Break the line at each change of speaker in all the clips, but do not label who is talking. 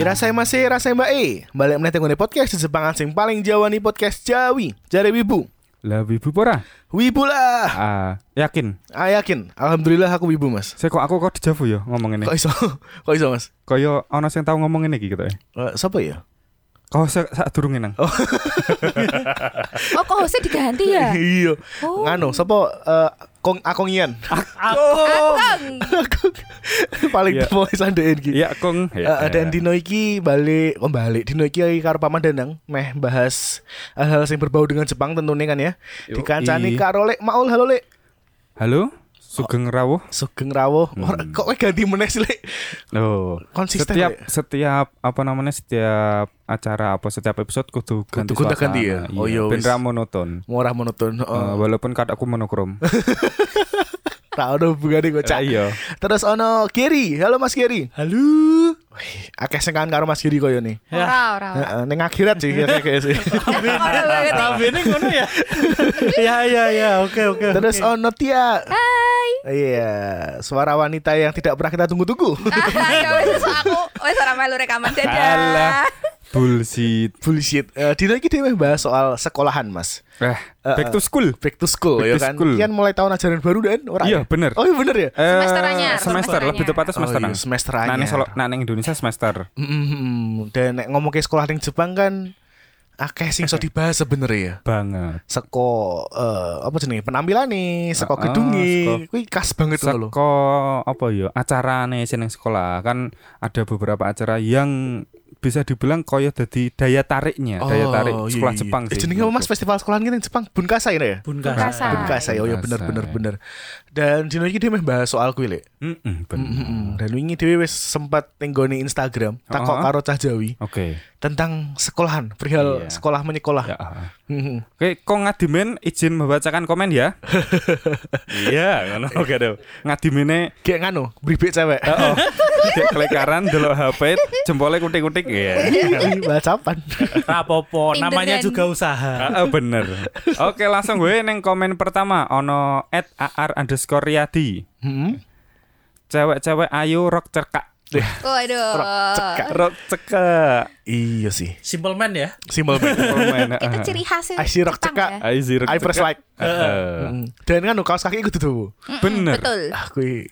Irasai masih rasai mbak E Balik meneh tengok podcast Jepang asing paling jawa nih podcast Jawi Jari Wibu
Lah wibu pora?
Wibu lah
Ah, yakin.
Ah yakin Alhamdulillah aku wibu mas
Saya kok aku kok dejavu ya ngomong ini.
Kok iso Kok iso mas
Kaya ana sing tau ngomong ini iki gitu ya.
Eh, Siapa ya
Kau sak durunge nang.
Oh kok hostnya diganti ya?
Iya
Oh.
Ngano Siapa eh, Kong Akong Ian
Akang.
Paling
Iya.
yeah. voice ada Enki
Iya, Kong.
Eh, dan Dino iki balik kok balik Dino iki karo Paman Danang meh bahas hal-hal yang berbau dengan Jepang tentunya kan ya
Yo,
dikancani
i.
karo Lek Maul halo Lek
Halo? Sugeng rawuh.
Sugeng rawuh
Hmm.
Ora- kok kowe ganti meneh sih Lek
Loh.
Oh. konsisten
setiap
Lek.
setiap apa namanya setiap acara apa setiap episode kudu ganti
kudu ganti ya?
suasana.
Oh,
Iya,
iya,
ben
wis.
ra monoton.
murah monoton
Eh,
oh,
walaupun kataku monokrom.
tak ada hubungannya gue
Eh, Iya.
terus ono Giri halo Mas Giri halo akeh sing kangen karo Mas Giri koyo nih
Iya.
Ora ora. ora.
Heeh, ning akhirat sih kayak kayak sih.
Ora banget.
Rambene ngono ya. Ya ya ya, oke oke.
Terus ono Tia.
Hai.
Iya, suara wanita yang tidak pernah kita tunggu-tunggu.
Ah, ya wis aku wis ora melu rekaman
Alah.
dadah.
Bullshit.
Bullshit. Eh, Dino iki dhewe bahas soal sekolahan, Mas. Eh,
Eh, back to school.
Back to school
Back
ya
to
kan.
school.
Kian mulai tahun ajaran baru dan ora. ya?
Iya, bener.
Oh, iya bener ya.
Eh,
Semester anyar,
semester
semester
lebih
anyar.
tepatnya semester
Oh, iya,
nang.
semester
Nah, ning
anyar.
Solo- nah, ning Indonesia semester.
Mm-mm. Mm-hmm. Dan nek ngomong ke sekolah ning Jepang kan akeh sing iso dibahas sebenernya ya.
Banget.
Seko eh, apa jenenge penampilan nih, seko
Ah, ah,
gedunge,
seko-
kuwi khas banget ngono lho.
Seko apa ya acarane seneng sekolah kan ada beberapa acara yang bisa dibilang koyo dadi daya tariknya, daya tarik
iya,
sekolah
iya.
Jepang
Eh,
sih.
jenenge apa Mas festival sekolahan kita ning Jepang Bunkasai ini ya.
Bunkasa.
Bunkasai.
Bunkasai, oh ya bener
Bunkasai.
bener bener. Dan dino iki dhewe meh bahas soal kuwi lek.
Mm-mm, bener.
Mm-mm. Dan wingi dhewe wis sempat nenggoni Instagram takok
Oh.
karo Cah Jawi
Oke.
tentang sekolahan, perihal
Iya.
sekolah menyekolah. Mm-hmm.
Ya. ah.
Mm-mm.
Oke, kok ngadimen izin membacakan komen ya? Iya, ngono oke dong. Ngadimene
Kayak nganu, bribik cewek.
heeh. Dek kelekaran delok HP, jempolnya kutik-kutik ya.
Ih, Bahas apaan?
Rapopo,
Pinteran.
namanya juga usaha.
Heeh, bener. Oke, langsung gue neng komen pertama ono @ar underscore Riyadi.
Mm-mm.
Cewek-cewek ayu rok cerkak.
Waduh.
Cekak.
Rok cekak.
Iya sih.
Simple man ya.
Simbol banget.
Itu ciri khas
I see rock cekak.
Jepang ya.
Ayu sih rok
I press
cekak.
like.
Heeh.
Mm. Dan nganu kaos kaki iku tutup.
Bener.
Betul.
Aku i-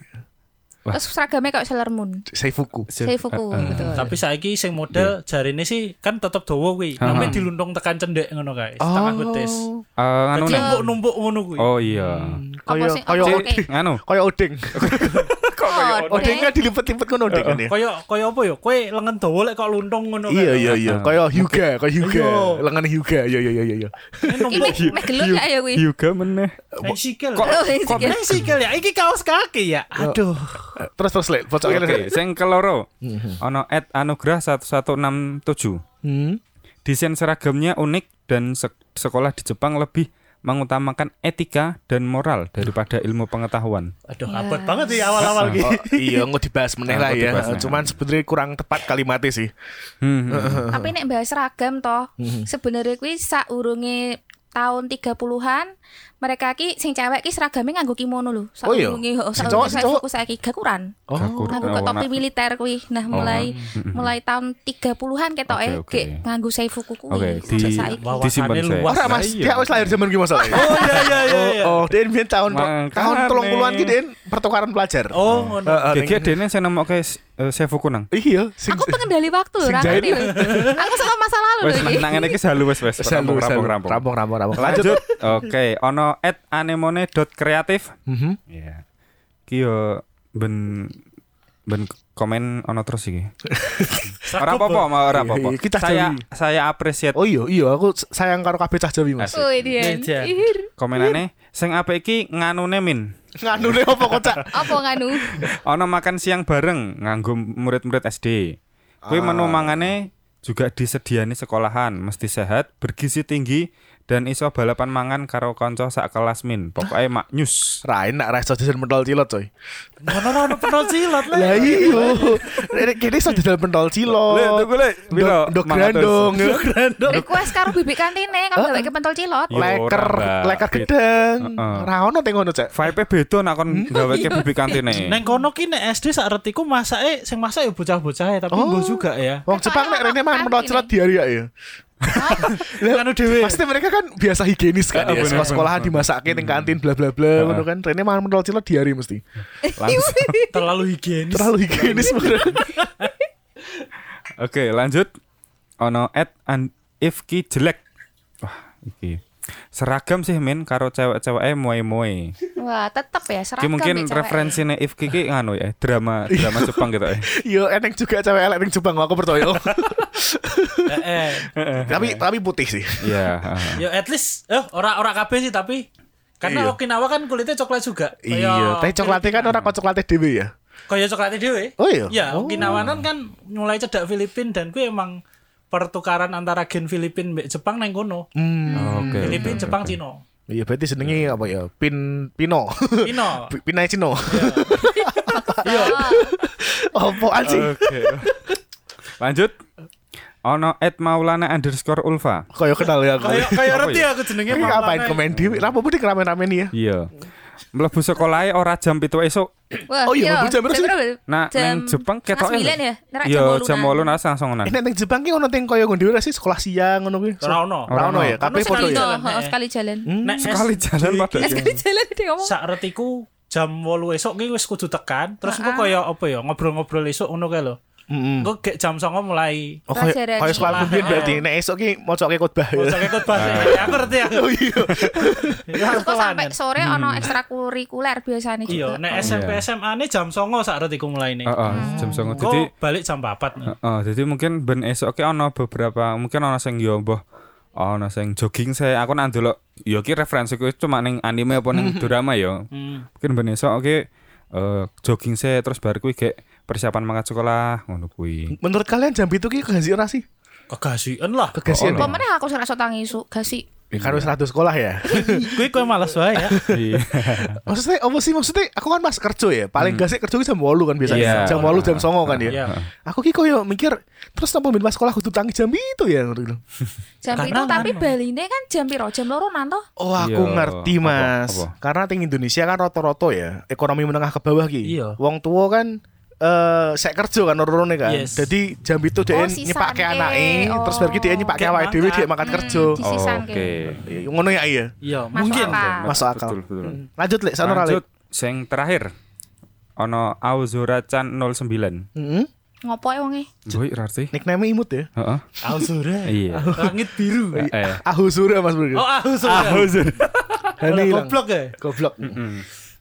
Terus seragamnya kayak Sailor Moon.
Seifuku.
Seifuku, betul.
Tapi saiki sing model jarine sih kan tetep dawa kuwi.
Ha.
Namanya dilundung tekan cendek ngono kae. Tangan betis.
Eh, nganu
Dadi
neng.
numpuk-numpuk ngono kuwi.
Oh iya.
Kaya
sih?
kaya
Apa
odeng.
sih?
Nganu.
Kaya odeng.
Oh,
Odeng kan dilipet-lipet ngono odeng kan ya.
Kaya kaya apa ya? Kowe lengan dawa lek kok lundung ngono
Iya iya iya.
Ah.
Kaya Hyuga, kaya Hyuga.
Iya.
Lengan Hyuga. Iya iya iya iya, iya.
Ini
Numpuk.
meh gelut ya ya kuwi.
Yuga meneh.
Neng sikil.
Iya. Kok-
Oh, ini sikil.
Neng sikil ya. Iki kaos kaki ya. Aduh.
Eh, Terus terus lek, bocok
Oke,
kene. Lek.
sing keloro.
Mm-hmm.
Ono at anugrah 1167.
Hmm.
Desain seragamnya unik dan sek- sekolah di Jepang lebih mengutamakan etika dan moral daripada ilmu pengetahuan.
Aduh, abot banget sih
Oh,
awal-awal gitu.
iya, nggak dibahas meneh
Nah,
lah
nggak
ya.
dibahas, nah.
Cuman sebenarnya kurang tepat kalimatnya sih.
Hmm, hmm.
Tapi nek bahas seragam toh,
Mhm.
sebenarnya kuwi saurunge tahun 30-an mereka ki sing cewek ki seragamnya nganggo kimono lho.
Oh iya?
Saurunge heeh,
Sing cowok,
saurunge
sing cowok?
saiki- saiki gakuran.
Oh. Mhm,
Gakur.
Nganggo kok topi militer kuwi. Nah, mulai mulai tahun 30-an ketok
Oke,
eh
oke.
ki nganggo seifuku kuwi.
Oke, di-
Sampai saiki.
Wawasannya
disimpan saya.
luas.
Ora Mas,
Iya.
dia wis lahir zaman ki masalah.
Oh iya iya iya. iya.
Oh, Den biyen tahun
Makanya.
tahun 30-an ki Den pertukaran pelajar.
Oh,
Eh,
ngono.
eh,
Jadi
ning-
adene saya nemokke eh, Seifuku nang.
Iya, sing
Aku pengendali waktu lho,
Sing
ra
jahit.
ngerti lho. Aku sama masa lalu
Wes
lho iki.
nang ngene iki salu wes wes
Selalu, selalu.
rampung rampung rampung.
rampung rampung rampung. Lanjut.
Lanjut. Oke, ono at anemone.kreatif.
Mhm.
Iya. Ki yo ben ben komen ono terus iki. Ora apa-apa, ma- ora
Iya,
apa-apa.
iya, kita
Saya
jauhi.
saya apresiat
Oh iya, iya aku s- sayang karo kabeh cah Jawi, Mas.
Oh, dia.
Meja.
Ihir.
komenane sing apik iki nganune min.
Nganune opo kok, Cak?
Apa nganu?
Ono makan siang bareng nganggo murid-murid SD.
Ah.
Kuwi menu mangane juga disediani sekolahan, mesti sehat, bergizi tinggi dan iso balapan mangan karo kanca sak kelas min. Pokoke mak nyus.
Ra enak ra iso jajan pentol cilok coy.
Ngono ono penol silat lah.
Lah
Eh, iya.
iyo. Rek kene iso jajan pentol cilok. Ndok ndok Oh, grandong.
Grandong.
Request karo bibik kantine kalau gak pentol cilot.
Yo,
Leker,
Iya, ora, Mbak.
leker gedeng.
Heeh.
Ra ono teng ngono cek.
Vibe beda nak kon gaweke bibik kantine.
Hmm? Neng kono ki nek SD sak retiku masake sing masak ya bocah-bocah ya, tapi
Oh.
mbuh juga ya.
Wong Jepang nek rene makan pentol cilok diari ya. ya. Lah,
Kan dhewe.
Pasti mereka kan biasa higienis kan ya.
Anu Heeh, bener.
Sekolah-sekolahan dimasakin teng kantin bla bla bla ngono kan. Rene makan pentol cilok diari mesti.
Langsung.
Terlalu higienis.
Terlalu higienis bener.
Oke, lanjut. Ono at and ifki jelek. Wah, iki. Seragam sih min karo cewek-cewek moe-moe.
Wah, tetep ya
Ki
seragam.
mungkin
nih cewek.
referensine Ifki ki nganu ya, drama drama Jepang gitu ya.
Yo eneng juga cewek elek ning Jepang aku percaya.
Eh, eh.
tapi tapi putih sih.
Iya, heeh.
Ya at least eh ora ora kabeh sih tapi karena
Iya.
Okinawa kan kulitnya coklat juga.
Iya, tapi coklatnya kan orang kok coklatnya dewe ya.
Kaya coklatnya dhewe.
Oh iya?
Ya,
Oh.
Okinawanan kan mulai cedak Filipin dan gue emang pertukaran antara gen Filipin mbek Jepang neng kono.
Hmm.
Oke.
Filipin, Hmm, Jepang, Cina.
Iya, berarti senengnya apa ya? Pin Pino.
Pino.
Pi- Pinai Cino. ya.
Oh,
Apa sih?
Oke. Lanjut. Ono at Maulana underscore Ulfa.
Kaya kenal ya aku.
Kayak kayak
Apa
reti
ya?
aku jenenge
Ini
Maulana.
ngapain komen dewe? Lah putih ramen-ramen ya.
Iya. Mlebu sekolah e ora jam 7 esuk.
Wah,
Oh iya,
iya.
jam berapa sih?
berapa?
Nah,
Jam
neng Jepang
setengah
ketoke.
sembilan ya? Nerak
Iya, jam
jam
8
wolunan.
langsung nang.
Eh nek nang Jepang ki ono teng kaya ngono dewe ra sih sekolah siang ngono kuwi.
Ora ono.
Ora ono ya, kabeh
Tapi
foto
sekali
ya.
iya.
toh, oh, sekali jalan.
Hmm.
Nek
Sekali
SD
jalan pada.
ki-
Sekali jalan dia ngomong.
sak retiku jam 8 esuk ki wis kudu tekan, terus engko
Ah.
kaya apa ya ngobrol-ngobrol esuk ngono kae lho.
Heeh.
Engko gek jam 9 mulai
Hmm. Oh kaya
Pelajaran
kaya sekolah
sekolah.
mungkin berarti nek esok ki mocoke khotbah. ya.
Bocah khotbah. Ya, Aku reti aku.
Oh iya.
Ya, aku
Kok sampai
lanen.
sore ono ekstrakurikuler biasanya
Hmm. Iya,
juga.
nek
Oh,
SMP
iya.
SMA ne jam 9 sak retiku mulai nih.
Heeh,
Hmm.
jam 9. Jadi
Kok balik jam 4 nih.
heeh, jadi mungkin ben esuk ki ono beberapa mungkin ono sing yo mbah ono sing jogging saya aku nang ndelok yo ki referensiku cuma ning anime apa ning drama yo.
Hmm.
Mungkin ben esuk ki eh, jogging saya terus bar kuwi gek persiapan mangkat sekolah ngono kuwi.
Menurut kalian jam itu ki kegasian ra sih?
Kegasian lah.
Kegasian.
Apa meneh aku serasa tangi isu, gak sih?
Ya kan wis 100 sekolah ya.
Gue kue malas wae ya.
Iya.
Maksudnya apa sih maksudnya aku kan masih kerja ya paling gak sih kerja ki jam 8 kan biasanya
Iya.
jam 8 jam 9 kan ya
Iya.
aku ki koyo mikir terus napa mbin sekolah kudu tangi jam itu ya ngono gitu.
Jam itu
Karena
tapi
nganu.
Baline kan jam piro? Jam loro nanto?
Oh aku
Iya.
ngerti
Apa?
mas
Apa?
karena ting Indonesia kan roto-roto ya ekonomi menengah ke bawah ki
Iya.
wong tua kan eh saya kerja kan loro-lorone kan
Yes.
jadi jam itu dia
Oh, sisane. Hmm,
nyepak ke anaknya
Oh.
terus berarti dia nyepak ke
Gak
awake dhewe
mangkat.
dia makan kerja
Disisan
Oke.
Ya, ngono ya iya
Iya,
Masuk
mungkin.
akal.
masuk akal
Betul, betul.
Hmm. lanjut lek sana
Lanjut
lanjut
sing terakhir. Ono Auzura Chan 09.
Heeh.
Ngopo e wonge?
Boy arti.
nickname imut ya
Heeh.
Auzura.
Iya.
Langit biru.
Eh.
Ahusura mas Bro
Oh, Auzura.
Ini
Ini
hilang.
goblok ya.
Goblok.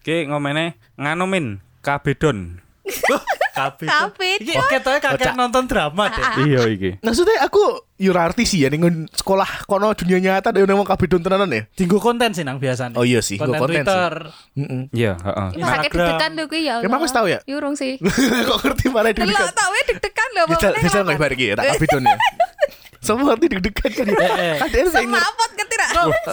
Ki ngomene nganumin kabedon.
Kabeh.
Kabeh. Ah,
Iki ketoke kakek nonton drama deh.
Iya iki.
Maksudnya aku yurarti sih ya ning sekolah kono dunia nyata ada yang ngomong kabidon tenanan ya.
Tinggu konten sih nang biasanya.
Oh iya sih, nggo konten
konten,
sih.
Twitter.
Heeh.
Iya, heeh.
Iki malah
Instagram.
deg-degan lho kuwi ya.
Emang
Allah.
wis tahu ya?
Yurung sih.
Kok ngerti mana deg
Delok tak wae deg-degan lho
Bisa
meneh
bisa
rapat.
nggak bareng ya, tak kabidon ya. Semua ngerti deg-degan kan ya.
eh.
Ada yang saya ngerti.
Semapot ketira.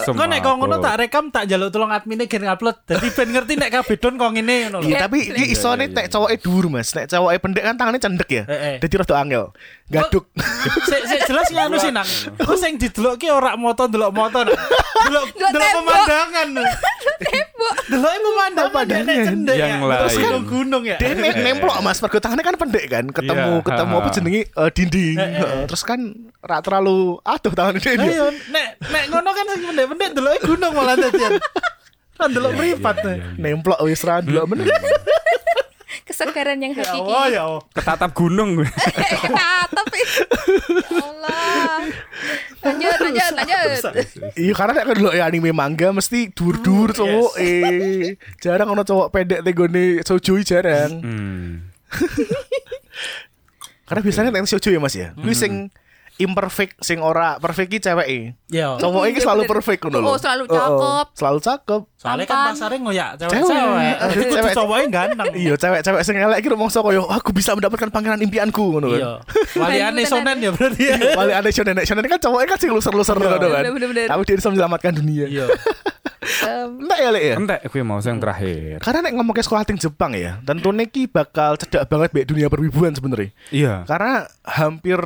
Kok nek kok ngono tak rekam tak jaluk tolong adminnya gen upload. Dadi ben ngerti nek kabedon kok ngene ngono lho.
Iya, tapi iki isone nek cowoknya dur Mas. Nek cowoknya pendek kan tangannya cendek ya.
Eh, eh.
Jadi rada angel. Gaduk.
Sik sik jelas nganu sih nang. Ku sing didelok ki ora moto ndelok moto. Nang. Delok
Delok
delok
tembok.
pemandangan.
Tembok.
Delok pemandangan
Pemandangan.
nek cendek.
Yang
ya. Terus
lain.
kan gunung ya.
Dia ne- nemplok Mas, mergo tangannya kan pendek kan. Ketemu
Iya,
ketemu
ha,
apa
ha.
jenenge eh, dinding. Heeh, Terus kan ra terlalu aduh tangannya dia.
Ayo, nek nek ngono kan sing pendek-pendek delok gunung malah dadi. Kan delok mripat.
iya, iya.
Nemplok wis ra ndelok meneh.
Kesegaran yang
Ya
hakiki.
Allah ya Allah.
ketatap gunung gue.
tapi Ya Allah. Lanjut, lanjut, lanjut.
Iya karena nek kalau ya anime manga mesti dur-dur cowok eh jarang ono cowok pendek tenggone shoujoi jarang.
Hmm.
Karena biasanya nang shoujo ya Mas ya. Kuwi sing imperfect sing ora perfect ki cewek e.
Ya.
Cowok iki selalu perfect ngono lho.
Oh, selalu
Oh, oh.
cakep.
Selalu cakep.
Soalnya
tampan.
kan pasarnya ngoyak
Cewek.
cewek-cewek. Tapi kudu
Cewek.
cowoknya ganteng.
Iya, cewek-cewek sing elek ki rumangsa koyo aku bisa mendapatkan pangeran impianku ngono
Iya.
lho.
Tenan.
Waliane sonen ya berarti. ya.
Wali ada Shonen, Shonen kan cowoknya kan sing loser-loser ngono kan.
Bener-bener.
Tapi dia bisa menyelamatkan dunia.
Iya.
Entek ya lek ya.
Entek kuwi mau sing terakhir.
Karena nek ngomong ke sekolah ting Jepang ya, tentunya ki bakal cedak banget mbek dunia perwibuan sebenarnya.
Iya.
Karena hampir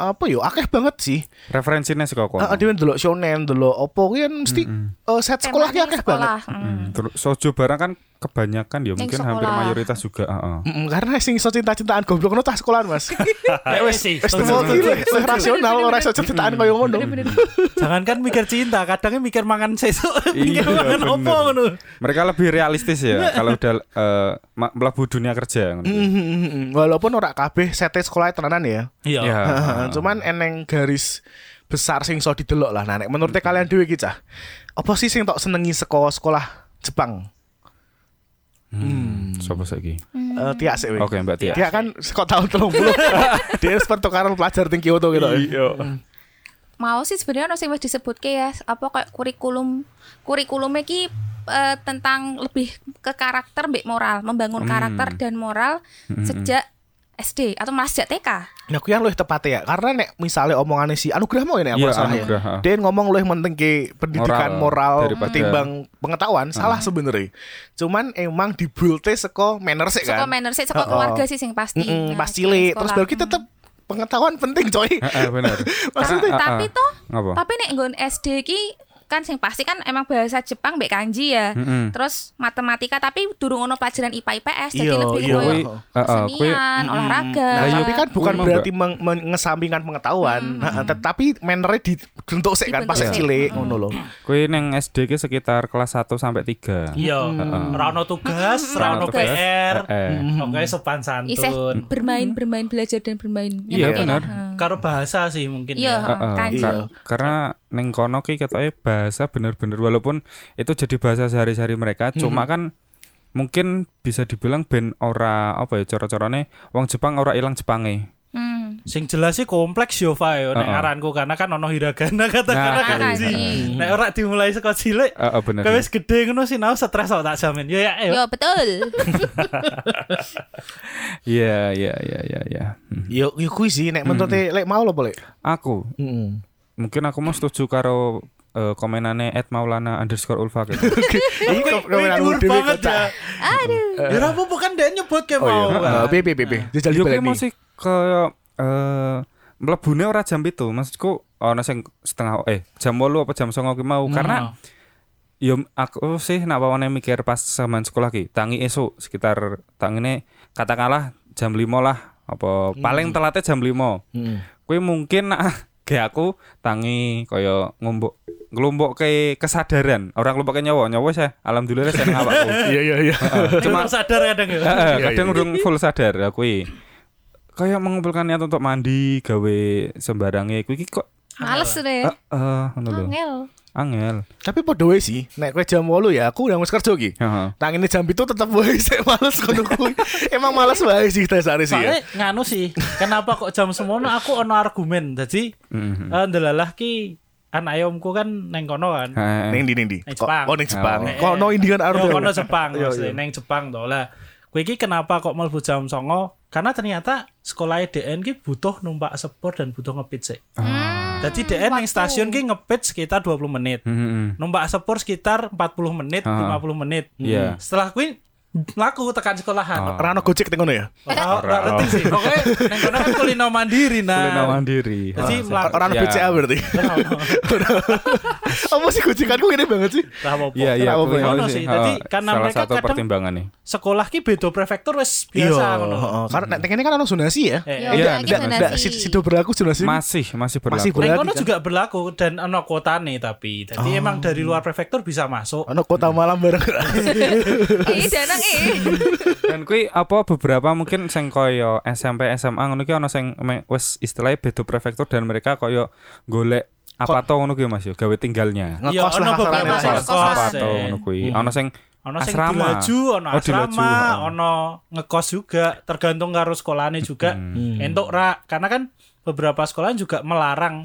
apa yo akeh banget sih.
Referensine saka kono.
Heeh, dhewe ndelok shonen, ndelok opo kuwi kan mesti eh, set sekolah ki akeh banget.
Hmm.
Terus sojo barang kan kebanyakan ya mungkin hampir
sekolah.
mayoritas juga heeh.
Mm, karena sing iso cinta-cintaan goblok ngono tas sekolahan, Mas.
Ya wes sih.
Wis tuwa ki wis rasional ora iso cintaan koyo ngono.
Jangankan mikir cinta, kadangnya mikir mangan sesuk,
Iya,
mikir mangan
bener.
opo ngono.
Mereka lebih realistis ya kalau udah eh, ma- melebu dunia kerja ngono.
Mm, mm, mm, mm. Walaupun ora kabeh sete sekolah tenanan ya.
Iya.
Ya.
Heeh, Cuman eneng garis besar sing iso didelok lah. Nah, nek menurut kalian dhewe iki cah. Apa sih sing tok senengi sekolah sekolah Jepang?
Hmm. Sopo saiki?
Eh, Tiak sih.
Oke, Mbak Tia.
Dia kan sekot tahun 30 Dia harus pertukaran pelajar tinggi Kyoto gitu
Iya.
Mau sih sebenarnya ono sing wis disebutke ya, apa kayak kurikulum kurikulumnya ki eh, tentang lebih ke karakter mbek moral, membangun
Hmm.
karakter dan moral sejak SD atau malah sejak TK.
Nah aku yang lebih tepatnya ya Karena nek misalnya omongannya si Anugerah mau ini aku
Iya,
nggak salah
Anugerah, ha.
ya Dia ngomong lebih penting ke pendidikan
Moral,
moral,
daripada- Hmm.
Ketimbang pengetahuan Salah sebenarnya Cuman emang dibuilte seko manner sih
Saka
kan
manner sih,
Oh,
saka
oh.
keluarga sih sing pasti.
Mm-mm,
Nah,
Pas
sing
cilik Terus
sekolah. Hmm. Nah,
baru kita tetep pengetahuan penting coy
Heeh, bener.
Maksudnya-
Ah, ah,
tapi
ah.
toh
Ngapa?
tapi nek nggon SD ki kan sing pasti kan emang bahasa Jepang mbek kanji ya.
Mm-mm.
Terus matematika tapi durung ono pelajaran IPA IPS jadi
Iya,
lebih
iya.
koyo
Kuwi heeh, kuwi
kesenian, olahraga.
Nah,
Ah, Nah,
tapi kan bukan
Memang,
berarti meng- mengesampingkan pengetahuan, Nah, tetapi mannernya dibentuk sih kan pas
Hmm. Dibentuk iya. Hmm. sik.
cilik ngono loh.
kuwi neng SD ki sekitar kelas 1 sampai 3.
Iya. Rano tugas, Rano
Tugas.
PR.
Eh,
Hmm.
Oke sopan
Isih
santun.
bermain, bermain, belajar dan bermain.
Iya,
Nyenengke
benar.
lah. Hmm.
Karo bahasa sih mungkin
Iya,
ya.
Heeh,
kanji.
kar- karena neng kono ki katanya bahasa bener-bener walaupun itu jadi bahasa sehari-hari mereka
Hmm.
cuma kan mungkin bisa dibilang ben ora apa ya cara-carane wong Jepang ora ilang Jepange.
Hmm.
Sing jelas sih kompleks yo Fa yo nek
Heeh.
aranku karena kan ono hiragana kata-kata
Nah,
kanji.
kanji.
Nek ora dimulai saka cilik,
Heeh, Ah, bener.
kowe wis gedhe ngono sih nau stres kok tak jamin. Yo ya ayo.
Yo betul.
Iya, iya, iya, iya, iya. Hmm.
Yo yo kuwi sih nek menurut lek mau lo boleh.
Aku mungkin aku mau setuju karo eh, komenane Ed Maulana underscore Ulfa gitu.
Ini Iya, kok
Kowe dhuwur banget ya.
Aduh.
Ya ora apa-apa kan dia nyebut ke
Oh iya.
mau.
Heeh,
Pak.
B B B B. Nah, Jajal
Yo ki
dibaleni.
masih kayak eh mlebune ora jam itu maksudku ana sing setengah eh jam 8 apa jam 09 ki mau karena Yo aku sih nak wawane mikir pas zaman sekolah ki, tangi esuk sekitar tangine katakanlah jam 5 lah apa paling telatnya jam 5.
Mm.
Kuwi mungkin nak ge aku tangi kaya ngombok ngelompokke kesadaran, orang ngelompokke nyawa, nyawa saya alhamdulillah saya nang awakku.
Iya iya iya.
Cuma sadar kadang ya.
Heeh,
Iya,
kadang
iya.
urung full sadar aku kuwi. Kaya mengumpulkan niat untuk mandi, gawe sembarangnya kuwi ki kok
Males deh.
eh eh, ngono lho.
Angel.
Angel.
Tapi podo wae sih, nek kowe jam 8 ya aku udah wis kerja iki.
Heeh.
Nang ini jam itu tetep wae sik males kono kuwi. Emang males wae sih dasare sih. ya.
Soalnya nganu sih, kenapa kok jam semono aku ono argumen. Jadi
Mm.
eh, ndelalah ki anak ayomku kan neng kono kan.
Heeh.
Ning ndi ning ndi?
Neng
Kok-
Jepang.
Oh ning Jepang.
Eh,
Kono indian
Yo,
arep. ya?
kono Jepang maksudnya, neng Jepang to lah. Kowe iki kenapa kok mlebu jam 09? Karena ternyata sekolah DN ki butuh numpak sepur dan butuh ngepit sih. Jadi DN neng stasiun ki ngepit sekitar 20 menit.
Heeh.
Numpak sepur sekitar 40 menit,
Hmm. Ah.
50 menit. Hmm.
Iya.
Setelah kuwi laku tekan sekolahan.
Rano Gojek teng ngono ya.
Ora ora ngerti sih. Pokoke neng kono kan kulino mandiri nah.
Kulino mandiri.
Jadi
Ah,
melakukan
Rano
Iya.
BCA berarti. Apa sih gojekanku gede banget sih?
Lah apa-apa.
Iya iya
Kenapa
kuwi
boleh?
ngono
Ngono
sih.
sih. Jadi
Heeh,
karena
salah
mereka
satu
kadang-
pertimbangan nih.
Sekolah ki beda prefektur wis biasa ngono.
Iya, heeh. Karena nek teng kene kan ono zonasi ya.
Yo,
Eh,
Iya,
iya,
ndak-
Ndak
zonasi.
sido berlaku zonasi.
Masih masih berlaku.
Masih
Neng
berlaku.
kono juga berlaku dan ono kuotane tapi. Jadi emang dari luar prefektur bisa masuk.
Ono kota malam bareng.
Ih, danang eh.
Dan kuwi apa beberapa mungkin sing kaya SMP SMA ngono ki ana sing me- wis istilahnya beda prefektur dan mereka kaya golek apa to ngono ki Mas yo gawe tinggalnya.
Iya,
ngekos lah
ono beberapa
kasarannya.
sing
Mas.
kos- kos-kosan.
Apa to ngono kuwi. Ana sing
Hmm. Ono sing
Asrama.
dilaju, ono
Oh, dilaju,
asrama,
heeh. Hmm.
ono ngekos juga, tergantung karo sekolahane juga. Entuk ra, karena kan beberapa sekolah juga melarang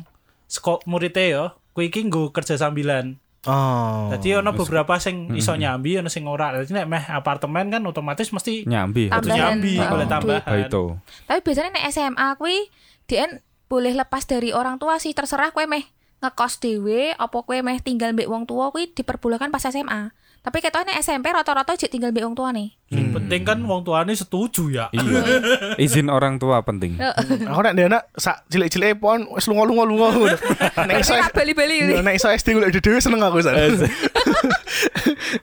seko muridnya yo kuwi iki nggo kerja sambilan.
Oh.
Dadi ono beberapa sing iso nyambi, ono sing ora. Dadi nek meh apartemen kan otomatis mesti
nyambi
kudu
Tambahan,
nyambi,
oh,
boleh
duit.
tambahan.
Ah, itu
Tapi biasanya nek SMA kuwi DN boleh lepas dari orang tua sih terserah kowe meh ngekos dhewe apa kowe meh tinggal mbek wong tua kuwi diperbolehkan pas SMA. Tapi ketokne nek SMP rata-rata jek tinggal mbek wong tuane.
Yang penting kan wong tuane setuju ya.
Hmm. iya izin orang tua penting
Aku nek dia nak sak cilik-cilik pon wis lunga-lunga-lunga ngono. Nek iso
Ora
Iya.
bali-bali.
nek iso SD golek dhewe seneng aku sak.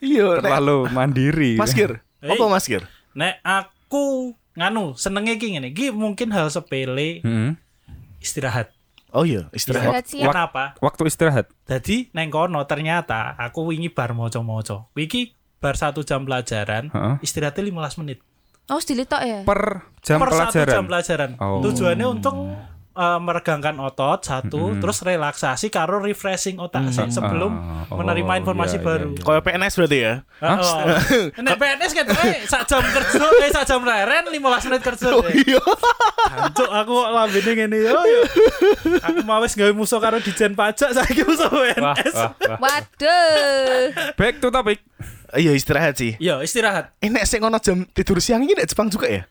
Iya, nek-
terlalu Eh? mandiri
Mas Gir.
Hei.
Apa Mas Gir?
Nek aku nganu senenge iki ngene. Iki mungkin hal sepele
Mm-mm.
istirahat.
Oh iya, istirahat.
Istirahat siang.
Kenapa?
waktu istirahat
Jadi neng kono ternyata aku wingi bar moco-moco. Kuwi Iki bar satu jam pelajaran,
Heeh.
istirahatnya 15 menit.
Oh, sedilitok ya.
per jam
per satu
pelajaran
jam pelajaran.
Oh.
Tujuannya untuk eh, meregangkan otot satu, terus relaksasi karo refreshing otak sih sebelum
Ah, oh,
menerima informasi
iya,
baru.
iya,
Koyo PNS berarti ya.
Heeh. Nek PNS gitu, eh, sak jam kerja, eh sak jam leren, 15 menit kerja.
Oh,
eh.
Iya.
Cuk, aku kok lambene ngene yo. yo. Aku mau wis gawe musuh karo Dijen Pajak saiki musuh
Wah,
PNS.
wah, wah.
Waduh.
back to topic Eh,
Iya, istirahat sih.
Yo, istirahat.
Eh nek sing ono jam tidur siang iki nek Jepang juga ya?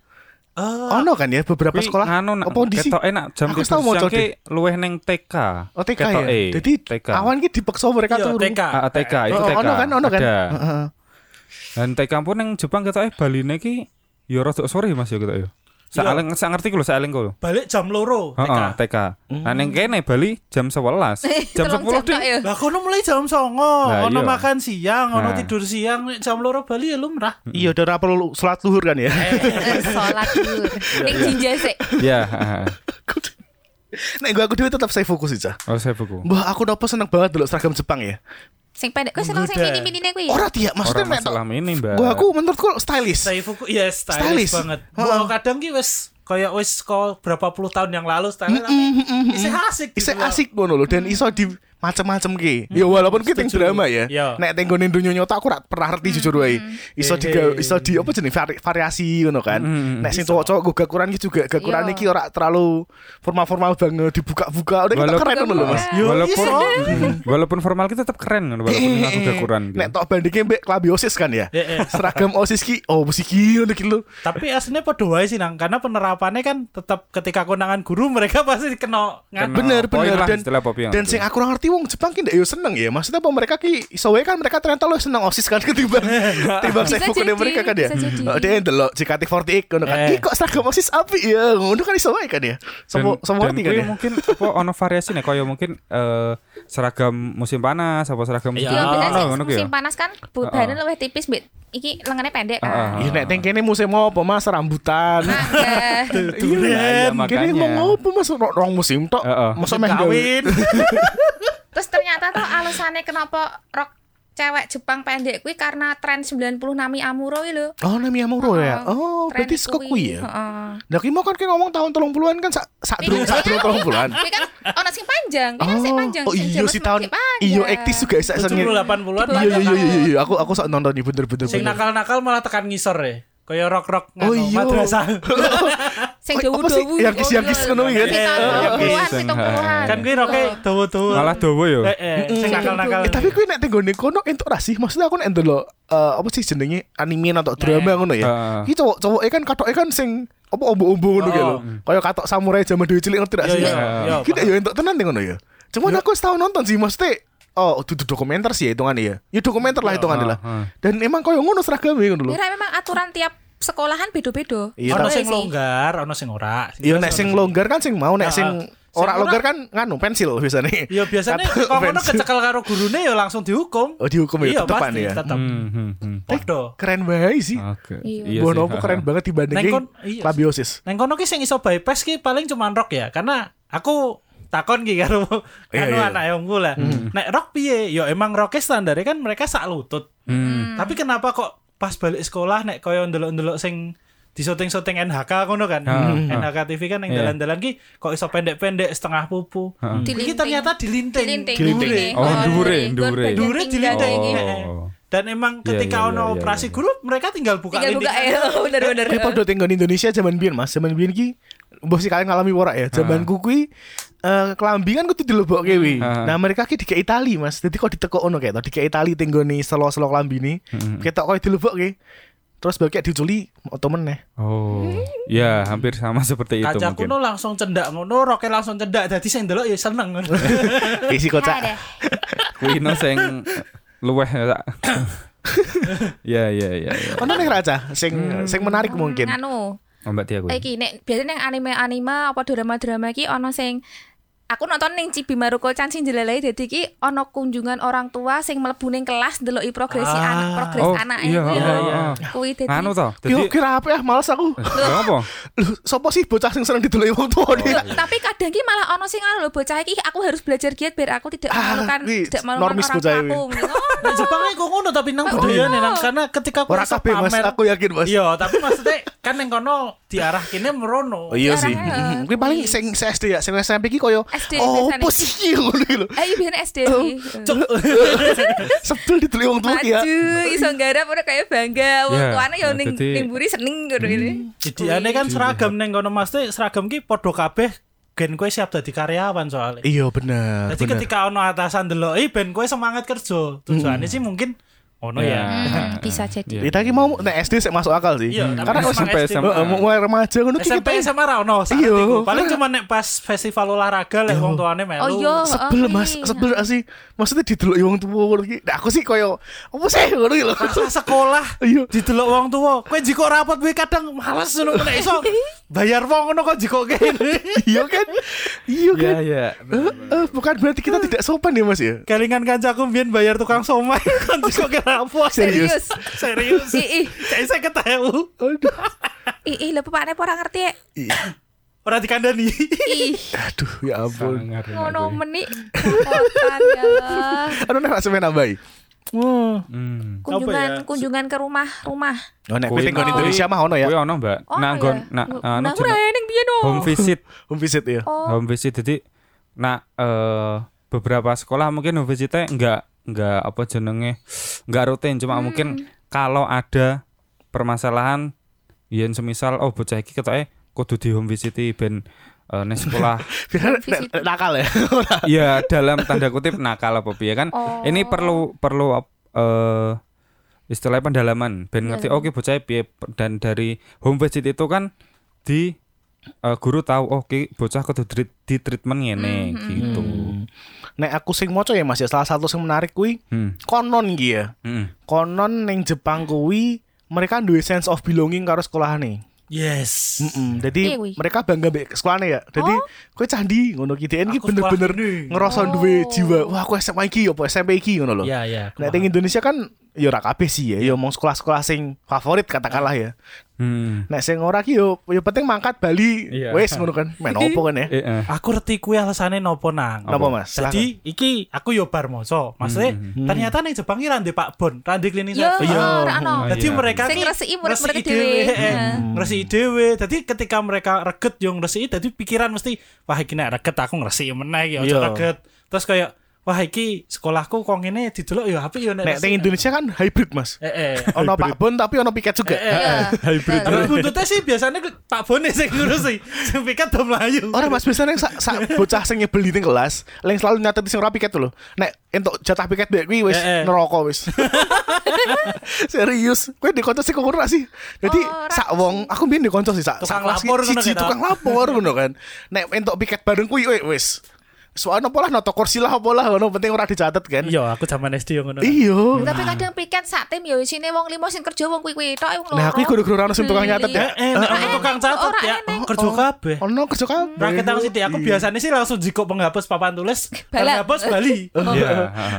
Eh,
Ono kan ya beberapa
Kuwi
sekolah.
nganu nak
Apa di sini?
ketoke nak jam
Aku
tidur
tau
siang
moco
ki luweh neng TK.
Oh TK ya.
Ketoke,
Jadi
TK.
awan ki dipaksa mereka
yo,
turu.
TK.
Ah, TK itu
Oh,
TK.
ono kan, ono kan.
Ada.
Heeh.
Dan TK pun neng Jepang ketoke baline ki ya rada sore Mas ya ketoke. Saeling sak ngerti ku lho saeling ku lho.
Balik jam loro TK.
Heeh, TK. Nah ning kene Bali jam 11. Jam
Tolong
10
cetok
ding.
ya.
Lah kono mulai jam songo,
Lah,
ono
iya.
makan siang,
Nah.
ono tidur siang, nek jam loro Bali ya lumrah.
Iya, udah ora perlu sholat luhur kan ya.
Eh, Salat
Iya,
dulu. Ning jinja sik.
Ya, heeh.
Nek gua aku dhewe tetap saya fokus aja.
Oh saya buku.
Mbah, aku nopo seneng banget dulu seragam Jepang ya.
Sing pendek kuwi seneng sing
Goda.
mini-minine kuwi. ya?
Ora tiap maksudnya
Orang
nek
masalah ini, Mbak.
Gua aku menurutku stylish.
Saifuku ya stylish,
Stylish.
banget.
Heeh.
Gua kadang ki wes kayak wes kok berapa puluh tahun yang lalu stylish tapi isih asik gitu.
Isih
loh.
asik ngono lho dan iso di macem-macem ki. Ya walaupun ki ting
Setuju.
drama ya.
Iya.
Nek teng nggone dunya nyata aku ora pernah ngerti jujur wae. Iso di
Hehe.
iso di apa jenenge vari- variasi ngono kan. Nek sing cowok-cowok gue gakuran ki juga gakuran
Iya.
iki ora terlalu formal-formal banget dibuka-buka udah kita
Walaupun-
keren ngono lho Mas. Iya,
Yo, walaupun walaupun formal kita tetap keren ngono, walaupun aku
Hehe.
gak kurang.
Iya, Eh, Nek tok bandingke mbek klambi OSIS kan ya.
Eh,
Heeh.
Seragam OSIS ki oh mesti ki ngono ki lho.
Tapi aslinya padha wae sih nang karena penerapannya kan tetap ketika konangan guru mereka pasti kena
Kan
ngan.
Kena.
bener
poin
bener
lah
dan
istilah Popi yang
dan
itu.
sing aku ngerti wong Jepang ki ndak yo seneng ya maksudnya apa mereka ki iso wae kan mereka ternyata lo seneng osis kan ketimbang ketimbang
Bisa
saya fokusnya
jadi,
mereka kan ya
bisa jadi.
oh, dia ndelok JKT48 ngono kan
Eh.
ih kok seragam osis api ya ngono kan iso wae kan ya semua
Dan-
semua
dan
ngerti kan
kuwi
ya
mungkin apa ono variasi nih kaya mungkin eh, seragam musim panas apa seragam
Iya,
Iya,
Ah,
biasanya
Ono,
sing
ngono ki ya. Oh.
musim panas kan bu- bahannya lebih tipis, Mbak. Iki lengannya pendek
Ah,
kan.
Iya nek teng kene musim apa Mas rambutan.
Nah, ya.
Iya,
Duren, kene
makanya.
mau apa Mas Ro- rong musim tok.
Heeh.
Masa
Musim
meh gawe.
kawin.
Terus ternyata tuh alasannya kenapa rok cewek Jepang pendek kuwi karena tren 90 nami amuro kuwi lho.
Oh, Nami Amuro ya.
Ah,
Oh,
Tren
berarti sekok kuwi ya.
Heeh.
Lah ki mau kan ki ngomong tahun 30-an kan sak sak durung sak durung 30-an.
Kuwi kan ono sing panjang, kuwi kan sing panjang.
Oh
sing
iya
Jawa
sih
sih
tahun
panjang.
iyo ektis juga sak sengi.
70-80-an
Iya iya iya iya iya aku aku sok nonton nih bener bener.
Sing
bener.
nakal-nakal malah tekan ngisor ya. Kayak rock-rock
Oh iya.
madrasah.
Sing
Apa sih?
dawu-dawu.
Yang kis- yang kis ngono ya?
Sing tahun
Eh,
yang kis.
80-an, 70-an.
Kan gue
Iya.
roke dawa-dawa.
malah dowo yo
Eh, eh, sing nakal-nakal.
Eh, tapi kui nek tenggo ning kono entuk ra sih? Maksudnya aku nek ndelok eh, apa sih jenenge anime atau drama ngono ya.
Nah, Heeh.
Ki cowok-cowok kan katoke kan sing apa ombo-ombo ngono gitu. Kaya katok samurai zaman dhewe cilik ngerti ra
Iya,
sih?
iya, iya,
Ki nek yo entuk tenan ning ngono ya. Cuman aku setahun nonton sih mesti Oh, itu dokumenter sih ya hitungannya ya. Ya dokumenter lah hitungannya lah.
Heeh.
Dan emang koyo ngono seragamnya ngono lho.
Kira memang aturan tiap sekolahan beda-beda.
Iya,
ono
tak-
sing
sih.
longgar, ono sing ora.
Iya nek sing longgar kan sing mau nek
Ah,
sing
ah.
ora
Sing
longgar kan nganu pensil biasane.
Ya biasanya
Kata-
kalau ngono
pensil.
kecekel karo gurune ya langsung dihukum.
Oh, dihukum ya,
Iya,
tetepan
pasti,
ya.
tetep.
Hmm, hmm, hmm.
Podo.
Keren banget sih.
Oke.
Iya.
Iya
Bono
sih.
apa keren banget
Neng
dibandingin
kon- iya
klabiosis.
Neng kono ki sing iso bypass ki paling cuman rock ya, karena aku takon ki karo
Iya,
anu
iya.
anak wongku lah. Nek rock piye? Ya emang rock standarnya kan mereka sak lutut.
Hmm.
Tapi kenapa kok pas balik sekolah nek koyo ndelok-ndelok sing di syuting-syuting NHK kono kan.
Hmm.
NHK TV kan yang
Iya.
dalan-dalan ki kok iso pendek-pendek setengah pupu.
Heeh.
Iki
Dilinting.
ternyata dilinting.
Dilinting.
Dilinting.
Oh, dure, dure.
Iya,
Dure dilinting.
Oh.
eh. Dan emang
Iya,
ketika
iya,
ono
iya,
operasi
iya.
guru mereka tinggal buka eh,
Tinggal buka iya.
lintingan.
ya. Bener bener.
Tapi padha tinggal di Indonesia zaman biyen Mas, zaman biyen ki mbah sih kalian ngalami ora ya. Zamanku kuwi eh kelambi kan kudu dilebokke wi.
Heeh.
Nah, mereka ki dikek Itali, Mas. Jadi kok diteko ono kayak to dikek Itali tenggone selo-selo klambine. Ketok kok dilebokke. Terus bagi diculik oto meneh.
Oh, ya hampir sama seperti itu
Kaca
mungkin.
kuno langsung cendak ngono, roke langsung cendak. Dadi sing ndelok ya seneng.
Isi kocak.
Ada.
Wino sing luweh ya. Cak. Ya ya ya. ya.
Ono nih raja sing sing menarik mungkin.
Anu,
Oh, Mbak Tia gue.
iki nek biasanya yang anime-anime apa drama-drama iki ono sing aku nonton ning Cibi Maruko Chan sing jelelai dadi iki ono kunjungan orang tua sing mlebu ning kelas ndeloki progresi
Ah.
anak progres
Oh,
anake
iya,
kuwi.
iya,
iya.
Kuwi dadi
Anu toh.
Yo
Jadi
kira apa ya males aku.
Eh. apa?
Lu sopo sih bocah sing sering didelok wong tuwa
Loh,
dia?
tapi kadang ki malah ono sing anu lho bocah iki aku harus belajar giat biar aku tidak
Ah,
memalukan
wih,
tidak memalukan
normis
orang
bocah
tua
ini.
aku. Oh,
Nah, Jepang kok ngono tapi nang budayane nang karena ketika aku
Ora
rasa
kabeh Mas,
pamer.
aku yakin Mas.
Iya, tapi maksudnya kan yang kono diarah kene merono.
Oh iya sih. Heeh.
Jarang, eh.
Kuwi paling sing sing SD ya, sing SMP iki koyo
SD
oh
biasanya.
opo sih iki?" ngono iki lho.
Eh, iya, biasanya SD
Oh,
iki.
Cuk.
Sebel didelok wong tuwa iki ya.
Maju, iso nggarap ora kayak bangga. Wong
Ya,
tuane yo
nah,
ning
jadi-
ning buri seneng ngono ini.
Jadi aneh kan seragam neng kono Mas teh seragam ki podo kabeh gen kowe siap dadi karyawan soalnya.
Iya bener.
Jadi
bener.
ketika ono atasan delok, "Eh, ben kowe semangat kerja." Tujuannya sih mungkin ono
Iya.
ya.
Anu Bisa jadi.
Iya.
kita iki mau nek SD sik masuk akal sih.
Iya, tapi
Karena Oh, kalau
emang
sampai
SD.
SMA, mulai remaja ngono ki
SMP
kita
sama ra ono. saat
Iya.
itu. Paling cuma nek pas festival olahraga lek wong tuane melu.
Oh iya,
sebel
oh,
Mas,
iya.
sebel gak sih. Maksudnya didelok wong tuwa ngono iki. Nah, aku sih koyo opo sih ngono iki lho.
Masa sekolah
Iya.
didelok wong tuwa. Kowe jiko rapot kowe kadang males ngono nek iso bayar wong ngono kok jiko kene.
Iya kan? Iya kan?
Ya ya.
Eh, eh, bukan berarti kita tidak sopan ya Mas ya?
Kelingan kancaku mbiyen bayar tukang somai kan jiko kerapo.
Serius.
Serius.
Ih, ih,
Saya saya ketemu.
Aduh.
ih, ih, lho pepane apa ora ngerti. ya?
Ih,
Ora dikandani.
Ih,
Aduh, ya ampun.
Sangar ya,
ngono
gue.
meni. Kokotan, ya Allah.
Aduh, Anu, nek sampe nambahi.
Hmm.
Apa ya?
Kunjungan kunjungan ke rumah-rumah.
Oh, nek
Kuwi-
kuwi nang Indonesia mah ono ya.
Kuwi ono, Mbak.
Oh,
Nang
ya?
nggon- na-
Nah,
anu
nah,
jeneng-
ning piye no?
home visit.
Home visit ya.
Oh,
home visit jadi nah eh, beberapa sekolah mungkin home visitnya nggak nggak apa jenenge nggak rutin cuma
Hmm.
mungkin kalau ada permasalahan yen semisal oh bocah iki ketoke kudu di home visit ben eh, nek sekolah
Biar
Home visit.
nek- nakal ya.
ya dalam tanda kutip nakal apa piye kan
Oh.
ini perlu perlu eh istilahnya pendalaman ben ngerti oke bocah piye dan dari home visit itu kan di eh, guru tahu oke bocah kudu di, di treatment ngene gitu
Nek aku sing moco ya Mas ya, salah satu sing menarik kuwi
Hmm.
konon iki ya.
Mm-mm.
Konon ning Jepang kuwi mereka duwe sense of belonging karo sekolahane.
Yes.
Mm Jadi
Iya, kuwi.
mereka bangga mbek sekolahane ya. Jadi kowe candi ngono ki DN ki
Oh. Aku
bener-bener
sekolah ini. Oh.
ngerasa duwe jiwa. Wah, aku SMA iki apa SMP iki ngono lho.
Ya ya.
Nek ning Indonesia kan ya ora kabeh sih ya, ya omong sekolah-sekolah sing favorit katakanlah ya.
Hmm.
Nek sing ora ki yo yo penting mangkat Bali.
Iya.
Wes ngono kan. Men opo kan ya.
Iya.
Eh, eh.
Aku reti kuwi alasane nopo nang.
Napa Mas?
Jadi iki aku yo bar moco. Maksudnya ternyata ning Jepang iki rande Pak Bon, rande klinik
yo,
saya.
ora ono.
Oh,
Jadi
iya.
mereka
Sing
ki
ngresiki murid-murid
ngresiki
dhewe.
dhewe, heeh.
Heeh.
Ngresiki dhewe. Jadi ketika mereka reget yo ngresiki, jadi pikiran mesti wah iki nek reget aku ngresiki meneh iki
Iya.
aja reget. Terus kayak wah iki sekolahku kok ngene didelok yo apik yo nek. Eh,
Nek ning
resiki."
Indonesia kan hybrid, Mas.
Heeh.
Ono Pak Bon tapi ono piket juga.
Heeh.
Iya. Hybrid.
Tapi buntutnya sih biasanya Pak Bone sing ngurusi, sing piket do mlayu.
Orang mas biasanya sak sak bocah sing nyebel di kelas, lain selalu nyatet sing ora piket tuh lho. Nek entuk jatah piket dek kuwi wis
Eh, eh.
neraka wis. Serius, kowe di konco sih kok ora sih. Jadi
Ora
sak wong aku mbiyen di konco sih sak
Tukang
sak kelas ki
lapor ngono
siji
kan,
tukang lapor ngono kan. Nek entuk piket bareng kuwi we, wis. Soalnya apa lah noto kursi lah apa lah ngono penting ora dicatet kan.
Iya, aku zaman SD yo ngono.
Iya.
Tapi kadang piket sak tim yo isine wong limo sing kerja wong kuwi-kuwi tok wong
Nah,
Iya.
kuwi kudu kru sing tukang nyatet ya.
Eh, nek ono tukang catet
Ora
ya
enek.
kerja kabeh.
Ono kerja kabeh.
Rakyat aku sih,
iya.
aku biasanya sih langsung jiko penghapus papan tulis,
Balak.
penghapus Bali.
Iya.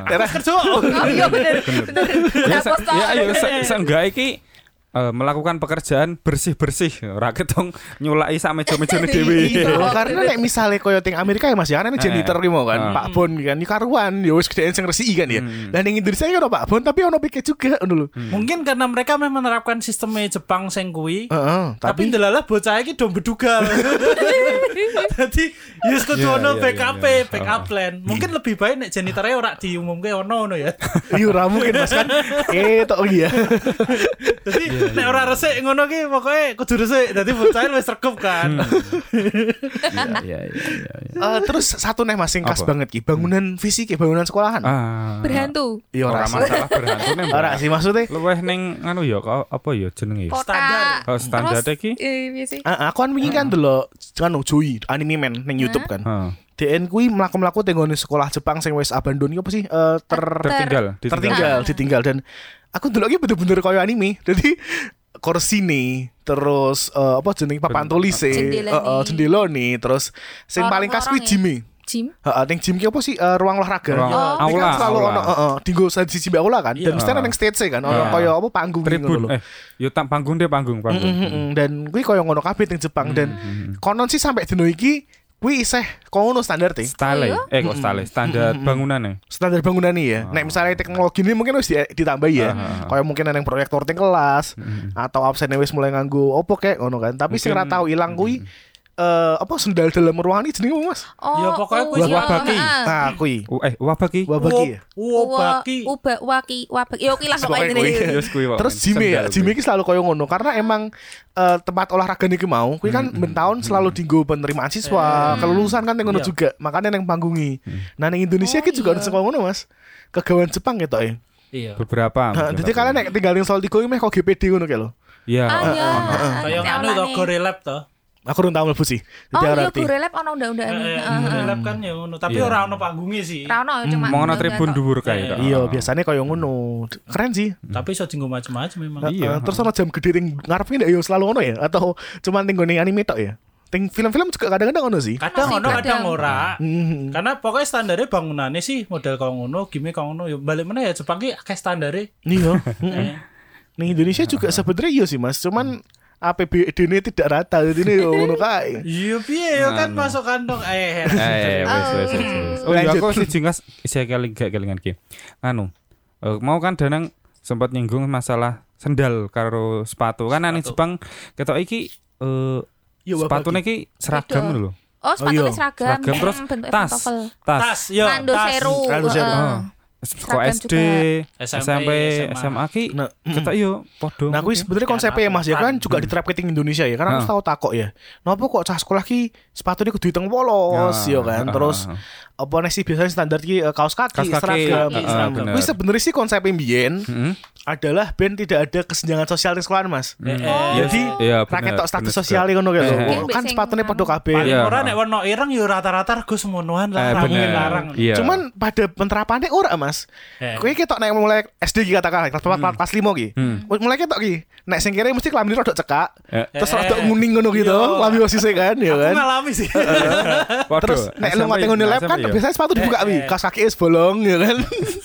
Terah.
Terus kerja.
Oh iya bener. Bener.
Ya,
Nah,
se-
bos, toh.
ya, ayo se- seenggak iki eh, melakukan pekerjaan bersih-bersih rakyat dong nyulai sak meja-mejane dhewe.
Iya, karena nek misalnya koyo ting Amerika ya Mas ya, kan ini janitor ki mau kan,
Eh.
Pak Bon kan ini karuan, ya wis gedean sing resiki kan ya.
Hmm.
Lah ning Indonesia kan ono Pak Bon tapi ono pikir juga ngono lho.
Mungkin karena mereka memang menerapkan sistemnya Jepang sing
Eh,
kuwi.
Heeh, tapi
Tapi ndelalah bocah iki do bedugal. Dadi yus kudu
Iya,
ono
iya, iya.
BKP, backup plan. Mungkin lebih baik nek janitornya ora diumumke ono ono ya.
oh iya ora mungkin Mas kan. Eh tok iya.
Jadi Nek ora resik ngono ki pokoke kudu resik. Dadi bocah wis rekep kan.
Hmm. Iya, iya, iya, iya.
Eh, terus satu nih masing khas
Apa? Hmm.
banget ki bangunan fisik ki bangunan sekolahan.
Ah.
Berhantu.
Iya
Ora
ora sih.
masalah berhantu nih, Mbak.
Ora sih maksudnya.
Luweh ning anu ya kau- apa ya jenenge? ya?
Standar.
Kota.
Oh, standar
Terus,
iki.
eh, iya sih.
Ah, aku kan wingi kan
Hmm.
delok kan Joy anime man ning YouTube kan.
Heeh.
DN kuwi mlaku-mlaku tenggone sekolah Jepang sing wis abandon iki apa sih? Eh, ter
Tertinggal,
tertinggal, ditinggal dan aku delok iki bener-bener koyo anime. Jadi korsine terus eh, apa jeneng papan tulis e,
Jendelane.
jendelone terus sing paling khas kuwi
Lorong-lorong ya.
Jimmy.
Gym.
Heeh, ning gym ki apa sih? Eh, ruang olahraga.
Ruang-
Iya.
aula,
Ini kan selalu
aula.
ono heeh, dinggo siji siji aula kan. Dan
Iya.
mesti ana ning stage kan, ono
Iya.
koyo apa panggung gitu
Tribun.
loh.
Eh, yo tak panggung deh panggung,
Mm, mm,
panggung.
mm, dan kuwi koyo ngono kabeh ning Jepang dan
Mm-hmm.
konon sih sampai dino iki kuwi isih kono e. standarte.
Style, eh kok style, standar
Mm-hmm.
bangunannya.
standar bangunan nih ya.
Ah.
Nek misalnya teknologi ini mungkin harus di- ditambah ya. Kayak mungkin ada yang proyektor ting kelas atau absennya wis mulai nganggo opo kayak ngono kan. Tapi sing ora tau ilang kuwi eh, apa sendal dalam ruangan ini jenenge apa, Mas?
Oh,
Ya, pokoknya kuwi
iya,
wabaki.
heeh.
Nah, kuwi.
U- Eh, wabah ki.
Wabaki ya.
Wobaki.
Uwa- Uba, waki, wabak. Yo, kuwi lah
Pokoknya
pokoknya
kuwi.
ini.
Yes, kuwi wae.
Terus Jimmy ya,
Sendal
Jimmy
kuwi.
ini selalu koyo ngono karena emang eh, tempat olahraga niki mau, kuwi kan bentahun selalu dinggo penerimaan siswa,
Eh.
kelulusan kan yang ngono
Iya.
juga. Makanya yang panggungi.
Mm.
Nah, ning Indonesia
Oh,
ki juga ono
iya.
sing koyo ngono, Mas. Kegawan Jepang gitu ya.
Iya.
beberapa.
Nah,
beberapa.
Jadi kalian nek tinggal ning Sol 3 meh kok GPD ngono kayak lho.
Iya.
Ah, iya.
Kaya anu to Gorelab to.
Aku belum tahu mlebu sih.
Oh,
Jadi
iya,
arti.
Gorelab ono undang-undang ini.
Eh, eh,
Heeh.
Gorelab kan ya ngono, tapi
Iya.
ora ono panggungnya sih.
Ra ono, cuma.
Mau ana
undang-undang
tribun
tok.
dhuwur kae.
Iya, biasanya koyo ngono. Keren sih.
Tapi iso dienggo macam-macam memang.
Iya.
Eh, terus ono jam gede ting ngarepe ndak ya selalu ngono ya atau cuma ning nggone anime tok ya. Ting film-film juga kadang-kadang ngono
iya.
sih.
Kadang
Masih
ono kadang
kadang.
ora.
Hmm.
Mhm.
Karena pokoknya standarnya bangunannya sih model kau ngono, gimmick kau ngono. Ya balik mana ya Jepang ki akeh standarnya.
Iya. Mm-mm.
Hmm.
Ning Indonesia juga sebenarnya iya sih, Mas. Cuman APBD ini tidak rata jadi ini yo ngono kae.
Iya piye ya kan masuk kantong eh.
Nah, Eh, wes wes wes, wes. Oh, iya aku
Lanjut.
sih jengas saya keling gak kelingan ki. Anu, eh, mau kan Danang sempat nyinggung masalah sendal karo sepatu. Kan ane Jepang ketok iki eh
Yo, Bapak
sepatune iki seragam
Beda.
lho.
Oh, sepatu
iya.
wis seragam.
Seragam terus
Mm, bentuknya
tas. Oh.
pantofel.
Tas.
Tas, yo
Rando
tas. Eh,
seru.
Rando seru.
heeh.
Heeh. Kok
Seragam
SD,
juga.
SMP,
SMA.
SMA ki
Nah, mm.
ketok yo padha.
Nah, kuwi sebenarnya konsepnya ya Mas ya kan juga diterapke ting Indonesia ya. Karena aku
Heeh.
tahu takok ya. Napa kok cah sekolah ki sepatu kudu diteng polos
Ya,
ya kan.
heeh,
Terus
heeh.
apa nih sih biasanya standar ki eh, kaos kaki,
Kaos kaki,
seragam.
heeh,
seragam.
bener. Hmm.
Kuwi sebenarnya sih konsep mbiyen
Heeh.
adalah band tidak ada kesenjangan sosial di sekolahan, Mas.
Eh,
Jadi
Iya, Hmm,
rakyat
bener,
tok status
bener
sosial ngono kae lho.
Eh,
Oh,
eh.
Kan sepatune padha kabeh.
Paling
Iya.
ora nek ono ireng yo rata-rata rego semonoan
Eh,
larang
bener.
larang.
Iya.
Cuman pada penerapannya ora, Mas.
Eh.
Kuwi ketok nek mulai SD ki katakan kelas 4
Hmm.
kelas 5 ki. Mulai ketok ki. Nek sing kiri mesti kelambi rodok cekak,
Eh.
terus
Eh.
rodok nguning ngono gitu.
Iya.
Kelambi sisih kan ya
Aku
kan.
ngalami sih.
Eh, Padha.
Terus nek lu
SMP,
ya?
ngateng ngene lab
SMP,
kan
iya.
biasanya sepatu dibuka wi,
eh.
kaos kaki es bolong ya kan.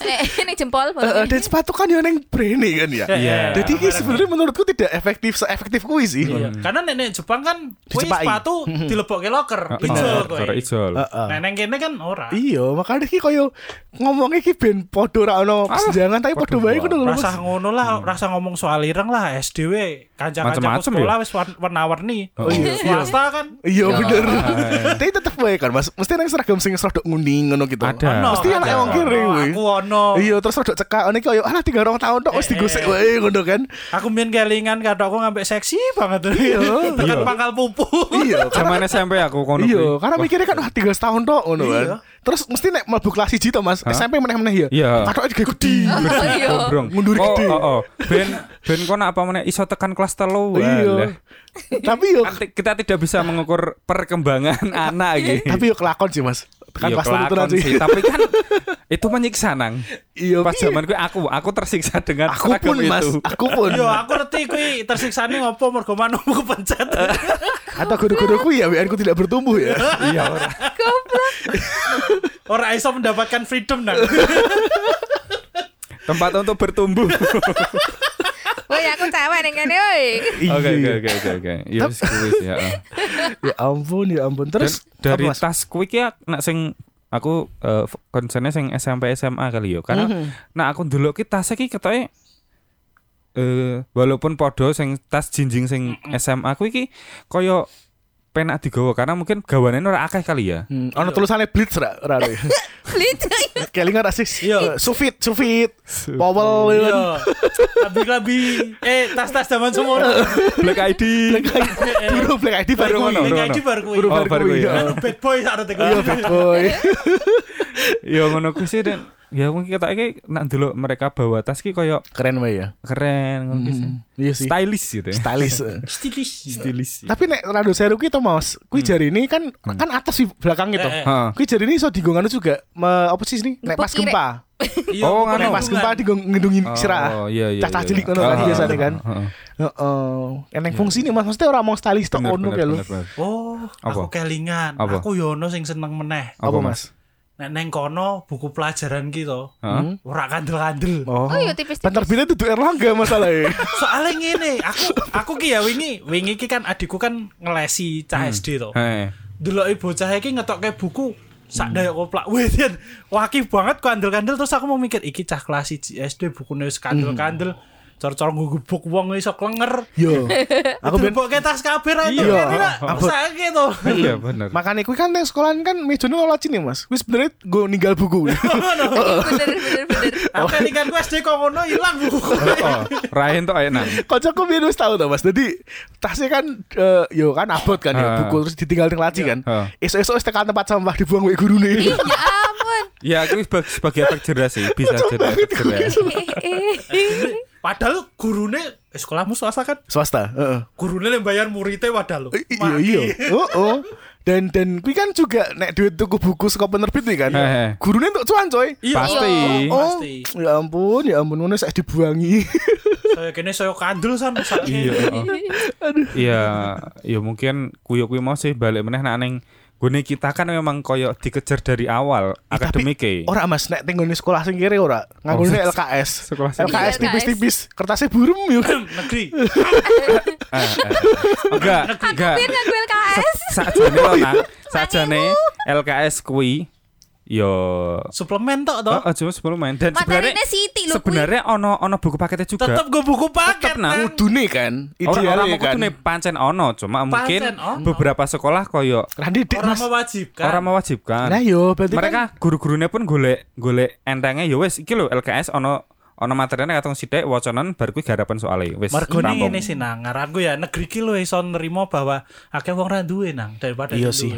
Eh, ini jempol.
Eh, eh, Dan sepatu kan yang neng brene kan ya.
Eh.
Iya.
Jadi ini sebenarnya menurutku tidak efektif seefektif kuwi sih.
Iya. Karena nenek Jepang kan kuwi
Dicepai.
sepatu dilebokke loker,
Ijol,
ijol
karo
kuwi.
ijol.
Heeh.
Neneng kene kan ora.
Iya, makanya iki koyo ngomongnya iki ben podo ra ono kesenjangan tapi podo bae kudu lho.
Ah, Rasa ngono
Hmm.
lah, rasa ngomong soal ireng lah SDW, kanca-kanca
Macem-macem
sekolah
ya?
wis warn- warna-warni.
Oh, iya.
Swasta kan.
Iya bener.
iya.
Tapi tetep bae kan Mas, mesti nang seragam sing rodok nguning ngono gitu.
Ada.
Ono,
Mesti
ada.
anak wong kiri
Ono, Eh,
kuwi.
Aku ono.
Iya, terus rodok cekak ngene iki koyo alah tiga rong tahun tok wis digosek wae ngono kan.
Aku main kelingan kadokku ngampe seksi banget. Iya. Tekan pangkal pupu.
Iya,
Zaman SMP aku kono.
Iya,
kuwi.
karena mikirnya kan wah tiga setahun tok ngono kan.
Iya.
Terus mesti nek mlebu kelas 1 to Mas, SMP meneh-meneh ya.
Iya.
Katoke juga gede.
Oh, iya.
Gombrong.
Mundur
oh,
gede.
Oh, oh. Ben ben kok nak apa meneh iso tekan kelas telu.
Iya.
Alah.
Tapi yo
Kan ti- kita tidak bisa mengukur perkembangan anak gitu.
tapi yo kelakon sih Mas. Tekan
Iya,
kelas telu
kelakon
tenan sih.
tapi kan itu menyiksa nang.
Iya,
Pas
piye?
zaman kan gitu. gue aku aku tersiksa dengan
Aku pun
seragam
Mas,
itu.
aku pun.
Yo Iya, aku ngerti kuwi tersiksa nih ngopo mergo manungmu kepencet.
Kata guru-guruku ya, WN ku tidak bertumbuh ya.
Iya, ora.
Ora iso mendapatkan freedom nang.
Iya.
Tempat untuk bertumbuh.
Woi, aku cewek ning kene, woi.
Iya.
Oke, oke, oke, oke, oke. Iya, wis kuwi sih, heeh.
Ya ampun, ya ampun. Terus
Dan dari
apa, Mas?
tas kuwi ki ak- nak sing aku eh, f- concernnya sing SMP SMA kali yo karena
Mhm.
nah aku dulu ki tas ki ketoke
Mhm.
eh walaupun podo sing tas jinjing sing SMA kuwi ki koyo penak digawa karena mungkin gawane ora akeh kali ya.
Hmm, ono tulisannya blitz ra ra. ra.
Lucu.
Kelingan ra sih.
Iya.
Sufit, sufit. Powell.
Iya. Labi-labi. Eh, tas-tas zaman
Iya,
semono.
Black ID.
Iya,
Baru Black ID baru
Baru
ngono.
ngono.
Nek iki baru kuwi.
Baru
Oh,
baru
baru
kuwi.
kuwi,
iya.
ya.
Anu bad boy sak arek
Iya, bad boy.
ya ngono kuwi sih dan ya mungkin ketake nak dulu mereka bawa tas ki koyo
Keren banget ya.
keren ngono kuwi sih.
Hmm, Iya sih.
Stylish gitu ya.
Stylish.
Stilis.
Iya.
Stylish.
Tapi nek rado seru ki to Mas. Kuwi
Hmm.
jari ini kan kan atas di belakang gitu.
Eh, eh.
Heeh.
Kuwi jari ini iso digongano juga me, apa sih ini? Nek pas
Ngepuk
gempa.
Iya,
Oh,
bukan
Nek
nganu.
pas
hubungan.
gempa digong ngendungin sirah.
Oh iya iya.
Cacah
iya,
cilik
iya.
ngono kan
Ah,
biasanya kan.
ah, ah.
Heeh. Eneng fungsi nih Mas. Maksudnya orang mau stylish tok
Bener,
ono
bener,
kayak lho.
bener, bener.
Oh, aku
Apa?
kelingan.
Apa?
Aku yono sing seneng meneh.
Apa Mas?
Nek neng kono buku pelajaran gitu.
Heeh.
Mhm.
Ora kandel-kandel.
Oh.
Oh, iya tipis-tipis.
Penerbitnya itu Erlangga masalahnya.
Soalnya ngene, aku aku ki ya wingi, wingi ki kan adikku kan ngelesi cah SD to.
Heeh.
Deloki bocah iki ngetokke buku sak daya koplak. Wih, Dian, wakif banget kandel-kandel terus aku mau mikir iki cah kelas 1 SD bukune wis kandel-kandel. Cor-cor ngugubuk wong iso klenger.
Yo. Aku
Aku
ben
ben tas kabeh ra itu.
Iya. Aku-
Saiki to.
Iya bener.
Makanya kuwi kan nang sekolahan kan mejone ora cini Mas. Wis sebenarnya gue ninggal buku.
Bener bener bener.
Aku kelingan ku SD kok ngono ilang buku.
Oh, Ryan tuh enak.
Kocokku biyen wis tau to Mas. Jadi tasnya kan eh, yo kan abot kan ya
Ah.
buku terus ditinggal ning laci kan.
Ah.
Esok-esok wis tekan tempat sampah dibuang wae gurune.
Ya ampun.
Ya aku sebagai, sebagai efek jerah sih bisa jadi efek jerah.
Eh, eh, eh.
Padahal gurune eh, sekolahmu swasta kan
Swasta, heeh.
gurune yang bayar muridnya padahal lo.
I- i- Iya iya. Oh oh. Dan dan kuwi kan juga nek duit tuku buku saka penerbit nih kan.
Heeh.
Gurune untuk cuan coy.
Iya,
Iya, Pasti.
Oh,
Pasti.
ya ampun, ya ampun, ngono saya dibuangi.
Saya kene saya kandel san
Iya.
saiki.
oh. Iya, ya mungkin kuyo kuyo mau sih balik meneh nak neng gune kita kan memang koyo dikejar dari awal
Eh, tapi
akademik e.
Ora Mas, nek tinggal di sekolah sing kiri ora. Nganggone
Oh,
LKS.
sekolah sing-
LKS
Iya,
tipis-tipis, kertasnya burem yo.
Negeri.
Oh, Enggak, enggak.
Biar nggak gue LKS.
Sajane loh nak, sajane LKS kui yo
Suplemen tok to.
Oh, oh, cuma sebelum main dan sebenarnya
Materinya Siti loh. kui.
sebenarnya ono ono buku paketnya juga.
Tetep gue buku paket.
Tetep, Nang.
Nang.
Kudune kan,
Orang orang
idealnya kan.
kudune pancen ono, cuma mungkin
ono.
beberapa sekolah koyo
Randi dik
Orang
Mas.
mewajibkan.
orang mewajibkan.
Nah yo, berarti
mereka
kan
guru-gurunya pun golek golek entengnya ya wes iki lho LKS ono ono materinya katong sithik wacanan bar kuwi garapan soalnya wes
Mergo ning
rampung.
ngene sih nang ngaranku ya negeri ki lu iso nerima bahwa akeh wong ra duwe nang daripada
Iya
duwe.
sih.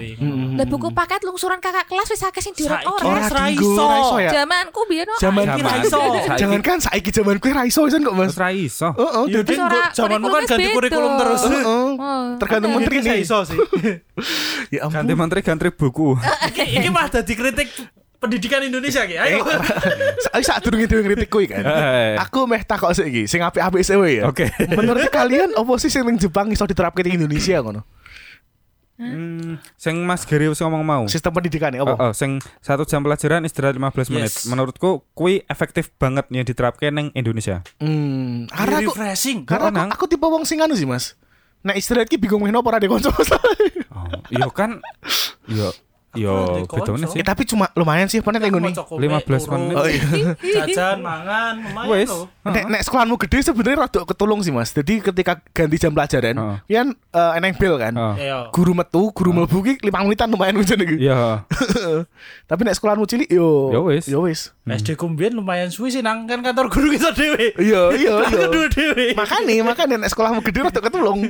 Lah buku paket lungsuran kakak kelas wis akeh sing diurut
Saiki
ora.
Ora
Ora
dienggo,
iso. Iya,
ora iso ya.
Zamanku biyen no.
Zaman
Saiki ra iso.
Saiki-
Jangan Oh. kan saiki zaman kuwi ra iso isan kok Mas.
Terus ra iso.
Heeh,
Iya,
dadi
Ding,
ora,
kok zamanmu kan
kurikulumnya
ganti
beda.
kurikulum terus.
heeh.
Oh,
Iya,
Tergantung
ada.
menteri
Mungkin saya
nih.
iso sih.
Ya
Ganti
ampun.
menteri ganti buku.
Iki iki mah dadi kritik pendidikan Indonesia ki. Ayo.
Saya Eh, saat durunge dhewe ngritik kuwi kan.
Eh.
Aku meh takok sik iki, sing apik-apik sik wae ya.
Oke.
Menurut kalian apa sih sing ning Jepang iso diterapke ning Indonesia ngono?
Hmm, sing Mas Gary wis ngomong mau.
Sistem pendidikan ya apa?
Oh, oh, sing satu jam pelajaran istirahat 15 menit.
Yes.
Menurutku kui efektif banget nih diterapkan neng Indonesia.
Hmm, karena
Iya,
aku
Refreshing.
karena
Nggak
aku, aku tipe wong sing anu sih, Mas. Nek istirahat ki bingung meh nopo ra dek konco.
Oh, yo kan yo yo
Aku ada
bedone
konco.
sih.
Ya tapi cuma lumayan sih panen ning ngene.
Kocok
15
kopi, urut,
menit.
Oh iya.
Jajan
Ah,
mangan
iya,
lumayan
Wes.
loh.
Nek, nek sekolahmu gede sebenarnya rada ketulung sih Mas. Jadi ketika ganti jam pelajaran,
Heeh.
kan eh, eneng bel kan.
Heeh.
Iya.
Ayo.
Guru metu, guru mlebu ki 5 menitan lumayan hujan iki.
Iya.
Tapi nek sekolahmu cilik yo
Ya wis.
Yo wis.
SD kumbien lumayan suwi sih nang kan kantor guru kita dewe.
Iya, iya, iya.
Kedua dewe.
Makane, makane nek sekolahmu gede rada ketulung.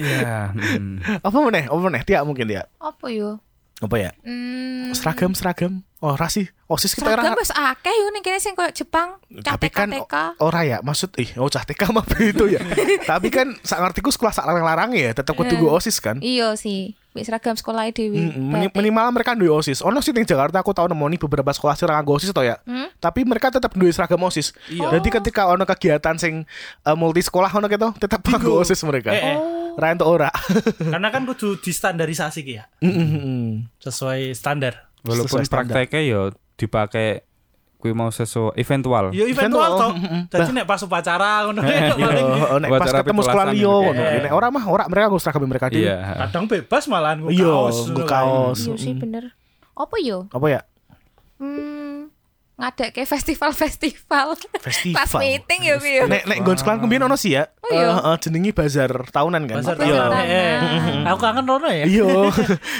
Iya. hmm.
apa meneh? Apa meneh? Tiak mungkin ya.
Apa yo?
Apa ya?
Hmm.
Seragam, seragam. Oh, rasi. OSIS kita
Seragam
era-
wis akeh yo ning kene sing koyo Jepang,
tapi kan
KTK.
o- ora ya maksud ih oh cah TK mah itu ya tapi kan sak ngertiku sekolah sak larang-larang ya tetep kudu go osis kan
Iya sih, wis seragam sekolah e dhewe.
Mm, mini- minimal mereka duwe osis ono sih di Jakarta aku tau nemoni beberapa sekolah sih orang nganggo osis to ya
Hmm?
tapi mereka tetap duwe seragam osis
Iya.
jadi
Oh.
ketika ono kegiatan sing eh, multi sekolah ono gitu tetap nganggo osis mereka
Eh, eh.
Rain tuh ora
Karena kan kudu distandarisasi ki ya.
Mm, mm, mm.
Sesuai standar.
Walaupun
Sesuai standar.
prakteknya yo dipakai kui mau sesuai eventual.
Yo
Eventual,
eventual to.
mm-mm.
Dadi nek pas upacara ngono ya paling
Oh, nek pas
Upacara
ketemu sekolah
pitulasan
liyo
gitu.
ngono.
Eh.
nek ora mah ora mereka nganggo seragam mereka dhewe.
Iya.
kadang bebas malahan nggo
iya
kaos.
nganggo
ngono kan.
kaos
Iya sih bener. Apa yo?
apa ya
Hmm. Ngadekke festival-festival.
Festival.
Pas meeting yo kuwi yo.
nek nek nggon sekolah kumbien ono sih ya
Oh ya.
heeh, jenengi bazar tahunan kan.
Bazar
Apa ya?
tahunan. Eh,
Tahunan.
Aku kangen rono ya.
Iya.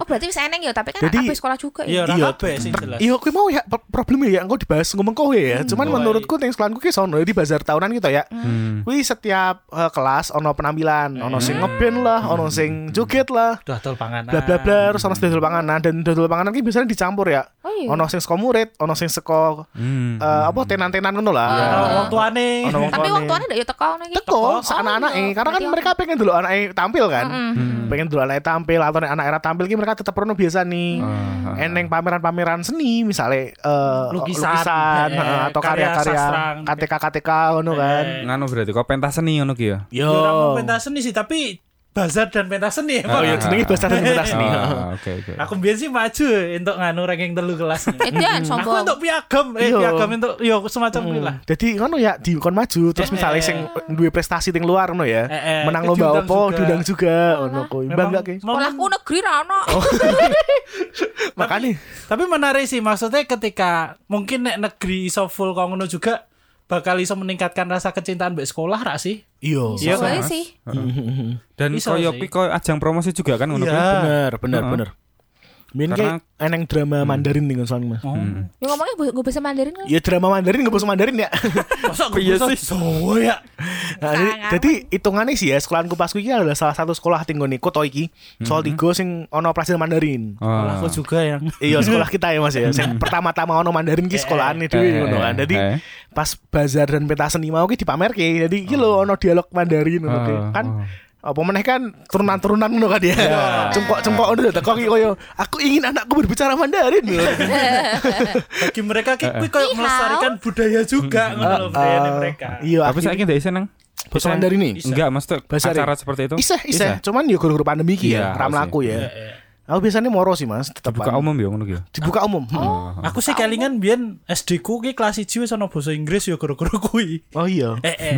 Oh berarti wis eneng ya, tapi kan
Jadi-
habis sekolah juga ya.
Iya, ora
Iya,
kabeh sih jelas.
Iya, kuwi mau ya pro- problemnya ya engko dibahas ngomong kowe ya. Cuman
Kowe.
menurutku yang sekelanku ki sono di bazar tahunan gitu ya.
Hmm.
Kuwi setiap eh, kelas ono penampilan, ono sing ngeband lah, ono sing joget lah.
Duh, tol panganan.
Bla bla
Nah.
bla, terus ono sing dodol panganan dan dodol panganan ki biasanya dicampur ya.
Oh iya.
Ono sing saka murid, ono sing saka
Hmm.
eh, apa tenan-tenan ngono lah.
Ah,
Ono wong tuane.
Ono wong
Tapi
tuane.
waktu ane ndak yo teko ngono iki.
teko
Oh,
anak-anak
iya.
karena kan
Berarti
mereka pengen dulu anaknya tampil kan
Mm-mm.
pengen dulu anaknya tampil atau anak era tampil ki mereka tetap rono biasa nih
Ah.
eneng pameran-pameran seni misalnya eh,
Lukisan, eh,
heeh, atau
karya
karya-karya
sastra.
KTK-KTK ngono kan
Eh,
Nganu berarti kok pentas seni ngono ki ya.
yo
Yo. pentas seni sih, tapi bazar dan pentas seni ya.
oh iya jenenge bahasa dan bahasa seni
Ah, Oke oke.
Aku mbiyen sih maju untuk nganu ranking telu kelas.
Itu yang
Aku
Eh, sombong.
untuk piagam,
Iya.
eh
Hmm.
piagam untuk yo semacam kuwi lah.
jadi ngono ya di kon maju terus misalnya sing duwe prestasi ting luar ngono ya
Eh, eh,
menang
itu
lomba
diundang
opo
juga.
diundang juga ngono kuwi
Memang
bangga ki
momen-
Sekolahku negeri ra ono.
Oh, makane
Tapi menarik sih maksudnya ketika mungkin nek negeri iso full kok ngono juga bakal iso meningkatkan rasa kecintaan mbek sekolah rak sih.
iya
Iya kan?
Soalnya sih.
Dan
Bisa
koyo
sih.
kuwi koyo ajang promosi juga kan ngono ki.
Iya, bener bener
Heeh.
bener Hmm. Min ki
Karena-
eneng drama Mandarin dengan soalnya mah.
Oh.
Yo ngomongnya bu- gue bisa Mandarin kan.
Ya drama Mandarin nggak bisa Mandarin ya.
Masa aku iya sih. So ya.
Nah, jadi, jadi hitungannya sih ya sekolahanku pas kuwi iki adalah salah satu sekolah tinggal niku to iki. Soal tiga sing ono pelajaran Mandarin.
Ah.
Aku juga yang
Iya sekolah kita ya mas ya. Yang pertama-tama ono Mandarin ki sekolahan nih dhewe
Eh,
ngono kan.
eh,
Jadi
eh.
pas bazar dan pentas seni mau ki dipamerke. Jadi iki lho ono dialog Mandarin ngono ki.
Oh,
Kan
oh.
apa meneh kan turunan-turunan ngono kan ya. Cengkok-cengkok ngono teko ki koyo aku ingin anakku berbicara Mandarin.
bagi mereka
Eh,
ki kuwi koyo melestarikan budaya juga ngono lho budaya mereka.
Hmm. Ah, Iya,
Tapi
akhirnya-
saya ndak isen nang.
Bahasa Mandarin nih?
Enggak, Mas. tuh,
Bahasa
Acara seperti itu.
Iseh, iseh. Cuman ya gara-gara pandemi ki ya,
Iya,
ram
harusnya.
laku ya. Aku biasanya moro sih mas, tetap
Buka umum Oh. ya ngono ki. ya?
dibuka umum. Hmm.
Aku sih kelingan biyen SD ku ki kelas 1 wis ana basa Inggris ya gara-gara kuwi.
Oh iya.
Eh, eh.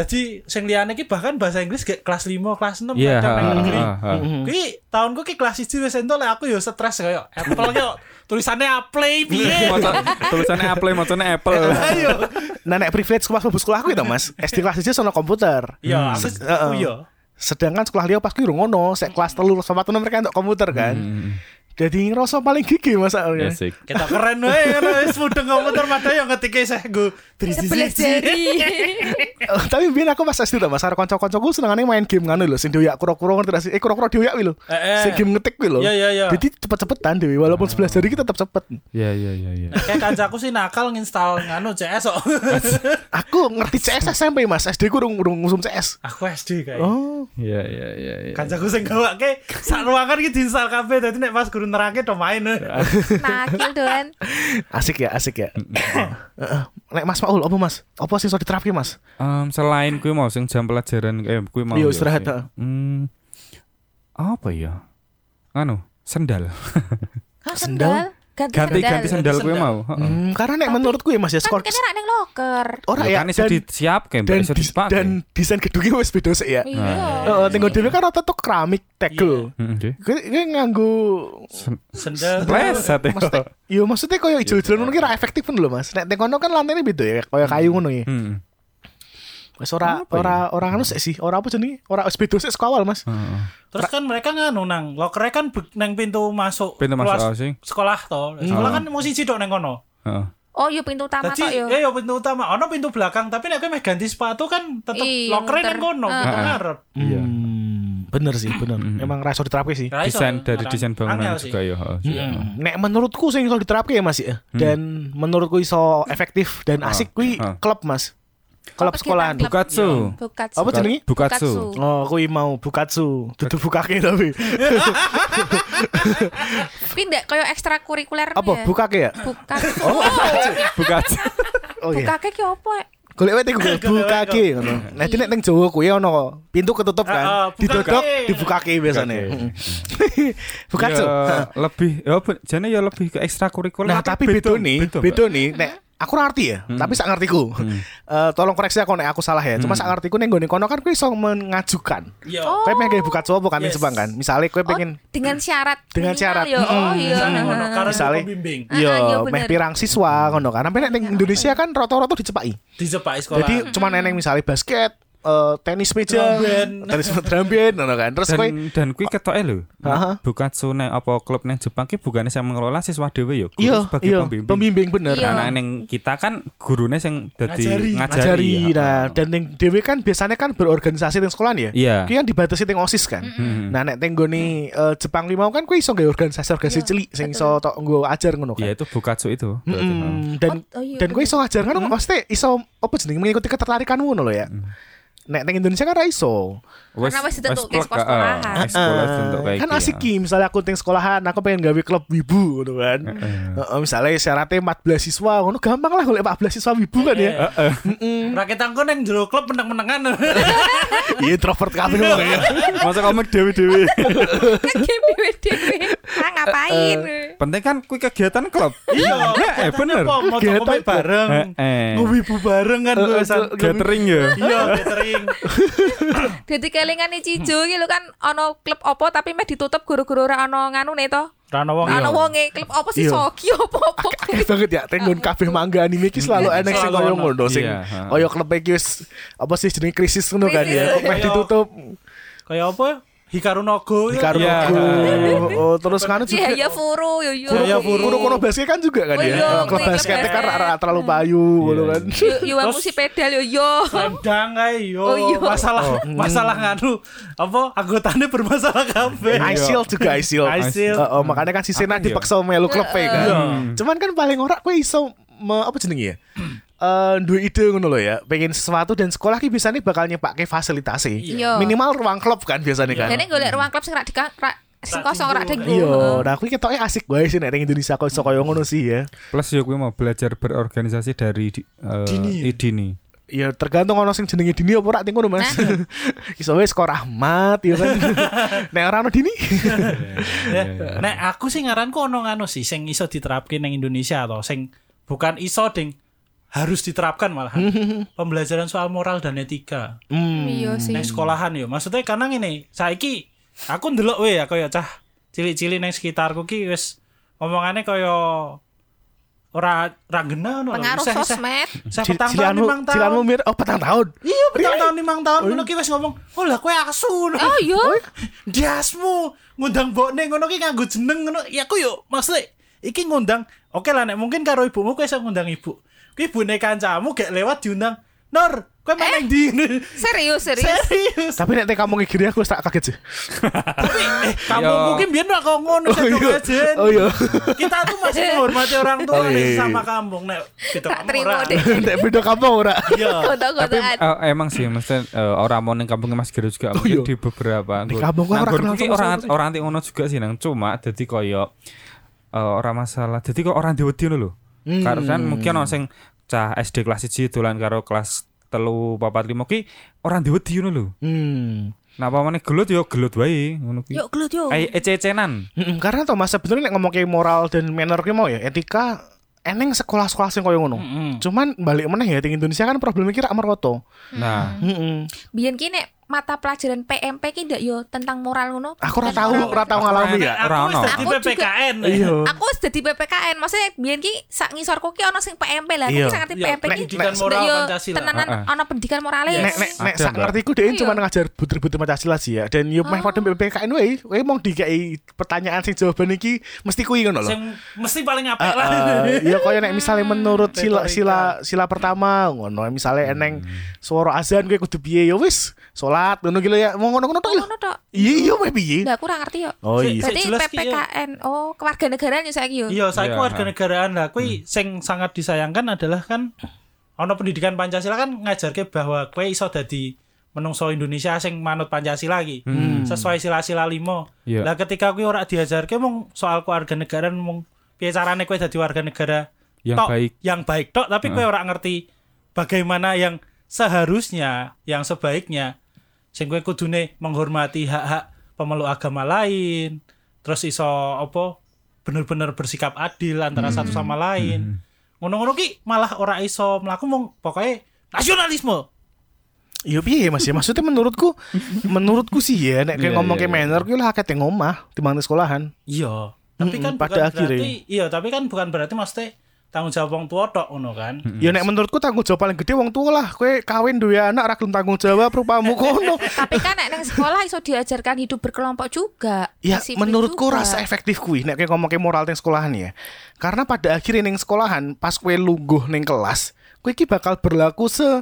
Jadi sing liyane ki bahkan bahasa Inggris kayak kelas 5, kelas 6
Iya.
kadang
ah,
nang negeri.
ah, ah.
Kuwi tahunku ki kelas 1 wis entuk lah aku yo stres koyo Apple yo tulisannya Apple piye.
Motor- Tulisannya Apple, motornya Apple.
Ayo.
Nah, nek privilege kelas mlebu sekolah aku itu mas, SD kelas aja sono komputer.
Ya, aku
Se- eh,
aku
eh.
yo.
Sedangkan sekolah liya pas kuwi urung ngono, sek kelas telu sama tuh mereka untuk komputer kan.
Hmm.
Jadi ngerasa paling gigi mas
Iya.
aku ya.
Asik.
Kita keren wae ngono wis mudeng komputer padha yo ketika saya go
Pelajari.
Eh, Tapi biar aku pas SD tuh mas, ada konco-koncoku senengannya main game nganu loh, sing dioyak kura-kura ngerti nggak sih? Eh kura-kura dioyak wih lho.
Eh, eh.
Sing game ngetik wih lho.
Iya, iya, iya.
Jadi cepet-cepetan dewi, walaupun sebelah jari kita tetap cepet.
Iya, iya, iya, iya.
Kayak kancaku sih nakal nginstal nganu CS kok.
Aku ngerti CS SMP mas, SD ku urung urung ngusum CS.
Aku SD kayak.
Oh,
Iya, iya, iya, iya.
Kancaku sing gawake sak ruangan iki diinstal kabeh dadi nek pas guru nerangke do main.
Nakil doan.
asik ya, asik ya. Heeh. Nek Mas Maul, apa Mas? Apa sih iso diterapke Mas?
Em, selain kuwi mau sing jam pelajaran eh kuwi mau.
Iya,
ya,
istirahat,
sih.
ha.
Hmm. Apa ya? Anu, sendal.
Hah,
Sendal?
sendal. Ganti
Ganti-ganti sendal kuwi mau. Heeh.
Hmm, karena nek menurutku ya Mas ya
Kan
skor
kene rak ning loker.
ora ya
Ya kan iso
dan
disiapke,
dan,
mbak, iso
dis- dan
dipakai.
desain gedungnya wis beda sih ya.
Iya.
Heeh, tengok dhewe kan rata tuh keramik tegel.
Heeh, nggih.
Kuwi kuwi nganggo
Sendal.
Pleset ya.
maksudnya, yo maksudnya koyo
Iya,
ijo-ijo ngono ki ra efektif pun lho Mas. Nek tengok kan lantainya beda ya, koyo kayu ngono ya.
Hmm.
Wis ora
Apa ya?
ora ora ngono sih sih, ora apa jenenge? Ora wis beda sih saka awal Mas.
Heeh.
Terus kan mereka nganu nang lokernya kan be- nang pintu masuk
Pintu masuk Hmm.
kelas-
apa sih?
sekolah toh. Sekolah kan mau siji tok nang kono.
Heeh.
Oh, yo pintu utama
Dadi
tok yo.
eh,
ya yo pintu utama, ono pintu belakang, tapi nek kowe meh ganti sepatu kan tetep
Iya,
lokernya
muter.
nang kono,
Heeh.
bukan ngarep.
Iya.
Hmm, bener sih, bener. Emang ra iso diterapke sih.
Ra iso,
Desain dari
ngarang.
desain bangunan
Angel sih.
juga ya. heeh, sih.
Mm. Nek menurutku sing iso diterapke ya Mas ya. Dan menurutku iso efektif dan asik kuwi
ah.
klub Mas. Klub
Oh, kegiatan
sekolahan.
klub.
Bukatsu.
Bukat.
Apa jenenge?
Bukatsu.
Oh, kuwi mau bukatsu. Dudu bukake tapi.
Pindah koyo ekstrakurikuler
Apa bukake ya?
Bukat.
Bukatsu.
Oh iya.
Bukake ki opo? eh? ya?
Golek wae Google bukake ngono. Nah, nek ning Jawa kuwi ono pintu ketutup
Ah, ah,
kan.
bukake.
Didodok dibukake biasane.
Bukake.
Mm. Bukatsu.
Ya, lebih ya ben- jane ya lebih ke ekstrakurikuler
Nah, tapi beda nih, beda nih nek aku ora ngerti ya, tapi sak ngertiku. Eh, tolong koreksi aku nek aku salah ya. Cuma sak ngertiku ning nggone kono kan kuwi iso mengajukan.
Iya.
Oh.
Kowe pengen buka coba kami
Yes.
Jepang kan. Misalnya kowe
Oh,
pengen
dengan syarat.
Dengan
minimal
syarat. Hmm.
yo. Oh, iya.
Ngono, karena
Misalnya-
itu pembimbing
Ah, ah, iya
Yo,
bener.
meh pirang siswa ngono kan. Sampai nek ning Indonesia kan rata-rata dicepaki.
dijepai sekolah.
Hmm.
Jadi cuma neneng misalnya basket, eh, tenis meja,
Drum band.
tenis drum band, ngono kan. Terus kowe
dan dan kuwi ketoke lho.
Aha.
Bukatsu nek apa klub ning Jepang ki bukannya saya mengelola siswa dhewe yo, guru
iya,
sebagai
iya,
pembimbing.
pembimbing bener.
Iya.
Nah, ning kita kan gurune sing dadi
Ngajari.
ngajari.
Ngajari,
ya.
nah, dan yang dewe kan biasanya kan berorganisasi di sekolah ya.
Iya.
Kuwi kan dibatasi teng OSIS kan. Nah nek teng nggone, eh, Jepang limau kan kuwi iso nggawe organisasi organisasi
Iya,
cilik sing iso tok nggo ajar ngono
Ya
kan.
itu Bukatsu itu. berarti, ha.
Mm-mm. dan
Oh, oh iya,
dan kuwi
bener.
iso ngajar kan maksudnya iso apa jenenge mengikuti ketertarikanmu ngono lho ya. Nek teng Indonesia kan ra iso.
Karena wis ditentuke
plek,
sekolah sekolahan.
ah, wis sekolah
Ah,
bentuk kayak
kan
gini,
asik
ah.
ki misalnya aku teng sekolahan aku pengen gawe klub wibu ngono kan. Heeh, misalnya syaratnya 14 siswa ngono gampang lah golek 14 siswa wibu kan ya.
Rakyat angkon yang jero klub menang-menangan.
Iya introvert kabeh wong ya.
Masa kamu dewe-dewe.
Kan game dewe-dewe. Ah ngapain?
Eh,
Penting kan kuwi kegiatan klub. Iya, eh bener.
Apa, Mau
Kegiatan
coba
kok.
bareng.
Eh, eh.
Ngewibu bareng kan
Eh, eh,
tulisan.
tuh,
Gathering ya.
Iya, catering.
Dadi kelingan Ichijo iki lho kan ana klub opo tapi meh ditutup guru-guru ora ana nganu ne to.
Rano
Iya.
wong.
Ana wonge klub opo sih
Oh, Iya.
Sogi opo-opo.
Akeh banget ya teng nggon kabeh mangga anime iki selalu enek sing
Selalu
koyo
ono.
ngono sing
Iya, ha.
koyo klub iki wis apa sih jenenge krisis ngono kan ya. Kok meh
Krisis.
ditutup
Kayak apa? Hikaru no Go. ya?
dikaro
Iya.
oh, terus kan
Iya
juga
ya furu yo yo.
Iya, furu.
Guru kono basket kan juga kan
Oh,
ya.
iya,
Klub
iya,
basket
iya.
kan ra- ra terlalu payu ngono
Iya.
kan.
Yo yo aku si pedal yo yo.
Sandang ae yo.
Oh, iya.
Masalah masalah nganu apa anggotane bermasalah kabeh.
Aisil juga Aisil.
Aisil.
Heeh, makanya kan si Sena
Makanya.
dipaksa melu klub e kan.
Iya.
Iya.
Cuman kan paling ora kowe iso me- apa jenenge ya? Eh, duwe ide ngono loh ya, pengen sesuatu dan sekolah ki biasanya bakal nyepake fasilitasi.
Iya.
Minimal ruang klub kan biasanya kan.
Dene golek ruang klub sing rak dikak rak sing kosong rak
tinggu.
dengku.
Iya, nah kuwi ketoke asik wae sih nek ning Indonesia kok iso koyo ngono sih ya.
Plus yo kuwi mau belajar berorganisasi dari di- eh,
Dini.
eh, dini.
Ya tergantung ono sing jenenge Dini apa ora ting ngono Mas. Iso wae skor Ahmad ya kan. nek ora ono Dini.
Ya. Nek aku sih ngaranku ono nganu sih sing iso diterapke nang Indonesia atau sing bukan iso ding harus diterapkan malah pembelajaran soal moral dan etika
Iya sih.
neng sekolahan yo maksudnya karena ini saiki aku ndelok we ya kaya cah cilik-cilik neng sekitarku ki wis omongannya kaya ora ora ngena no
Pengaruh sosmed.
saya
Cil-
petang tahun
Cilanmu
limang tahun
cilanmu mir oh petang tahun.
iya petang tahun limang tahun ngono ki wis ngomong oh lah kowe asu
Oh yo.
diasmu ngundang bokne ngono ki nganggo jeneng ngono ya aku yo maksudnya iki ngundang oke lah nek mungkin karo ibumu kowe iso ngundang ibu kuwi ibune kancamu gek lewat diundang Nur kowe mana eh? di
Serius serius.
serius eh,
Tapi nek teh kamu ngigiri aku wis tak kaget sih.
kamu
Yo.
mungkin biar gak kau ngono
Oh
satu
iya.
aja.
Oh iya.
kita tuh masih menghormati orang tua
Oh,
nih
iya.
sama kampung nek kita
Tak
kamu
terima
orang.
deh.
Nek beda kampung ora.
Iya.
Tapi
Kodok-kodokan.
ah,
eh, emang sih mesti eh, orang mau ning kampung Mas Giro juga
iya.
mungkin di beberapa.
Di kampung kan
Nah,
orang
nggon
kenal
kuwi
sama
orang
siapa sih?
orang anti ngono juga sih nang cuma dadi koyo eh, ora masalah. Dadi kok orang diwedi ngono lho.
Hmm.
Karena kan mungkin ono sing cah SD kelas 1 dolan karo kelas telu papat lima ki orang diwedi ngono lho.
Hmm.
Nah, apa meneh gelut yo gelut wae ngono
iya.
e, ki.
Yo gelut yo.
Ai ecenan.
Mm-mm, Karena toh mas sebenarnya nek ngomongke moral dan manner ki mau ya etika eneng sekolah-sekolah sing koyo ngono. Cuman balik meneh ya teng Indonesia kan problemnya kira merkoto.
Nah,
Heeh.
Biyen ki nek mata pelajaran PMP ki ndak yo tentang moral ngono.
Aku ora tahu, ora tahu ngalami ya.
aku
Ora
wis
ono.
dadi
Aku juga.
PPKN
Iya.
Aku wis dadi PPKN, maksudnya biyen ki sak ngisorku ki ono sing PMP lah, aku
Iya. Ah,
ki sak ngerti
Iya,
PMP ki
pendidikan
sudah
moral
yo
Pancasila.
Tenanan
Heeh.
ono pendidikan morale.
Yes.
Nek nek nek
Ada,
sak
Mbak.
ngertiku dhewe
Iya.
cuma ngajar butir-butir Pancasila sih ya. Dan yo meh
Oh.
padha PPKN wae, wae mong dikei pertanyaan sing jawaban iki mesti kuwi ngono lho.
sing mesti paling
Eh,
apik lah
eh, ya koyo nek misalnya menurut sila
Retorika.
sila sila pertama ngono misalnya
Hmm.
eneng suara azan kowe kudu piye ya wis salat ngono gitu ya mau ngono-ngono tok lho.
Ngono tok.
Iya iya meh piye.
Lah aku ora ngerti yo.
Oh iya.
Berarti
Jelas ki, iya.
PPKN. Oh, kewarganegaraan yo saiki yo.
Iya, saya
Iya,
warga negaraan lah. Kui sing sangat disayangkan adalah kan ono pendidikan Pancasila kan ngajarke bahwa kue iso dadi menungso Indonesia sing manut Pancasila lagi
Hmm.
sesuai sila-sila limo.
Hmm. Iya.
Lah ketika kui ora diajarke mung soal keluarga negaraan mung piye carane kue dadi warga negara
Yang
tok,
baik.
yang baik tok, tapi kue ora ngerti bagaimana yang seharusnya, yang sebaiknya sing kowe kudune menghormati hak-hak pemeluk agama lain terus iso apa bener-bener bersikap adil antara satu sama
Hmm.
lain ngono-ngono ki malah ora iso mlaku mung pokoke nasionalisme
Iya piye ya, Mas ya? Maksudnya menurutku menurutku sih ya nek kayak
Iya,
ngomong
iya,
ke manner kuwi lah akeh teng omah timbang teng sekolahan.
iya tapi kan
Mm-mm, Hmm, pada
bukan
akhirnya.
berarti iya tapi kan bukan berarti maksudnya tanggung jawab wong tua tok ngono kan.
Hmm.
Ya nek menurutku tanggung jawab paling gede wong tua lah. Kowe kawin duwe anak ra gelem tanggung jawab rupamu kono.
Tapi kan nek nang sekolah iso diajarkan hidup berkelompok juga.
Ya
disiplin
menurutku
juga.
rasa efektif kuwi nek kowe ngomongke moral ning sekolahan ya. Karena pada akhirnya ning sekolahan pas kowe lungguh ning kelas, kowe iki bakal berlaku se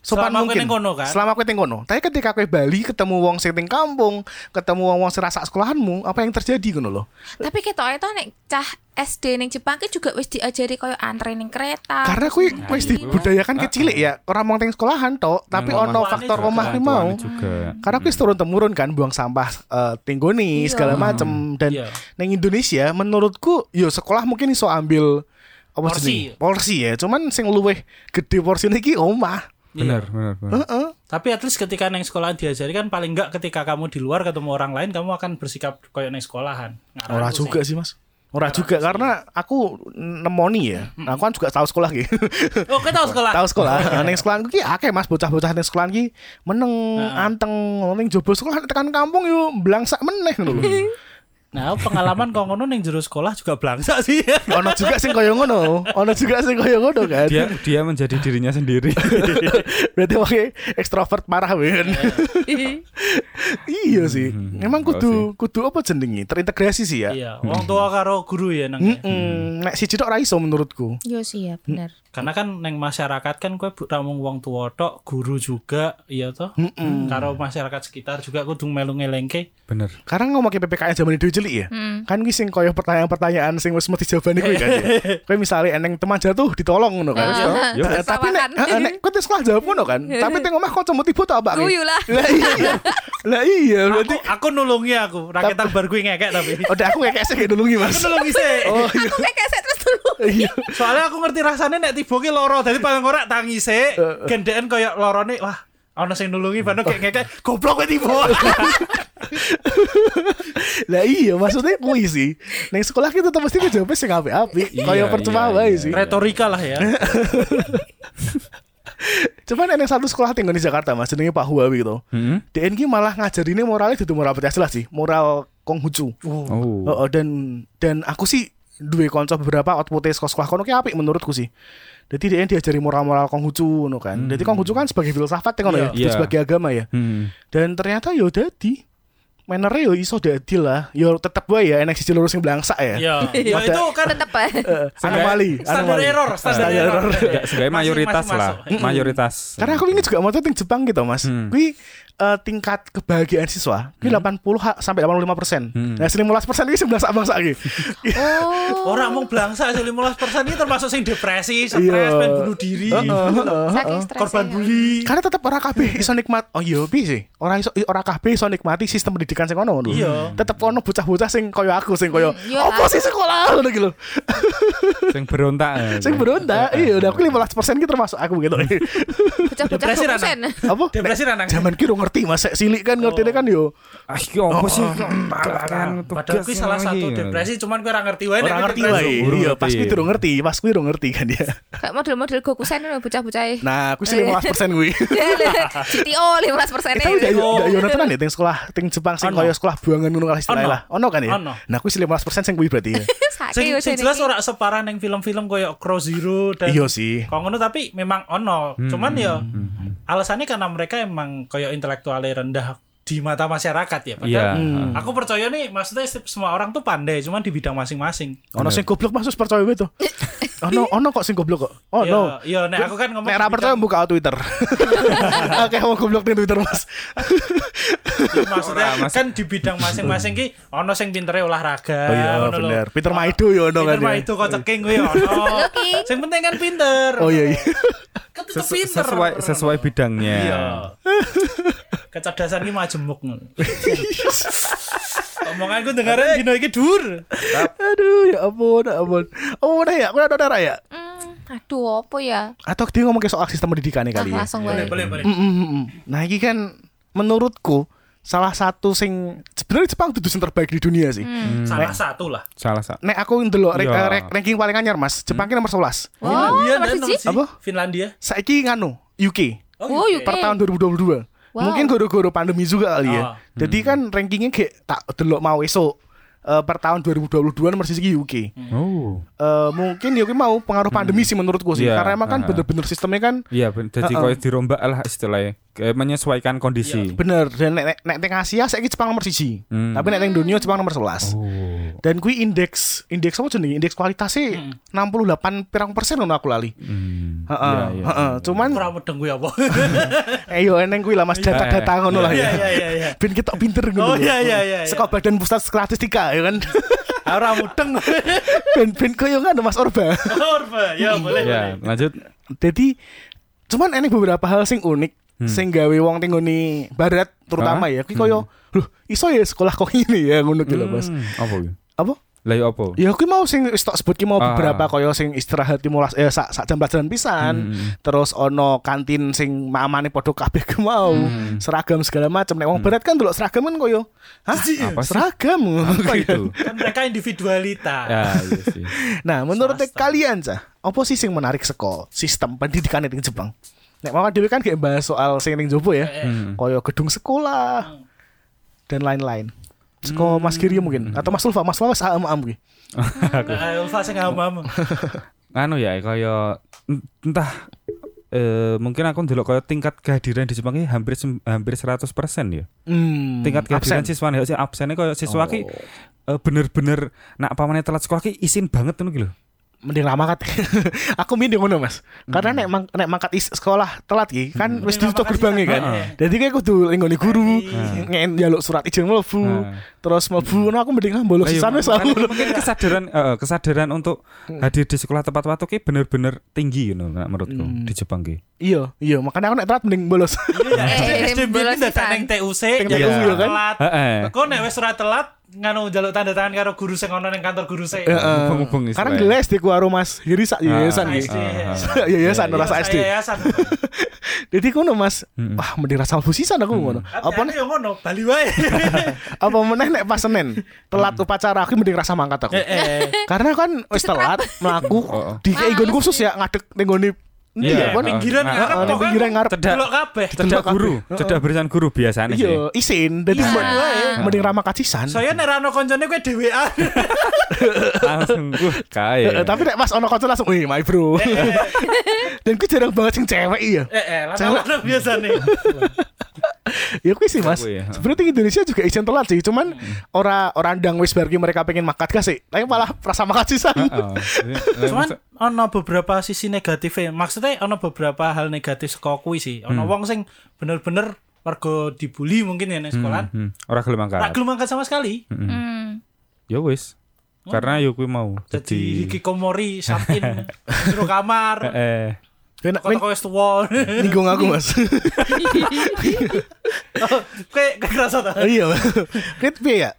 sopan
Selama kowe
mungkin.
ning kono, kan?
Selama kowe ning kono. Tapi ketika kowe bali ketemu wong sing ning kampung, ketemu wong-wong serasa sekolahanmu, apa yang terjadi ngono loh?
Tapi ketok itu nek cah SD ning Jepang ki juga wis diajari koyo antre ning kereta.
Karena kowe wis dibudayakan kecil ya, orang mong ning sekolahan tok, tapi
Yang
ono
ngomong-
faktor
Tuane
omah
juga,
ki mau.
Tuane juga.
Karena kuis turun temurun kan buang sampah eh, tinggoni
Iya.
segala macem dan
Iya.
neng Indonesia menurutku yo sekolah mungkin iso ambil apa
Porsi.
jenenge? porsi ya cuman sing luweh gede porsi niki omah
Benar, benar, benar.
Heeh.
Tapi at least ketika neng sekolahan diajari kan paling enggak ketika kamu di luar ketemu orang lain kamu akan bersikap koyo neng sekolahan. Ngarang
ora
aku
juga sih mas ora juga karena aku nemoni ya aku kan juga tahu sekolah gitu
sih. Oh, kita sekolah.
tahu sekolah neng sekolah ki akeh mas bocah-bocah neng sekolah ki meneng anteng neng jobo sekolah tekan kampung yo blangsak meneh ngono lho
Nah, pengalaman kok ngono ning jero sekolah juga blangsak sih.
ono juga sing koyo ngono ono juga sing koyo ngono kan
Dia dia menjadi dirinya sendiri.
Berarti oke ekstrovert marah ben. Hmm, iya sih. Emang kudu kudu apa jenengi terintegrasi sih ya.
Iya, wong tua karo guru ya neng. ya.
Mm, nek siji tok ra iso menurutku.
Yo sih ya bener.
Karena kan neng masyarakat kan kowe bu- ra mung wong tua tok, guru juga, iya toh. Karo masyarakat sekitar juga kudu melu ngelengke.
benar.
Karena ngomong ke PPKN zaman itu cilik ya. Kan kuwi sing koyo pertanyaan-pertanyaan sing wis mesti jawabane kuwi kan. ya. Kowe misale eneng teman jatuh ditolong ngono kan.
yo.
Ta- Tapi nek
Sawakan.
eh, nek kowe tes sekolah jawab ngono kan. Tapi teng omah kok cuma tiba tok apa Ki?
Guyu lah.
Lah iya. Lah iya berarti
Aku, aku nulungi aku, rakyat bar gue ngekek tapi.
udah aku kayak kayak dulungi
Aku
Mas.
nulungi sih.
Oh iya.
Aku kayak keset terus dulu.
Iya.
Soalnya aku ngerti rasanya nek tiba ki loro, dadi paling ora tangi sik, gendeken koyo lorone wah ana sing nulungi padahal kayak ngekek goblok kowe tiba.
Lah iya maksudnya kuwi sih. Neng sekolah kita tetep mesti ngejawabnya sing apik-apik.
Iya,
Kayak percuma
iya,
wae
iya.
sih.
Retorika lah ya.
Cuman ada yang satu sekolah tinggal di Jakarta mas, jenenge Pak Huawi gitu.
Hmm?
DN ki malah ngajarinnya moralnya itu moral Pancasila sih, moral Konghucu.
Oh.
Oh, dan dan aku sih dua konco beberapa outputnya sekolah sekolah kono ki apik menurutku sih. Jadi DN diajari moral-moral Konghucu no kan. Jadi Konghucu kan sebagai filsafat ya, kono ya,
Iya.
bukan
Iya.
sebagai agama ya.
Hmm.
Dan ternyata yo dadi mannernya yo iso dadi lah. Yo tetep wae ya enak sisi lurus yang belangsak ya.
Ya, ya
Ada-
itu kan
Tetep ya.
Eh, anomali,
standar
anomali.
error, standar
Standar
error.
Enggak, sebagai mayoritas
Masing-masing
lah.
masuk.
Mayoritas.
Karena aku ini juga mau tuh Jepang gitu mas. Kui eh, tingkat kebahagiaan siswa, kui 80 ha- sampai 85 persen. Nah, 19 persen ini sebelah sak bangsa lagi.
Oh.
Orang mau belangsa sih 15% ini termasuk sing depresi, stres,
Iya.
pengen bunuh diri,
Saking stresnya
korban
ya.
bully.
Karena tetap orang KB iso nikmat. Oh iya bi sih. Orang iso orang KB iso nikmati sistem pendidikan sing ono ngono.
Iya.
Tetep ono bocah-bocah sing koyo aku sing koyo
Hmm, iya.
opo sih sekolah ngono gitu.
sing berontak.
Sing berontak. Iya, udah aku 15 persen gitu termasuk aku gitu.
Bocah-bocah
Depresi, Rana.
dosen.
Apa?
Depresi ranang.
Zaman kira ngerti mas, Sek silik kan ngerti kan yo.
Ah, iki opo sih? Kan
Padahal kuwi salah satu depresi, cuman gue ora ngerti wae. nek
Orang ngerti
depresi.
wae.
Urung
Iya,
ya? ngerti.
pas kuwi durung ngerti, pas kuwi durung ngerti kan dia.
Kayak model-model Gokusen lho bocah-bocah. e.
Nah, aku sih 15 persen Eh, kuwi.
CTO 15 persen e.
Kita udah
Oh.
yo udah yo tenan ya ting sekolah ting Jepang sing
Ono.
koyo sekolah buangan ngono kalah istilah
Ono.
lah. Ono kan ya.
Ono.
Nah, kuwi 15% sing kuwi berarti ya.
Sing, sing jelas ora separah neng film-film koyo Crow Zero dan
Iya sih.
Kok ngono tapi memang ono. Cuman ya alasannya karena mereka emang koyo intelektualnya rendah di mata masyarakat ya.
Iya.
Padahal aku percaya nih maksudnya setiap- semua orang tuh pandai cuman di bidang masing-masing.
Ono sing goblok maksud percaya wae to. Ono ono kok sing goblok kok. Oh
Iya,
no.
iya, nek aku kan ngomong
Nek ra
di
percaya
bidang-
buka Twitter. Oke, mau goblok di Twitter, Mas.
Ya, maksudnya
Ora, Mas.
kan di bidang masing-masing ki ono sing pintere olahraga.
Oh iya,
Nah, ngono lho. Ah,
bener. Peter Maido ya ono
Pinter
kan ya.
mah itu kok ceking kuwi ono.
King.
Sing penting kan pinter.
Oh iya iya.
Kan tetep
Sesu-
pinter.
sesuai sesuai bidangnya.
Iya. Kecerdasan ki majemuk ngono. Omonganku dengarnya dino iki dur.
Aduh, ya ampun, ya ampun. Oh, udah ya, aku ada darah ya.
Hmm, Aduh, apa ya?
Atau dia ngomong ke soal sistem pendidikan nih
Ah,
kali ya.
langsung wae.
Eh, Boleh, boleh.
Mm, mm, mm. Nah, ini kan menurutku salah satu sing sebenarnya Jepang itu sing terbaik di dunia sih.
Hmm.
Salah satu lah.
Salah satu.
Nek aku ndelok re-
Iya.
eh, rank- ranking paling anyar Mas. Jepang
Hmm.
ki nomor 11.
Wow, nomor
ya,
dan
siji.
siji.
Apa?
Finlandia.
Saiki nganu UK
Oh,
iya.
UK.
per tahun 2022.
Wow.
Mungkin goro-goro pandemi juga kali ya.
Hmm.
Ah.
Jadi kan rankingnya kayak tak delok mau esok. eh, per tahun 2022 nomor siji ki UK.
Oh.
Eh, mungkin ya kui mau pengaruh pandemi sih menurutku sih
Hmm. Iya,
karena emang kan
heeh.
bener-bener sistemnya kan
Iya, ben- jadi
Heeh.
koyo dirombak lah istilahnya. Kayak menyesuaikan kondisi.
bener dan nek nek, nek teng Asia saiki Jepang nomor siji
Hmm.
tapi nek teng dunia Jepang nomor 11
Oh.
dan kui indeks indeks apa jenenge indeks kualitas sih
Hmm.
68 pirang persen ngono aku lali
Hmm.
Heeh,
Iya, iya,
heeh. cuman
Kurang medeng gue ya, apa?
ayo eneng kui lah mas data-data ngono lah
Iya
ya
iya iya iya.
ben kita pinter ngono
Oh,
lho.
iya, iya, iya, iya.
Saka badan pusat statistika ya kan
Ora mudeng.
ben ben koyo kan Mas Orba
Orba. Ya boleh.
Ya,
boleh.
lanjut.
Jadi cuman ini beberapa hal sing unik sing gawe wong ning nggone barat terutama ya
Hmm. Hah?
kuwi koyo loh iso ya sekolah kok ini ya ngono gitu Mas.
Hmm, Apa iki?
Apa?
Lah iya apa?
Ya kuwi mau sing wis tak sebut ki mau
Ah.
beberapa koyo sing istirahat timulas eh sak, sak jam pelajaran
Hmm.
pisan. Terus ono kantin sing mamane padha kabeh ku mau.
Hmm.
Seragam segala macam nek wong barat kan delok seragam kan koyo hah
Apa sih?
seragam.
Apa Hmm. itu?
Kan mereka individualitas.
Ya, iya sih.
Nah, menurut
Swasta.
kalian cah, apa sih sing menarik seko sistem pendidikan ning Jepang? Nek mama dhewe kan gak bahas soal sing ning jopo ya.
Hmm.
Koyo gedung sekolah dan lain-lain. Seko
Hmm.
Mas Giri mungkin atau Mas Ulfa, Mas Ulfa wis am am
Nah, Ulfa sing ngomong.
anu ya kaya entah eh, mungkin aku ndelok kaya tingkat kehadiran di Jepang ini hampir sem- hampir 100% ya.
Hmm,
Tingkat kehadiran
absen. Oh.
siswa nih sih absennya kaya siswa ki eh, bener-bener nak pamane telat sekolah ki isin banget ngono ki lho.
mending lama kat. Aku mending ngono, Mas. Karena nek mang, nek mangkat is sekolah telat ki kan wis
Mending
ditutup
mangkat
gerbangnya
isa.
kan.
Heeh.
Jadi kayak kudu ning nggone guru,
Heeh.
ngen njaluk surat izin mlebu,
Heeh.
terus mlebu ngono aku mending ah bolos
Lah, iya,
sisan wis
makanya
aku.
mungkin kesadaran eh, kesadaran untuk
Hmm.
hadir di sekolah tepat waktu ki bener-bener tinggi ngono nak menurutku
Hmm.
di Jepang ki.
Iya, iya, makanya aku nek telat mending bolos.
Iya,
Eh,
SDB
bolos
ini datang
pisan.
neng TUC,
Teng
ya
TUC,
kan?
kan?
Telat.
Heeh.
Kok nek wis ora telat nganu jaluk tanda tangan karo guru sing ono neng kantor guru sing.
Heeh.
Mumpung-mumpung istilahnya.
Karena gila SD ku karo Mas Hiri sak yayasan
Ah,
iki. Iya,
SD.
Sak Yayasan ora sak SD.
Iya, Yayasan.
Jadi kono Mas, wah mending rasa mlebu sisan aku ngono. Apa
Apa
nek
nek ngono? Bali wae.
apa meneh nek pas Senin telat upacara aku mending rasa mangkat aku.
Eh, eh.
Karena kan wis telat mlaku
Oh, oh.
di nggon khusus ya ngadeg ning ngone Iya,
Iya,
apa ning
heeh.
Pinggiran
Nah,
ngarep
ning
pokoknya
pinggiran ngarep.
Cedak
Delok kabeh.
cedak
Delok
guru,
kabeh.
cedak barisan guru biasanya sih.
Iya, isin. Dadi
Iya.
mbok- mending rama kacisan.
Soalnya nek rano koncone kowe dhewean.
Langsung uh,
Eh,
kaya.
Tapi nek Mas ono kanca langsung, "Wih, my bro."
Eh,
Dan ku jarang banget sing cewek iya.
Eh, eh, lanang-lanang biasane.
Ya kuwi sih mas.
Aku Hmm. ya.
Sebenarnya di Indonesia juga izin telat sih, cuman ora orang dang wis bargi mereka pengen makat gak sih. Tapi malah rasa makat sisan.
Heeh. Jadi, eh,
Cuman ono beberapa sisi negatifnya. Maksudnya ono beberapa hal negatif saka kuwi sih. Ono wong sing bener-bener mergo dibully mungkin ya nang sekolahan.
Hmm, ora gelem angkat.
Tak gelem angkat sama sekali.
Hmm.
Ya wis.
Oh.
Karena yo kuwi mau.
Jadi
Jadi
hikikomori sampin jero kamar.
eh
Enak men
Kota wis tuwa.
ninggung aku mas.
Kayak kayak kerasa ta.
Oh, iya. Kit piye ya?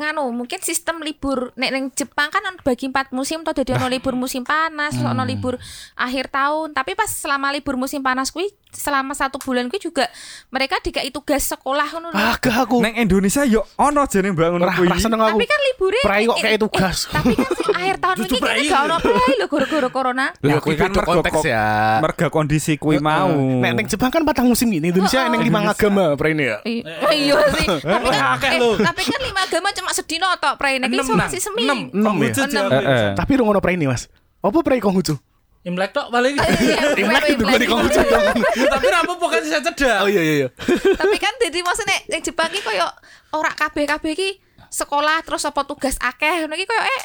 Nganu, mungkin sistem libur nek ning Jepang kan ono bagi empat musim toh dadi ono
Nah.
libur musim panas, terus
Hmm.
ono libur akhir tahun. Tapi pas selama libur musim panas kuwi selama satu bulan kuwi juga mereka dikai tugas sekolah ngono lho.
Ah gak aku.
neng Indonesia yo ono jane bangun
Rah
kuwi.
rasa neng aku.
Tapi kan liburnya
Prai kok
eh,
kayak
eh,
tugas.
eh, tapi kan sing akhir tahun
Jujur
ini kita
prai.
gak ono prai lho gara-gara corona.
Lah
Ya,
kuwi
kuwi
kan
beda
mergo
konteks
kok-
ya. Eh,
mergo kondisi kuwi mau.
Nek ning Jepang kan patang musim gini, Indonesia neng lima agama prai ini ya.
I- Oh iya sih. Tapi kan
akeh
eh,
lho.
tapi kan lima agama cuma sedino tok prai nek
Enem
iso
nang.
masih semi.
Enem.
Enem ya?
Wujud ya.
Eh, eh.
Tapi rungono prai ini mas. Apa prai konghucu?
Imlek tok paling.
Eh, Iya,
Imlek itu gue di konghucu dong.
Ya, Tapi ra apa kan sisa cedak.
Oh iya iya iya.
Tapi kan jadi maksudnya nek Jepang iki koyo ora kabeh-kabeh iki sekolah terus apa tugas akeh ngono iki koyo eh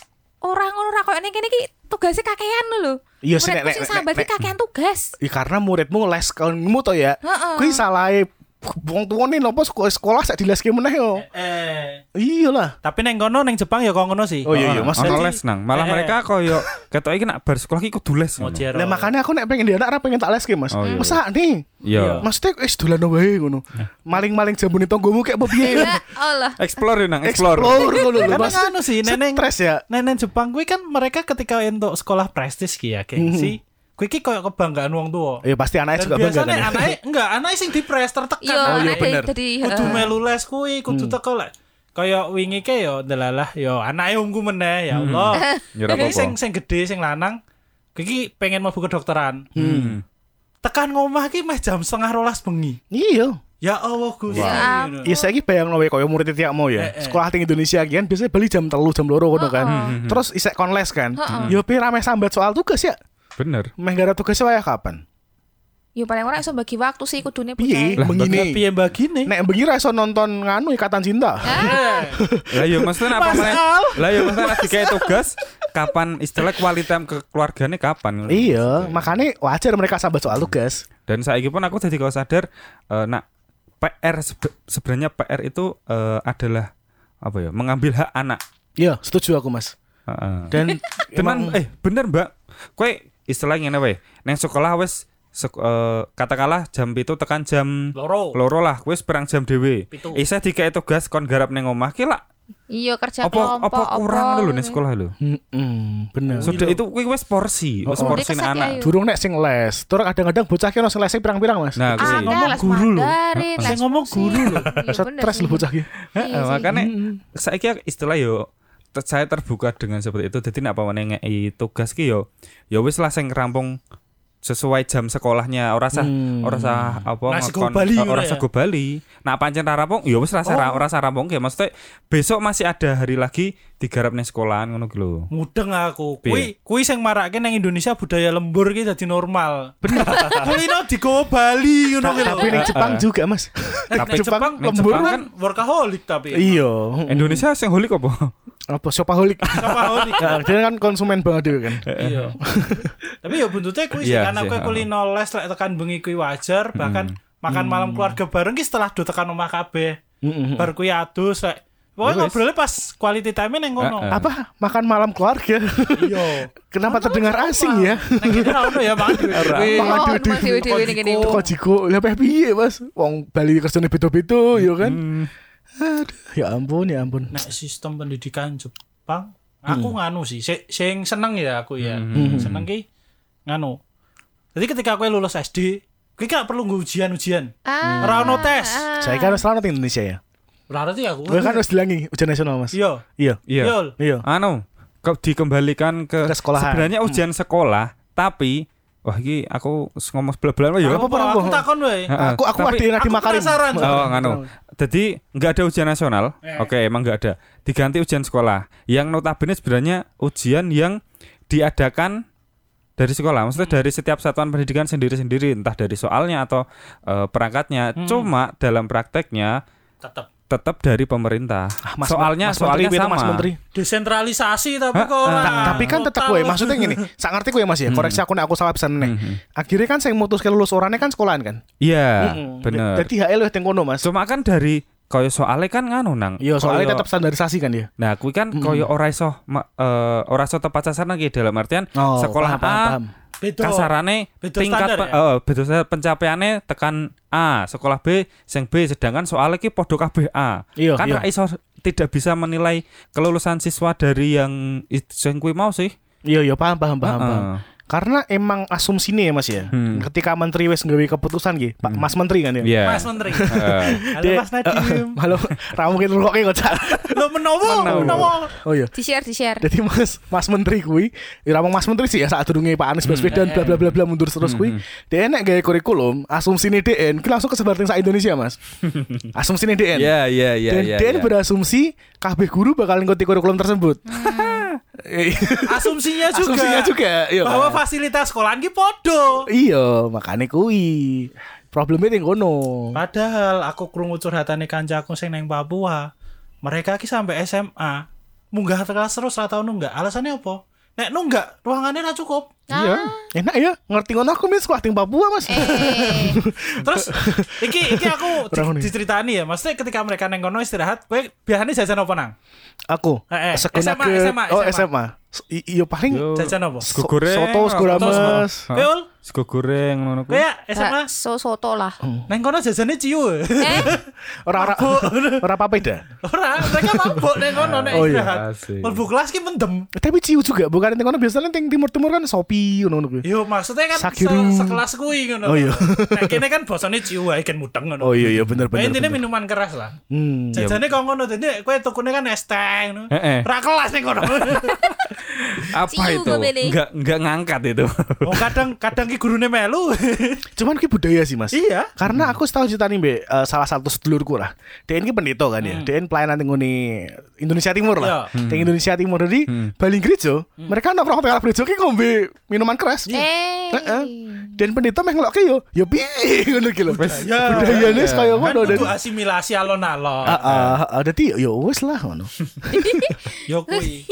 ora ngono ora koyo ning kene iki tugasnya kakean lho.
Iya sih,
Muridku
Nek,
sing
Nek,
sahabat
Nek,
iki
Nek.
kakean tugas.
Ya, karena muridmu les kamu to ya.
Heeh.
Kuwi salahe wong tuane lopo sekolah sekolah sak dileske meneh yo.
Eh.
Iya lah.
Tapi neng kono neng Jepang ya kok ngono sih.
Oh iya iya mas.
Ono
Jadi-
les nang. Malah
Eh, eh.
mereka koyo ketok iki nak bar sekolah iki kudu les.
Oh,
Mau
ngono.
jero.
Lah makanya aku nek pengen dia anak ora pengen tak leske Mas.
Oh, iya.
Masa nih.
Iya.
Maksudnya wis dolan wae ngono. Maling-maling jambone tanggomu kayak apa piye?
Ya Allah.
Explore yo, nang, explore.
Explore ngono lho.
Iya. Karena
Mas.
anu sih neneng
Stres ya.
Neneng Jepang kuwi kan mereka ketika entuk sekolah prestis ki ya kayak sih. Kuwi ki koyo kebanggaan wong tua.
Ya pasti anaknya
Dan
juga Mhm. bangga
biasanya
kan. ya.
anaknya enggak, anaknya sing dipres tertekan.
Yo
iya,
anak
bener. Hmm.
dadi
Oh,
eh,
kudu melu les kuwi, kudu teko lah. Kaya wingi ke yo delalah yo anake omku meneh
Hmm.
ya Allah.
Ya ora
Ini sing
apa-apa.
sing gede sing lanang iki pengen mlebu kedokteran.
Hmm.
Tekan ngomah ki meh jam setengah rolas bengi.
Iya.
Ya Allah Gusti.
Wah.
Ngono.
Ya saiki bayangno wae koyo murid tiap mau ya.
Eh, eh.
Sekolah tinggi Indonesia iki kan biasanya beli jam 3 jam 2 ngono kan.
Heeh.
Terus isek konles kan.
Heeh.
Yo pi rame sambat soal tugas ya.
Bener.
Meh gara tugasnya wae ya, kapan?
Yo iya, paling ora iso bagi waktu sih kudune
Piye?
budaya.
Lah,
Ya
Begini.
piye begini?
Nek begini ra iso nonton nganu ikatan cinta.
Lah yo maksudnya apa
Mas
meneh?
Al.
Lah yo maksudnya nek dikai tugas kapan istilah quality time ke keluargane kapan?
Iya, makanya wajar mereka sambat soal tugas.
Dan saiki pun aku jadi kau sadar eh, nak PR sebe- sebenarnya PR itu eh, adalah apa ya? Mengambil hak anak.
Iya, setuju aku mas.
Heeh.
Dan
Cuman
emang-
eh bener Mbak. Kue istilahnya ngene wae. Neng sekolah wis sek- eh, katakanlah jam itu tekan jam
Loro.
loro lah wis perang jam dhewe.
Pitu.
Isih dikai tugas kon garap ning omah ki lak
Iya kerja
apa
kelompok.
apa kurang dulu nih
ngono.
sekolah lho.
Mm-mm, bener.
Sudah itu kuwi wis porsi, wis
Oh, oh.
porsi
Dia
nih
kesakit,
anak.
ayo.
Durung nek sing les. Terus kadang-kadang bocah ki ono sing lese pirang-pirang mas.
Nah,
Ada
kuwi.
ngomong
les
guru loh.
Mandarin,
Saya
les
ngomong
musik.
guru loh.
Iya, bener
Stres
sih.
lu bocah ki.
Heeh,
Iya sih.
makanya saiki istilah yo te- saya terbuka dengan seperti itu. Jadi apa meneh ngei tugas ki yo yo wis lah sing rampung sesuai jam sekolahnya ora sah
Hmm.
ora sah apa
Nah, sego
ngekon-
Bali
eh,
ngono
ora
ya? Oh.
sah go Bali. Nah pancen ra rampung yo wis rasa ra ora sah rampung ya maksudnya besok masih ada hari lagi digarap nih sekolahan ngono ki lho.
Mudeng aku.
Piye?
Kui kui sing marake nang Indonesia budaya lembur ki dadi normal. Bener. Kulino digowo Bali ngono ki lho.
Tapi ning Jepang juga mas.
Eh,
Tapi
nek Jepang
Jepang
lembur
Jepang
kan workaholic tapi.
Iya.
Indonesia sing holik apa?
Apa shopaholic?
Workaholic.
Ya, Dia kan konsumen banget dhewe kan.
Iya. Tapi ya buntutnya kui sih
Iya
karena
sih,
kui
heeh.
kulino les lek tekan bengi kui wajar bahkan makan malam keluarga bareng ki setelah do tekan omah kabeh.
Mm-mm.
Bar kui adus lek Pokoknya ngobrolnya pas quality time neng ngono.
Heeh.
Apa makan malam keluarga?
Iya.
Kenapa terdengar asing ya?
Nek kita ra ono ya Bang.
Oh,
Makan
ngomong
dhewe-dhewe.
dewe-dewe ini gini.
Teko ya? jiko lah peh piye mas? Wong Bali kerjane beda-beda ya kan.
Mm-hmm.
Aduh, ya ampun ya ampun.
Nah.
Nek sistem pendidikan Jepang, aku
Hmm.
nganu sih, si- sing seneng ya aku ya. Seneng ki nganu. Jadi ketika aku lulus SD, kuwi gak perlu nggo ujian-ujian.
Ah,
Ora ono tes.
Saya kan harus selamat Indonesia ya.
Berarti aku.
Gue kan harus dilangi ujian nasional mas.
Iya.
Iya.
Iya.
Yol.
Iya.
anu ke, dikembalikan
Ke
ke,
Hmm. sekolahan.
sebenarnya ujian sekolah tapi wah iki aku ngomong sebelah-belah ya
Iya, apa-apa, apa-apa.
Aku takon wae.
Heeh.
Aku aku
Tapi-
ada Nadiem
aku
Makarim.
penasaran, Mas.
Oh, nganu. Jadi nggak ada ujian nasional.
Eh.
Oke, emang nggak ada. Diganti ujian sekolah. Yang notabene sebenarnya ujian yang diadakan dari sekolah. Maksudnya dari setiap satuan pendidikan sendiri-sendiri, entah dari soalnya atau eh, perangkatnya. Cuma dalam prakteknya
Tetep
tetap dari pemerintah.
Ah, Mas-
soalnya
Mas
soalnya
Menteri, itu
sama.
Mas Menteri.
desentralisasi tapi
Heeh.
kok ora.
Ta- tapi kan tetap
Ah, Total.
gue maksudnya gini sak ngerti gue mas ya koreksi aku nek aku salah pesan nih akhirnya kan saya mutus ke lulus orangnya kan sekolahan kan
Iya,
Hmm.
bener.
jadi HL yang kono mas
Cuma kan dari koyo soalnya kan nganu nang.
iya soalnya
Koyo-
tetap standarisasi kan ya
Nah, kuwi kan koyo ora iso ma- eh, ora iso tepat sasaran iki dalam artian
Oh,
sekolah
paham, paham,
A
paham.
Beda.
kasarane
Beda
tingkat
standar
pe-
ya?
eh, beda sa- pencapaiannya tekan A, sekolah B sing B sedangkan soalnya ki podo kabeh A.
Iya,
kan
iya.
ra iso tidak bisa menilai kelulusan siswa dari yang it- sing kuwi mau sih.
iya iya paham paham paham,
Heeh.
paham. karena emang asumsinya ya mas ya ketika menteri wes nggawe keputusan gitu pak mas menteri kan ya
Iya.
Mas Menteri.
Heeh.
Halo
Dia-
Mas Nadiem.
Halo, ra mungkin rokoknya kocak.
Lo menowo,
Menowo.
menowo.
Oh iya.
Di share, di share.
Jadi Mas Mas Menteri kui, ya ramong Mas Menteri sih ya saat durunge Pak
Hmm.
Anies Baswedan bla bla bla bla mundur terus kui. Dia nek gawe kurikulum, asumsine DN ki langsung kesebar teng sak Indonesia, Mas. asumsine DN.
Iya, iya, iya,
Dan
iya.
DN
iya.
berasumsi kabeh guru bakal ngikuti kurikulum tersebut.
Hmm.
Eh,
Asumsinya juga.
Asumsinya juga, iya.
Bahwa fasilitas sekolahan ki podo.
iya, makane kui. Problemnya yang kono.
Ah.
Padahal aku krungu curhatane kancaku sing neng Papua. Mereka ki sampai SMA. Munggah kelas terus ra tau nunggak. Alasannya apa? Nek nunggak ruangannya ra cukup.
Iya.
Enak ya, ngerti ngono aku Mas sekolah teng Papua, Mas.
Eh,
Terus iki iki aku di-
Kurang nih.
diceritani ya. Maksudnya ketika mereka neng kono istirahat, kowe biasanya jajan apa nang?
Aku.
Eh, eh,
Segona
SMA,
ke-
SMA.
Oh, SMA. S- i- Iya paling
Yo,
Jajan apa?
so-
Sego goreng,
soto sego
apa?
Terus
rames.
Heeh.
Peul,
Sego goreng ngono kuwi.
kowe ya, SMA
so soto lah.
neng kono jajannya ciu.
Eh,
Ora ora ora apa beda.
Ora, mereka mabuk neng kono nek
Oh iya,
istirahat.
asik.
Mlebu kelas ki mendem.
Tapi ciu juga bukan teng kono biasanya teng timur-timur kan sopi ngono kuwi.
Yo maksudnya kan se
Sakiru.
sekelas kuwi ngono.
Oh iya.
Nek kene kan bosone ciu ae kan mudeng ngono.
Oh iya iya bener
Nah,
bener.
intinya
bener.
minuman keras lah.
Hmm.
Jajannya kok ngono dadi kowe tukune kan es teh ngono.
Heeh.
Ra kelas ning kono.
Apa
See you,
itu?
Gobele.
Enggak enggak ngangkat itu.
Oh kadang kadang ki gurune melu.
Cuman ki budaya sih mas.
iya.
Karena aku setahu cerita nih, Be, eh, salah satu sedulurku lah. DN ki pendeta kan ya. DN pelayanan tinggal di Indonesia Timur lah. Di Indonesia Timur jadi Bali gereja, mereka nongkrong tengah gereja ki ngombe minuman keras.
Eh.
Heeh. Dan pendeta meh ngelokke yo, yo piye ngono ki lho. Budayane kaya
Kan
ngono dan
kudu asimilasi alon-alon.
Heeh, ah, dadi yo wis lah ngono.
Yo kuwi.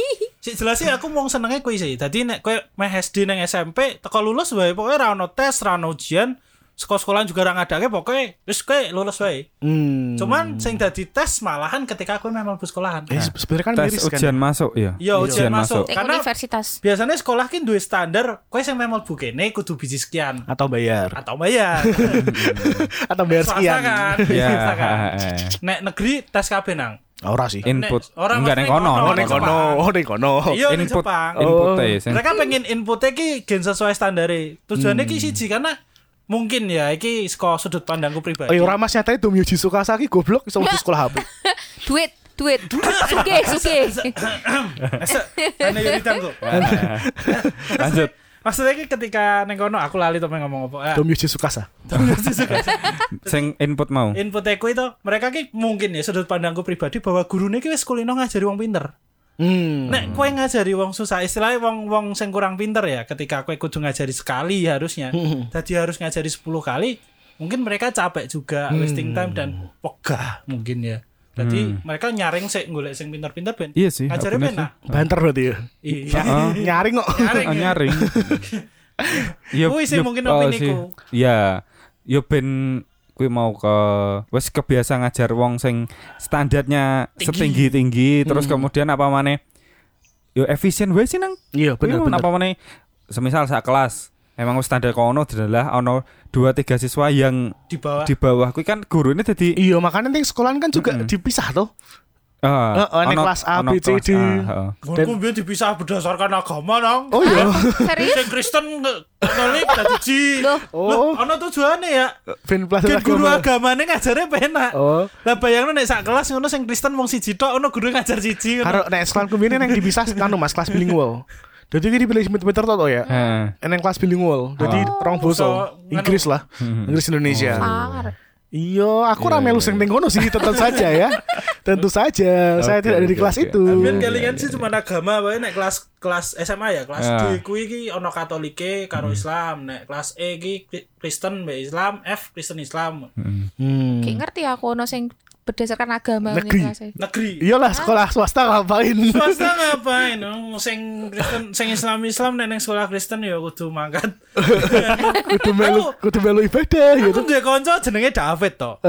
Sik jelas sih aku mau senenge kuwi sih. Dadi nek kowe meh SD nang SMP teko lulus wae pokoke ra ono tes, ra ono ujian. Sekolah-sekolahan juga ra ngadake pokoke wis kowe lulus wae.
Hmm.
Cuman sing dadi tes malahan ketika kowe memang mlebu sekolahan. Nah,
Eh, sebenarnya kan
Tes
miris kan.
ujian masuk ya.
Iya, ujian masuk.
Nek
Karena-
universitas.
Biasanya sekolah kan duwe standar, kowe sing memang mlebu kene kudu biji sekian
Atau bayar.
atau bayar.
Atau bayar
Swasta
sekian.
kan.
Iya.
Swasta kan.
eh, eh.
Nek negeri tes kabeh nang.
Ora sih.
Input.
Nek- orang
Enggak neng
maksudnya
kono.
Oh,
kono,
ning kono, oh, ning kono.
Iya, di
Input
Jepang.
input
Oh.
ya. sing-
Mereka kan- pengen inputnya ki gen sesuai standare. Tujuannya ki siji karena mungkin ya iki saka sudut pandangku pribadi.
Oh, ora Mas nyatane Dom Yuji Sukasaki goblok iso mlebu sekolah HP.
Duit, duit. Suge, suge.
Ane yo ditanggo.
Lanjut.
Maksudnya ki ketika neng kono aku lali to ngomong apa. Ya,
Dom Yuji Sukasa.
Sing input mau.
inputnya ku itu mereka ki mungkin ya sudut pandangku pribadi bahwa gurune ki wis kulino ngajari wong pinter.
Hmm.
Nek kowe ngajari wong susah istilahnya wong wong sing kurang pinter ya ketika kowe kudu ngajari sekali harusnya. Tadi harus ngajari 10 kali mungkin mereka capek juga wasting time dan wegah mungkin ya. Jadi mereka nyaring sik golek sing pinter-pinter ben.
Hmm. Iya sih,
Ngajari
bener
ben
sih.
ah.
Banter berarti ya.
Iya.
Heeh.
Nyaring kok.
Nyaring.
Ah, nyaring. Ya,
Kuwi sih
ya,
mungkin
oh,
opini
sih.
ku.
Ya, yo ben kuwi mau ke wis kebiasa ngajar wong sing standarnya setinggi-tinggi terus kemudian apa maneh yo efisien wae sih nang
Iya,
Kuwi
bener
mau
bener.
Apa meneh semisal sak kelas emang wis standar kono adalah ono dua tiga siswa yang
Di bawah.
di bawah kuwi kan guru ini jadi
Iya, makanya ning sekolahan kan juga dipisah tuh.
Ah,
Heeh, ini
ono-
kelas A,
ono
B, C,
kelas
D.
A, heeh.
Ngono biyen dipisah berdasarkan agama nang.
Oh iya.
Serius?
Sing Kristen nge- ngelik dadi ji.
Loh.
Oh.
Loh, ono tujuane ya.
Ben plus
Kan guru agamane ngajare penak.
Oh.
Lah bayangno nek sak kelas ngono sing Kristen mung siji tok ono guru ngajar siji ngono.
Karo nek sekolahan kumene nang dipisah kanu Mas kelas bilingual. Jadi ini dipilih meter to ya.
Heeh.
Eneng kelas bilingual. Jadi rong basa.
So, nganu-
Inggris lah. Inggris Indonesia.
Par.
Iya, aku rame lu sing tengkono sih tentu saja ya. Tentu saja. Saya
Oke,
tidak ada di
oke,
kelas
oke.
itu.
Biar
iya,
kelingan Kan sih cuma agama wae nek kelas kelas SMA ya, kelas
Ah.
Ya.
D kuwi ki ono Katolike karo
Hmm.
Islam, nek kelas E ki Kri- Kristen mbek Islam, F Kristen Islam.
Hmm.
Kayak ngerti aku ono sing berdasarkan agama gitu
Negeri.
ini
Negeri.
Iyalah sekolah swasta ngapain?
Swasta ngapain? Oh, Sing Kristen, sing Islam Islam nek neng sekolah Kristen ya kudu mangkat.
kudu melu kudu melu ibadah gitu.
Aku duwe kanca jenenge David to.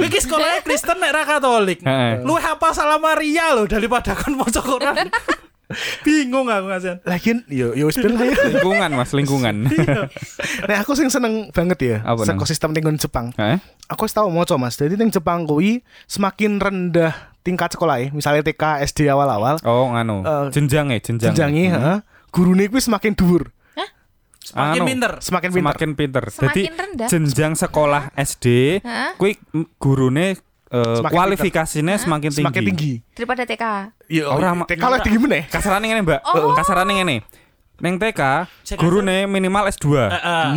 Iki sekolahnya Kristen nek ra Katolik.
Heeh.
Lu hafal salam Maria loh daripada kon maca Quran. Bingung aku ngasian.
Lagian yo yo wis ben lah ya.
lingkungan mas lingkungan
Nah, aku sing seneng banget ya
Apa nang?
ekosistem lingkungan Jepang.
Heeh.
Aku wis tau moco Mas. Jadi ning Jepang kuwi semakin rendah tingkat sekolah ya, misalnya TK, SD awal-awal,
oh nganu
Eh,
jenjang ya jenjang
jenjangi, heeh. Gurune kuwi semakin dhuwur, Anu.
Makin pinter.
semakin pinter.
Anu, semakin pinter jadi
Semakin rendah.
jenjang sekolah SD
Heeh.
kui m- gurune eh,
Semakin
kualifikasinya semakin tinggi
Semakin tinggi. Iya,
daripada TK.
Yo,
Ora, Ma-
TK lah tinggi meneh.
kasarane ngene mbak
Oh.
kasarane ngene neng TK
Saya
gurune minimal S2
Heeh.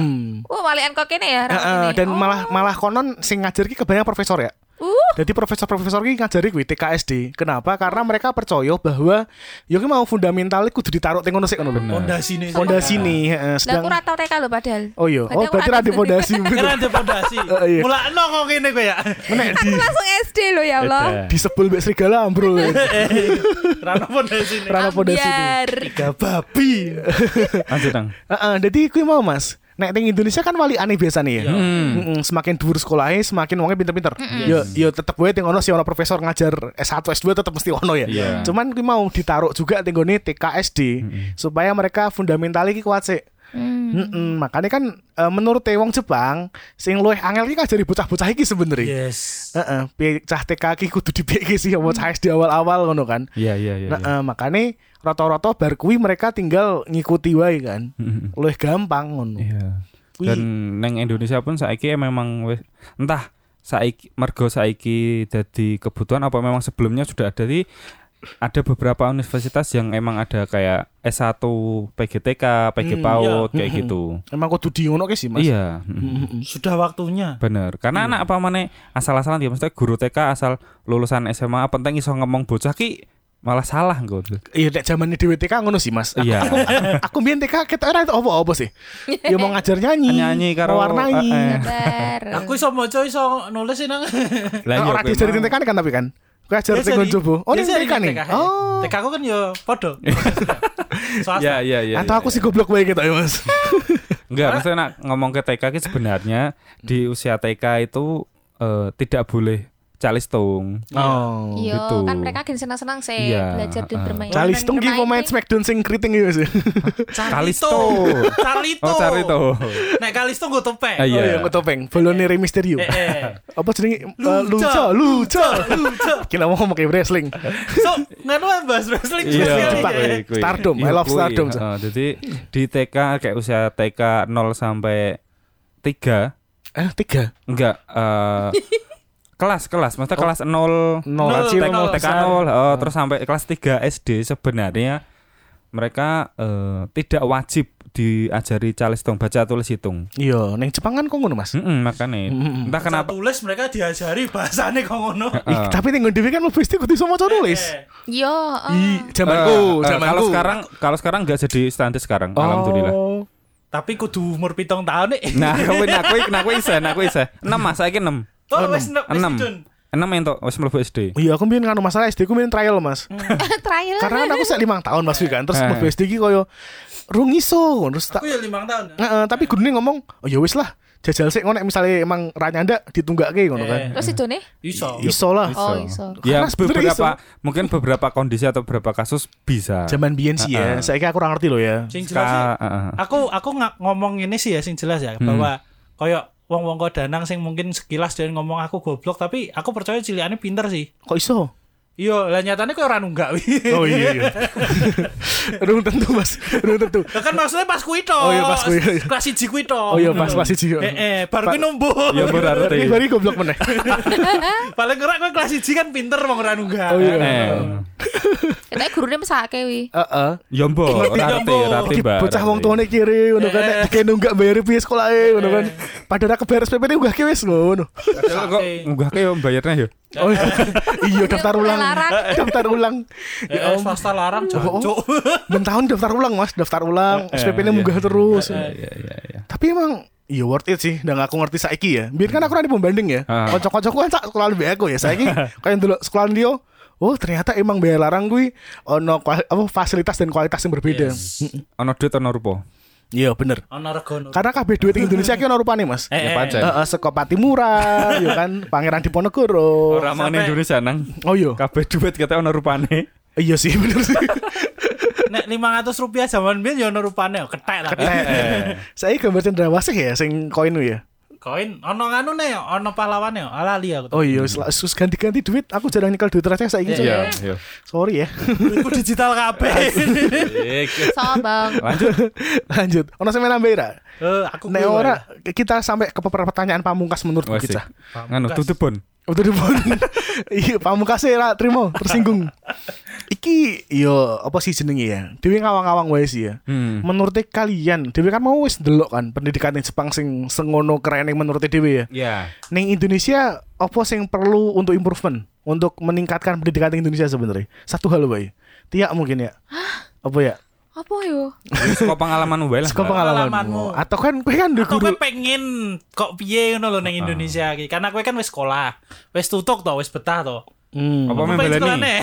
Wah, walian Uh, kok kene ya.
Heeh, Ah, dan
oh.
malah malah konon sing ngajar ki kebanyakan profesor ya.
Uh,
Jadi profesor-profesor ini ngajari gue TKSD. Kenapa? Karena mereka percaya bahwa yo ki mau fundamentalnya kudu ditaruh teng ngono sik ngono lho.
Nah.
Pondasine.
Pondasi nih, heeh,
lah aku
sedang
ora tau TK lho padahal.
Oh iya,
Berarti
oh
aku
berarti
ra
ra di
tau.
pondasi.
Karena ada pondasi.
Eh, iya.
Mulakno kok ngene kowe ya.
Menek di
Langsung SD lho ya Allah.
disebul mbek serigala ambrul.
Rano pondasine.
Ra ana pondasi.
Ambiar.
Tiga babi.
lanjut nang
Heeh, jadi kuwi mau Mas. Nek teng Indonesia kan wali aneh biasa nih ya. Mm-mm, semakin dhuwur sekolahnya, semakin wongnya pinter-pinter. Yo yo tetep wae teng ono si ono profesor ngajar S1 S2 tetep mesti ono ya.
Iya. Hmm.
Cuman kuwi mau ditaruh juga teng gone TKSD supaya mereka fundamental iki kuat sik. Mm-mm, makanya kan eh, menurut teh wong Jepang sing luwih angel iki ngajari bocah-bocah iki sebenarnya.
Yes.
Heeh, piye cah TK ki kudu dipikir sih apa cah SD awal-awal ngono kan.
iya iya Mm. iya
Nah,
iya.
eh, makane rata-rata bar kuwi mereka tinggal ngikuti wae kan. Luwih gampang ngono.
Iya.
Wih.
Dan neng Indonesia pun saiki memang wis entah saiki mergo saiki dadi kebutuhan apa memang sebelumnya sudah ada di ada beberapa universitas yang emang ada kayak S1 PGTK, PG
Hmm,
PAUD
iya.
kayak gitu.
Emang kudu di ngono ke sih, Mas. Iya.
Iya.
Sudah waktunya.
Bener, karena anak apa mana asal-asalan dia maksudnya guru TK asal lulusan SMA penting iso ngomong bocah ki malah salah nggon.
Iya, nek zamane dhewe TK ngono sih, Mas. Aku,
Iya.
aku, aku biyen TK ket ora itu apa-apa sih. Ya mau ngajar nyanyi,
Nyanyi karo-
warnai.
eh, eh.
Bener.
Aku iso maca iso nulis sih nang.
Lah iya,
Ora
kowe
diajarin
mau.
TK kan tapi kan. Kau ajar
Dia
TK
jadi-
coba. Oh,
dia
ini
jadi
TK nih.
eh.
TKH.
Oh. Ya,
TK aku kan yo podo. Swasta.
Ya, ya, ya.
Atau
ya,
aku
ya.
sih goblok bae gitu ya, Mas.
Enggak, maksudnya nak ngomong ke TK ki sebenarnya di usia TK itu eh, tidak boleh calistung.
Oh.
Iya,
gitu.
kan mereka gini senang-senang sih
Iya,
Ah.
belajar dan
heeh.
bermain.
Cali Stung ki
Bermain
pemain
sih.
Smackdown sing keriting ya, Mas.
Iya. Kalisto.
Carlito.
Oh, cari tuh.
Nek Kalisto gue topeng.
Ah, iya.
Oh iya, aku topeng. Bolonere Misterio.
Eh, eh.
Apa jenenge? Eh, Lucha,
Lucha.
Lucha.
Lucu.
Kita mau ngomong kayak wrestling.
So, nganu ya bahas wrestling ya.
Iya,
sosial
Jepang.
ini.
kuwi, kuwi.
Stardom, I
Iya,
love
kuwi.
Stardom.
Heeh, jadi di TK kayak usia TK 0 sampai 3
Eh, tiga.
enggak eh, kelas kelas maksudnya kelas
Oh, Nol,
0
Nol,
kecil.
nol.
TK
besar.
0 eh, terus sampai kelas 3 SD sebenarnya mereka eh, tidak wajib diajari calistong baca tulis hitung.
Iya, neng Jepang kan kok ngono, Mas.
Mm-mm, makanya
Mm-mm.
entah
Kenapa
kenapa
tulis mereka diajari bahasane kok ngono.
Ih,
eh,
tapi ning dhewe kan mlebu mesti kudu iso maca nulis.
Eh, Ah.
Iya, heeh.
Ih,
eh,
zamanku,
eh,
zamanku.
kalau sekarang kalau sekarang nggak jadi standar sekarang alhamdulillah.
Oh.
Tapi kudu umur pitong tahun nih.
Nah, aku aku aku isa, aku isa. 6 Mas, saiki 6.
Oh, wes nek wes
6.
didun.
6 entuk wis mlebu SD.
Iya, aku mbiyen kan masalah SD, aku mbiyen trial, Mas.
Hmm.
eh, trial.
Karena kan aku sak 5 tahun Mas Wi kan, terus
Eh.
mlebu SD ki koyo rungiso, terus tak
Aku ya limang tahun.
Heeh, tapi gurune ngomong, "Oh ya wis lah, jajal sik ngono nek misale emang ra nyandak ditunggake ngono kan."
Eh,
Terus itu nih?
Iso.
Iso lah.
Oh, iso.
Ya
Karena sebenarnya
beberapa mungkin beberapa kondisi atau beberapa kasus bisa. eh,
Zaman biyen sih ya,
Heeh.
saiki aku ora ngerti loh ya.
Sing jelas sih,
Ka- heeh.
aku aku nga- ngomong ini sih ya sing jelas
Hmm.
ya bahwa koyo wong-wong kodanang sing mungkin sekilas dan ngomong aku goblok tapi aku percaya cilikane pinter sih.
Kok iso?
Iya, lah nyatane koyo ora nunggak wi.
Oh iya iya. Rung tentu Mas, rung tentu.
Lah kan maksudnya pas kuwi tok.
Oh iya, pas kuwi, iya.
Kelas 1 kuwi tok.
Oh iya, pas kelas siji, iya.
Heeh, baru kuwi numbuh.
Ya berarti.
Ini bari goblok meneh.
Paling ora kowe kelas 1 kan pinter wong ora nunggak.
Oh iya.
Eh,
Kita gurunya mesake wi.
Heeh.
Yombo, rati,
Yombo.
rati mbak.
Bocah
rati.
wong tuane kiri ngono kan nek dikene nunggak bayar piye sekolahe ngono kan. Padahal aku bayar SPP unggah ki wis ngono.
Padahal kok ngunggah ke yo bayarnya yo.
Oh iya. iya daftar ulang.
Larang.
Daftar ulang.
Eh, eh, swasta larang jancuk.
Bentahun daftar ulang Mas, daftar ulang. SPP-nya munggah terus.
Iya iya iya.
Tapi emang Iya worth it sih, dan aku ngerti saiki ya. Biar kan aku ada pembanding ya.
Ah.
Kocok-kocokku kan sak sekolah lebih aku ya. Saiki kayak dulu sekolah dia, oh ternyata emang bayar larang gue ono kuali- apa fasilitas dan kualitas yang berbeda. Mm-mm.
Ono duit ono rupo.
Iya bener.
Ono rego. ono.
Karena kabeh duit ing Indonesia ki ono rupane, Mas.
Eh,
Heeh,
Ya
eh,
pancen.
seko Patimura, ya kan Pangeran Diponegoro.
Ora mau
sampai-
Indonesia nang.
Oh iya.
Kabeh duit kata ono rupane.
Iya sih bener sih.
Nek 500 rupiah zaman biyen yo ono rupane yo ketek
Eh,
lah.
Saya gambar cendrawasih ya sing koin ya.
Koin ono nganu ne yo, ono pahlawane yo. Alali aku.
Oh iya, sel- sus ganti-ganti duit, aku jarang nyekel duit receh saiki. soalnya.
Iya, iya.
Sorry ya.
Duitku digital kabeh.
Sombong.
Lanjut. Ono sing nambah ra?
Eh, aku
Nek
kuwi wae.
ora
ya?
kita sampai ke beberapa pertanyaan pamungkas menurut
Wes.
kita.
Nganu tutup pun.
Betul dipun. Iya, pamungkas ra trimo, tersinggung. Iki yo apa sih jenenge ya? Dewi ngawang-awang wae sih ya.
Hmm.
Menurut kalian, Dewi kan mau wis delok kan pendidikan yang Jepang sing sengono keren menurut Dewi ya.
Ya.
Ning Indonesia apa sing perlu untuk improvement untuk meningkatkan pendidikan di Indonesia sebenarnya? Satu hal wae. Tiak mungkin ya. Apa ya?
Apa yo?
Saka pengalaman wae lah.
Saka pengalamanmu.
Pengalamanmu.
Atau kan kowe kan udah
Atau
guru. Ah.
kowe pengen kok piye ngono lho ning Indonesia iki. Karena kowe kan wis sekolah, wis tutup to, wis betah to.
Hmm.
Apa
Kowe
membelani?
sekolahane.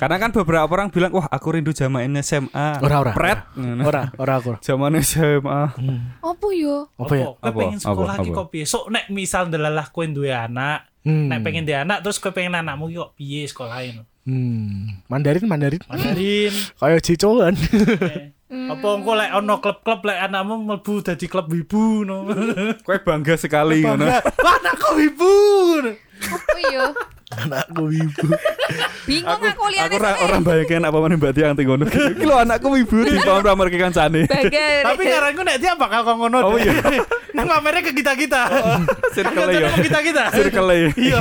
Karena kan beberapa orang bilang, "Wah, aku rindu zaman SMA."
Ora ora.
Pret.
Ora, ora aku.
Zaman SMA.
Apa yo?
Apa ya?
Kowe
Apa?
pengen sekolah
Apa?
iki
Apa?
kok piye? Sok nek misal ndelalah kowe duwe anak,
Hmm.
nek pengen duwe anak terus kowe pengen anakmu iki kok piye sekolahin.
Hmm. Mandarin, Mandarin.
Mandarin.
Kayak cicoan.
Apa engko lek ono klub-klub lek anakmu mlebu dadi klub wibu no.
Kowe bangga sekali ngono.
Wah,
Oh,
anakku wibu.
Apa yo?
Anakku ibu.
Bingung aku lihat
Aku ora ora bayangin apa meneh Mbak Tiang teng ngono. Iki lho anakku ibu di pamra mereka kancane.
Bagar.
Tapi ngaranku nek dia bakal kok ngono.
Oh iya.
Nang pamernya ke kita-kita.
Oh, iya.
Circle
Kantornya
ya.
sama kita-kita.
Circle ya.
Iya.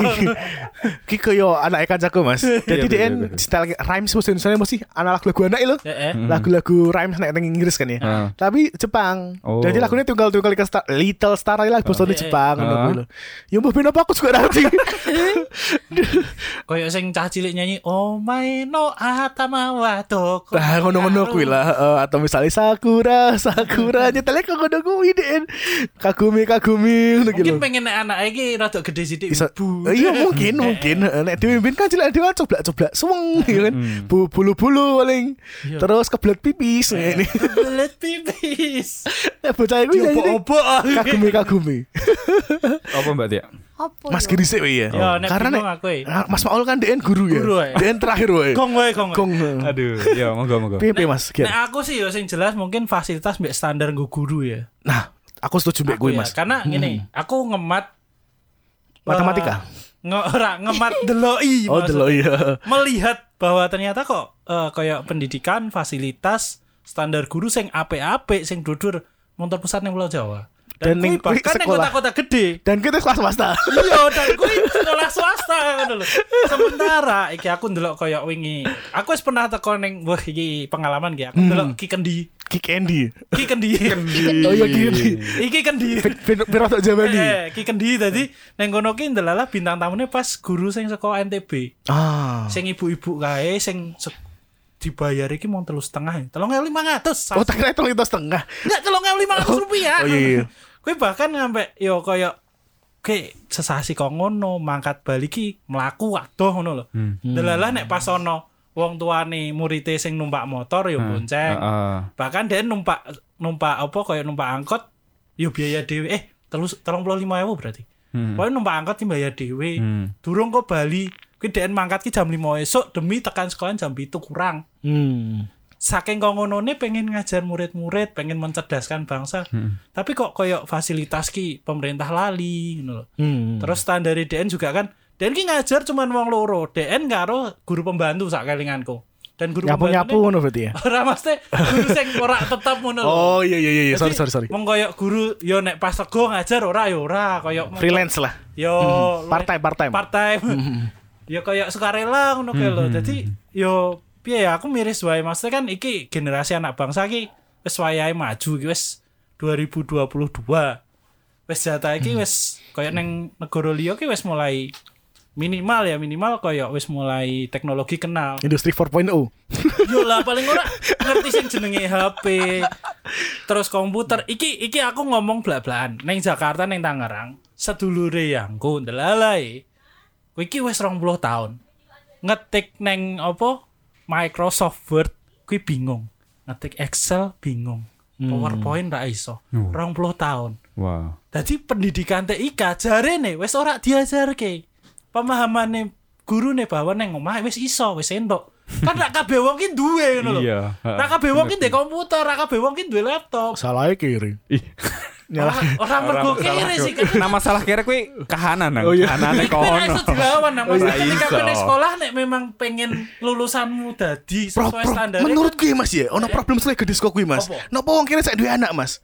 Ki koyo anak ikan jago mas. Jadi dia
Iya, bener, Hmm. bener.
style rhymes mesti misalnya mesti anak lagu anak lo.
Heeh.
Lagu-lagu rhymes nek teng Inggris kan ya.
Ah.
Tapi Jepang.
Oh.
Jadi lagunya tunggal tunggal ke star, Little Star lah bosone
Eh, eh.
Jepang ngono
Ah.
kuwi lho. Ya mbah ben apa aku juga ngerti.
Kayak sing cah cilik nyanyi Oh my no atama wa toko.
Nah ngono-ngono kuwi lah Eh, atau misalnya Sakura, Sakura nyetelnya kok ngono kuwi Den. Kagumi, kagumi ngono gitu.
Mungkin pengen nek anak iki rada gede sithik.
Bisa, iya
Eh.
mungkin mungkin nek diwimpin kan cilik dewa coblak-coblak suweng
Hmm.
gitu kan. Bu- Bulu-bulu paling.
Iya.
Terus kebelet pipis
Eh.
ya ini.
Belet pipis.
Nek bocah iku ya ini
Opo-opo.
kagumi kagumi.
Apa Mbak Tia?
Apa
Mas
ya?
Giri sih ya.
Ya, nek
Karena
bingung aku, eh.
Ah, Mas Maul kan DN guru ya.
Guru, eh.
DN terakhir wae.
Gong wae gong. wae.
Gong.
Aduh, ya monggo monggo.
Piye piye, Mas? Gir?
Nah aku sih yo sing jelas mungkin fasilitas mbek standar nggo guru ya.
Nah, aku setuju mbek
Aku
gue
ya,
Mas. Hmm.
Karena gini, aku ngemat
Matematika.
eh, nge ora ngemat deloi.
Oh,
maksud-
delok ya.
Melihat bahwa ternyata kok eh, kayak pendidikan, fasilitas, standar guru sing apik-apik sing dudur montor pusat ning Pulau Jawa.
Dan
Dan,
ning-
kuwi bahkan ning
sekolah.
kota-kota gede.
Dan kita kelas swasta.
Iya, dan kuwi sekolah swasta ngono lho. Sementara iki aku ndelok koyo wingi. Aku wis pernah teko ning wah iki pengalaman ki aku ndelok Ki Kendi.
Kick Andy.
Hmm. Ki Kendi.
Oh iya Ki Andy.
iki Kendi.
Piro tok Jamani.
Eh, Ki Kendi tadi neng kono ki ndelalah bintang tamune pas guru sing saka NTB.
Ah.
Sing ibu-ibu kae sing se- dibayar iki mau telus setengah. Telung ewu lima ratus.
Oh, tak kira itu lintas tengah.
Enggak telung ewu lima ratus rupiah.
Oh, iya, iya.
Kue bahkan ngampe yo koyo Oke, sesasi kok ngono, mangkat balik ki mlaku waduh ngono lho.
Hmm.
Delalah nek pas ono wong tuane murite sing numpak motor yo bonceng.
Hmm. Heeh.
Bahkan dia numpak numpak apa koyo numpak angkot yo biaya dhewe eh telus 35.000 berarti.
Hmm.
Pokoknya numpak angkot ki bayar dhewe.
Hmm.
Durung kok Bali, kuwi dhek mangkat ki jam 5 esuk demi tekan sekolah jam 7 kurang.
Hmm.
saking kok ngonone pengen ngajar murid-murid, pengen mencerdaskan bangsa.
Hmm.
Tapi kok koyok fasilitas ki pemerintah lali ngono lho.
Hmm.
Terus standar DN juga kan. DN ki ngajar cuman wong loro, DN karo guru pembantu sak kelinganku. Dan guru
Nyapu-nyapu
pembantu
ngono berarti ya.
ora mesti guru sing ora tetep ngono lho.
Oh iya iya iya, iya, sorry
Jadi,
sorry sorry.
Wong koyok guru yo nek pas sego ngajar ora yo ora, koyok
Freelance lah.
yo
Part time part time.
part time ya kayak sukarela ngono kae lho dadi yo piye ya aku miris wae maksudnya kan iki generasi anak bangsa ki wis wayahe maju ki wis 2022 wis jatah iki wis kayak neng negara liya ki wis mulai minimal ya minimal kayak wis mulai teknologi kenal
Industri oh. 4.0.
yo lah paling ora ngerti sing jenenge HP terus komputer iki iki aku ngomong blak-blakan neng Jakarta neng Tangerang sedulure yangku ndelalai kuwi iki wis 20 tahun ngetik neng apa Microsoft Word kuwi bingung ngetik Excel bingung PowerPoint ra iso 20 tahun
Wah.
Jadi pendidikan TIK jare nih wes ora diajar ke pemahamannya guru nih bahwa neng omah wes iso wes endok kan rak kabeh wong ki duwe ngono lho
Iya, heeh.
rak kabeh wong ki ndek komputer rak kabeh wong ki duwe laptop
Salahnya ya, kiri.
Ih.
Nyalah.
Ora- ora mergo kere sih kan
Nah masalah kira kuwi kahanan nang.
Oh, iya.
Kahanane
Iki ora iso
kono.
dilawan nah Mas.
iya.
ketika
Iso.
kowe neng sekolah nek memang pengen lulusanmu dadi
Pro,
sesuai kan.
pro,
standar
menurut gue mas ya, ono problem selain gede kok gue mas.
Apa?
Napa wong kene saya dua anak mas?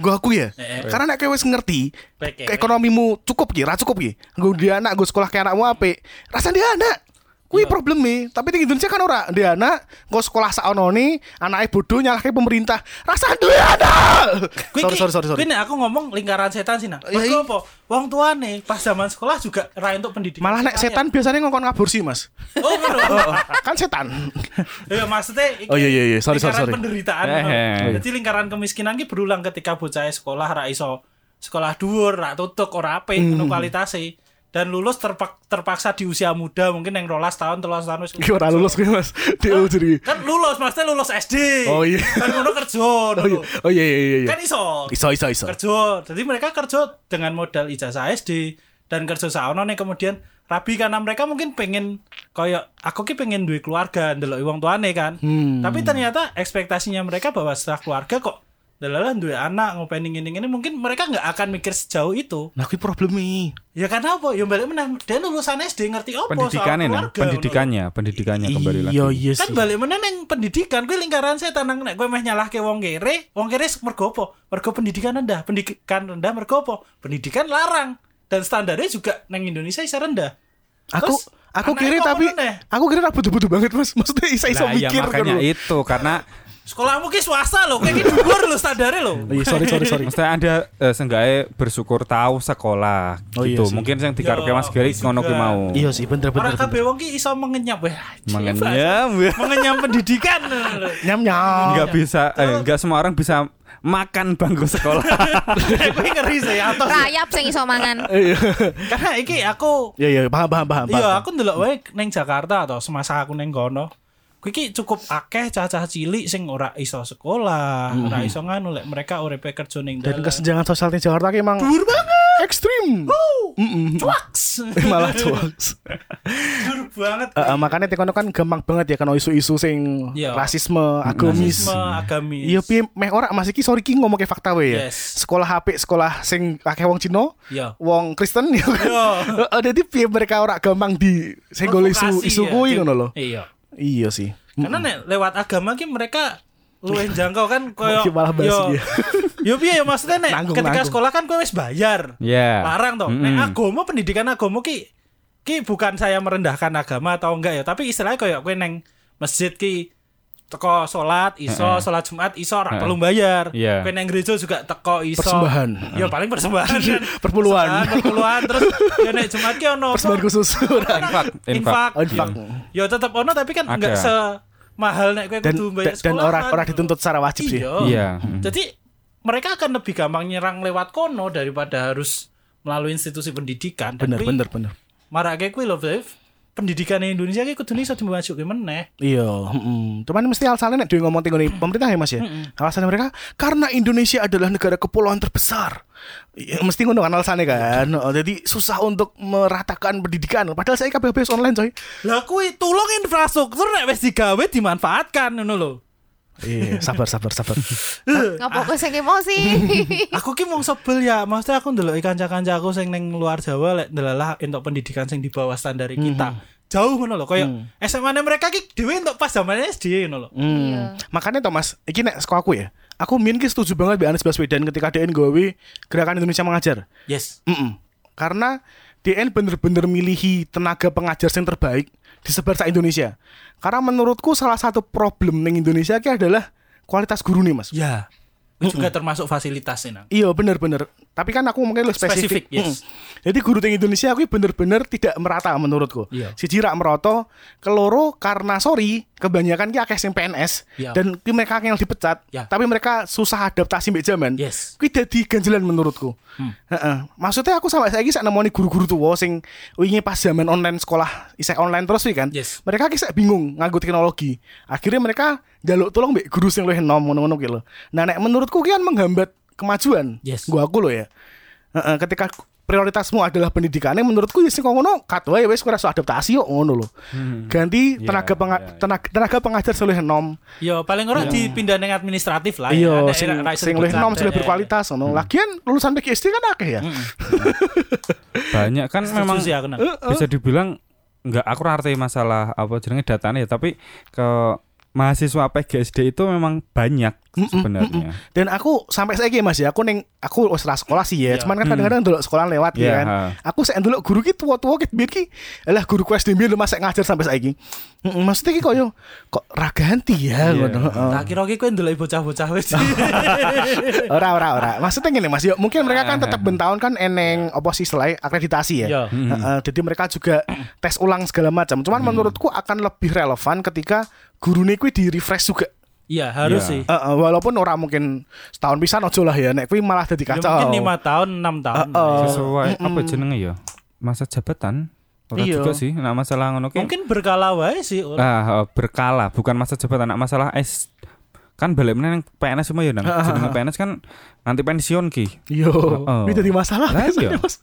Gue aku ya,
Eh, eh.
karena nek kowe wis ngerti
Peke.
ke ekonomimu cukup ki, ra cukup ki. Gue dia anak, gue sekolah ke anakmu apik. Rasa dia anak.
Iya.
Kuwi probleme, tapi di Indonesia kan ora dia anak, gue sekolah saonone, anaknya bodoh nyalahke pemerintah. Rasa dia anak. sorry sorry sorry sorry.
Kuwi nek aku ngomong lingkaran setan sih nah.
Iya, iya.
Mergo apa? Wong tuane pas zaman sekolah juga ra entuk pendidikan. ya.
Malah nek setan biasanya ngongkon ngabur sih mas.
Oh, ngono.
kan setan.
Ya maksudnya iki
Oh, iya, iya, iya. Sorry,
lingkaran
sorry, sorry.
penderitaan.
Eh, eh.
Jadi lingkaran kemiskinan ki berulang ketika bocah sekolah ra iso sekolah dhuwur, ra tutuk, ora apik
Hmm.
ngono kualitase dan lulus terpak- terpaksa di usia muda mungkin yang rolas tahun telulas tahun wis-
Gue ora lulus gue mas, dia jadi.
kan lulus maksudnya lulus SD
Oh, iya.
kan ngono kerja
Oh iya,
ngono.
oh iya iya iya. iya.
kan iso
Iso iso iso.
kerja jadi mereka kerja dengan modal ijazah SD dan kerja saono nih kemudian rabi karena mereka mungkin pengen koyo aku ki pengen duwe keluarga ndelok wong tuane kan tapi ternyata ekspektasinya mereka bahwa setelah keluarga kok Dalalah duwe anak ngopeni ngene ngene mungkin mereka nggak akan mikir sejauh itu.
Nah, kuwi probleme.
Ya karena apa? Ya balik menang. Dia lulusan SD ngerti apa
pendidikannya nah,
keluarga, ngono
pendidikannya pendidikannya kembali lagi
Iya, iya
lho.
sih.
Kan balik meneh nang pendidikan kuwi lingkaran setan nang nek kowe meh nyalahke wong kere, wong kere mergo apa? Mergo pendidikan rendah. Pendidikan rendah mergo apa? Pendidikan larang dan standarnya juga nang Indonesia isa rendah.
Aku
Terus,
aku kira
anaknya kok ya?
tapi
meneh?
aku kira aku butuh-butuh banget Mas. Maksudnya isa iso
lah iya
mikir kan.
makanya
lho.
itu karena
sekolahmu ki swasta loh, kayak gini dhuwur lho standarnya loh.
Oh, Iya, sorry sorry sorry.
Maksudnya anda eh, seenggaknya bersyukur tahu sekolah
Oh, iya
gitu.
sih.
Mungkin yang dikarepe
Ya,
Mas Gary
iya
ngono ki
juga.
mau.
Iya sih, bener-bener.
Orang kabeh wong ki iso mengenyam weh. anjing,
Iya.
Mengenyam.
Pak. Mengenyam pendidikan. lho.
Nyam-nyam.
Enggak bisa eh, enggak semua orang bisa makan bangku sekolah.
Kowe ngeri sih atos.
Rayap sing iso mangan.
Iya.
Karena iki aku
Iya, iya, paham paham paham.
iya
paham.
aku ndelok wae neng Jakarta atau semasa aku neng kono. Kuwi ki cukup akeh cacah cilik sing ora iso sekolah, ora iso nganu lek mereka uripe kerja ning
Mm-hmm. Dan
dalan.
kesenjangan sosialnya Jakarta ki emang
Dhuwur banget.
ekstrim. Mm-mm.
Waks.
Eh, Malah cuaks.
Dhuwur banget.
Eh, eh, makanya tekono kan gampang banget ya kan isu-isu sing
Iya.
rasisme, agamis.
Rasisme, agamis.
Iya piye meh ora Mas iki sorry ki ngomong ke fakta wae ya.
Yes.
Sekolah HP sekolah sing akeh wong Cina,
Iya.
wong Kristen ya kan.
Iya.
Heeh, Dadi piye mereka ora gampang di senggol isu
Provokasi
isu
ya.
kuwi ngono lho.
Iya.
Iya sih.
Karena nek lewat agama ki mereka luwih jangkau kan koyo
Iya. Malah bahas
yo.
iki.
Yo piye ya maksudnya nek
Nanggung,
ketika
nanggung. Iya.
sekolah kan kowe wis bayar.
Ya.
Larang toh.
Eh,
Nek
Mm-mm.
agama pendidikan agama ki ki bukan saya merendahkan agama atau enggak ya, tapi istilahnya koyo kowe neng masjid ki teko salat iso salat Jumat iso ora perlu bayar.
Iya.
Kowe neng gereja juga teko iso.
Persembahan.
Ya paling persembahan. kan.
Perpuluhan.
Persembahan, Perpuluhan Iya. terus ya nek Jumat ki ono apa?
Persembahan khusus ora.
Infak, infak.
infak.
Oh, infak.
Ya tetap ono tapi kan
Ada.
enggak se mahal nek kowe
Dan
kudu bayar
dan- dan
sekolahan.
orang orang dituntut secara wajib sih.
Iya.
Iya.
Jadi mereka akan lebih gampang nyerang lewat kono daripada harus melalui institusi pendidikan. Dan
Bener
kui-
bener bener.
Marake kuwi lho, Dev. Pendidikan Indonesia ki kudune iso dimasukke meneh.
Iya, mm-mm. cuman mesti alasannya nek dhewe ngomong tinggal pemerintah ya Mas ya. Alasannya mereka karena Indonesia adalah negara kepulauan terbesar. Iya, mesti ngono kan alasannya kan. Oh, Jadi susah untuk meratakan pendidikan. Padahal saya KBBS online coy.
Lah kuwi tulung infrastruktur nek wis digawe dimanfaatkan ngono lho.
Iya, sabar sabar sabar.
Ngopo kowe sing emosi?
Aku ki mong sebel ya, maksudnya aku ndelok kanca-kancaku sing ning luar Jawa lek ndelalah entuk pendidikan sing di bawah standar
Hmm.
kita. Jauh ngono lho, koyo SMA-ne mereka ki dhewe entuk pas zamane SD ngono lho.
Hmm. Makanya toh Mas, iki nek sekolah aku ya. Aku min ki setuju banget mbek Anies Baswedan ketika DN gawe gerakan Indonesia mengajar.
Yes.
Mm-mm. Karena DN bener-bener milihi tenaga pengajar yang terbaik di sebar sa Indonesia. Karena menurutku salah satu problem ning Indonesia ki adalah kualitas guru nih mas.
Ya. Juga
Hmm.
termasuk fasilitas ini. Nang.
Iya bener-bener. Tapi kan aku mungkin lebih spesifik.
Spesifik,
Mm.
yes.
Jadi guru ning Indonesia aku bener-bener tidak merata menurutku.
Iya.
Siji rak meroto, keloro karena sorry kebanyakan ki akeh sing PNS
Iya.
dan ki mereka yang dipecat.
Iya.
Tapi mereka susah adaptasi mbek zaman.
Yes.
Kuwi dadi ganjelan menurutku.
Hmm.
Heeh. Maksudnya aku sampai saiki sak nemoni guru-guru tua sing wingi pas zaman online sekolah isek online terus sih kan.
Yes.
Mereka kisah bingung nganggo teknologi. Akhirnya mereka jaluk tolong mbek guru sing luwih enom ngono-ngono ki lho. Nah nek menurutku ki kan menghambat kemajuan.
Yes.
Gua aku lo ya. Heeh, ketika prioritasmu adalah pendidikannya menurutku ya sing kok ngono kat wae wis ora usah adaptasi yo ngono lho.
Hmm.
Ganti
Iya,
tenaga penga- tenaga, tenaga pengajar sing luwih enom.
Yo paling ora dipindah neng administratif lah.
Ya.
ya.
Iya,
Ah, Ada-
sing
ada- ada-
sing luwih
ada-
enom sing
ada- ada- ya. Hmm.
luwih berkualitas ngono. Lagian lulusan PGSD kan akeh ya.
Banyak kan
Setuju
memang
sih aku, Nang.
bisa dibilang nggak aku ora ngerti masalah apa jenenge datanya ya, tapi ke mahasiswa PGSD itu memang banyak sebenarnya.
Dan aku sampai saya Mas ya, aku neng aku wis ra sekolah sih ya.
Iya.
Cuman kan kadang-kadang dulu sekolah lewat
Iya,
ya kan.
ha.
Aku saya dulu guru ki tua-tua ki biyen ki. Alah guru ku SD biyen lu masih ngajar sampai saiki. Heeh, maksudnya ki koyo kok ra ganti ya
Iya.
ngono. Heeh.
Tak kira kowe ndelok bocah-bocah wis.
Ya. ora ora ora maksudnya gini mas yo mungkin mereka kan tetap bentahun kan eneng apa sih selain akreditasi ya
Ah, Iya.
Heeh, jadi mereka juga tes ulang segala macam cuman
Hmm.
menurutku akan lebih relevan ketika guru kuwi di refresh juga
Iya, harus
Ya.
Iya.
sih.
Heeh, Eh, walaupun ora mungkin setahun pisan ojo lah ya nek kuwi malah jadi
Ya,
kacau
mungkin 5 tahun, 6 tahun.
Sesuai apa jenenge ya? Masa jabatan? Ora
Iya.
juga sih. Nah, masalah ngono ki
Mungkin berkala wae sih.
Nah,
Ora.
Ah, eh, berkala, bukan masa jabatan, nah, masalah es kan balik meneh nang PNS semua ya nang jenenge PNS kan nanti pensiun ki.
yo
Oh.
ini
Heeh.
jadi masalah
Oh. Lah,
biasanya,
iya.
Mas.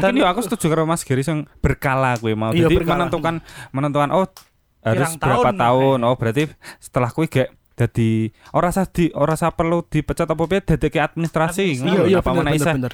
Mungkin ya aku setuju karo Mas Giri yang berkala gue mau.
Iya,
Jadi
berkala.
menentukan menentukan oh harus
Pirang
berapa
tahun,
tahun. Oh, berarti setelah kue gak dadi ora usah di ora usah perlu dipecat apa piye dadi ke administrasi
Iya, iya,
apa
bener,
mana
bener,
isih
bener.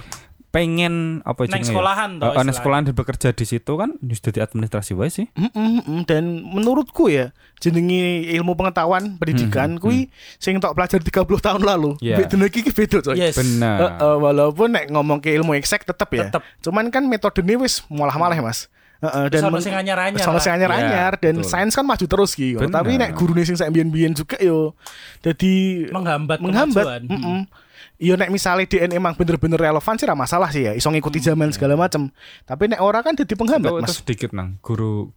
pengen apa
Neng
jenenge ya?
sekolahan
Eh, eh,
toh,
neng
istilahnya.
sekolahan dan bekerja di situ kan wis dadi administrasi wae sih
Mm, mm, mm. dan menurutku ya jenenge ilmu pengetahuan pendidikan kui sing tok pelajar 30 tahun lalu.
Hmm. Iya. Nah.
Yeah. Beda iki beda coy.
Yes.
benar
Eh, eh, walaupun nek ngomong ke ilmu eksek tetep ya.
Tetep.
Cuman kan metodenya wis malah-malah Mas. Eh, eh, dan
Sono
men-
sing anyar-anyar
sono
lah.
sing anyar-anyar
Iya,
dan
betul.
sains kan maju terus gitu.
Bener.
Tapi nek gurune sing sak biyen-biyen juga yo. Jadi
Menghambat
menghambat.
kemajuan. Hmm.
Mm-mm. Yo nek misalnya DN emang bener-bener relevan sih ra masalah sih ya. Iso ngikuti
Hmm.
zaman segala macem Tapi nek ora kan jadi penghambat,
Itu, itu
Mas.
sedikit nang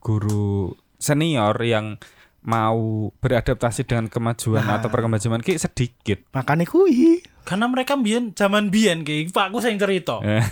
guru-guru senior yang mau beradaptasi dengan kemajuan
Nah.
atau perkembangan ki sedikit.
Makane kui.
Karena mereka biyen zaman biyen ki, Pak aku sing cerita.
Oh.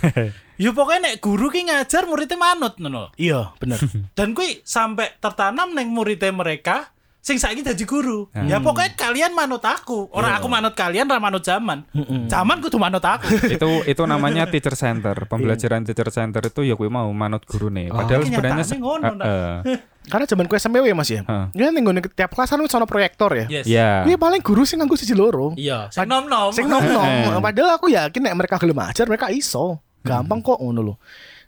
Ya pokoknya nek guru ki ngajar muridnya manut ngono.
Iya, bener.
Dan kui sampai tertanam neng muridnya mereka sing saiki jadi guru.
Hmm.
Ya pokoknya kalian manut aku. Orang aku manut kalian, ora manut zaman. Zaman kudu manut aku.
itu itu namanya
Iya.
teacher center. Pembelajaran teacher center itu ya kuwi mau manut gurune.
Oh.
Padahal
Tapi
sebenarnya
kenyataannya ngono,
eh, eh,
Karena zaman ku SMP ya Mas ya.
Heeh.
Ya ning nggone tiap kelas kan wis ana proyektor ya.
Yes.
ya.
Kuwi paling guru sing nganggo siji loro.
Iya, sing nom-nom.
Sing nom nom.
Heeh.
Padahal aku yakin nek mereka gelem ajar mereka iso. Gampang kok ngono lho.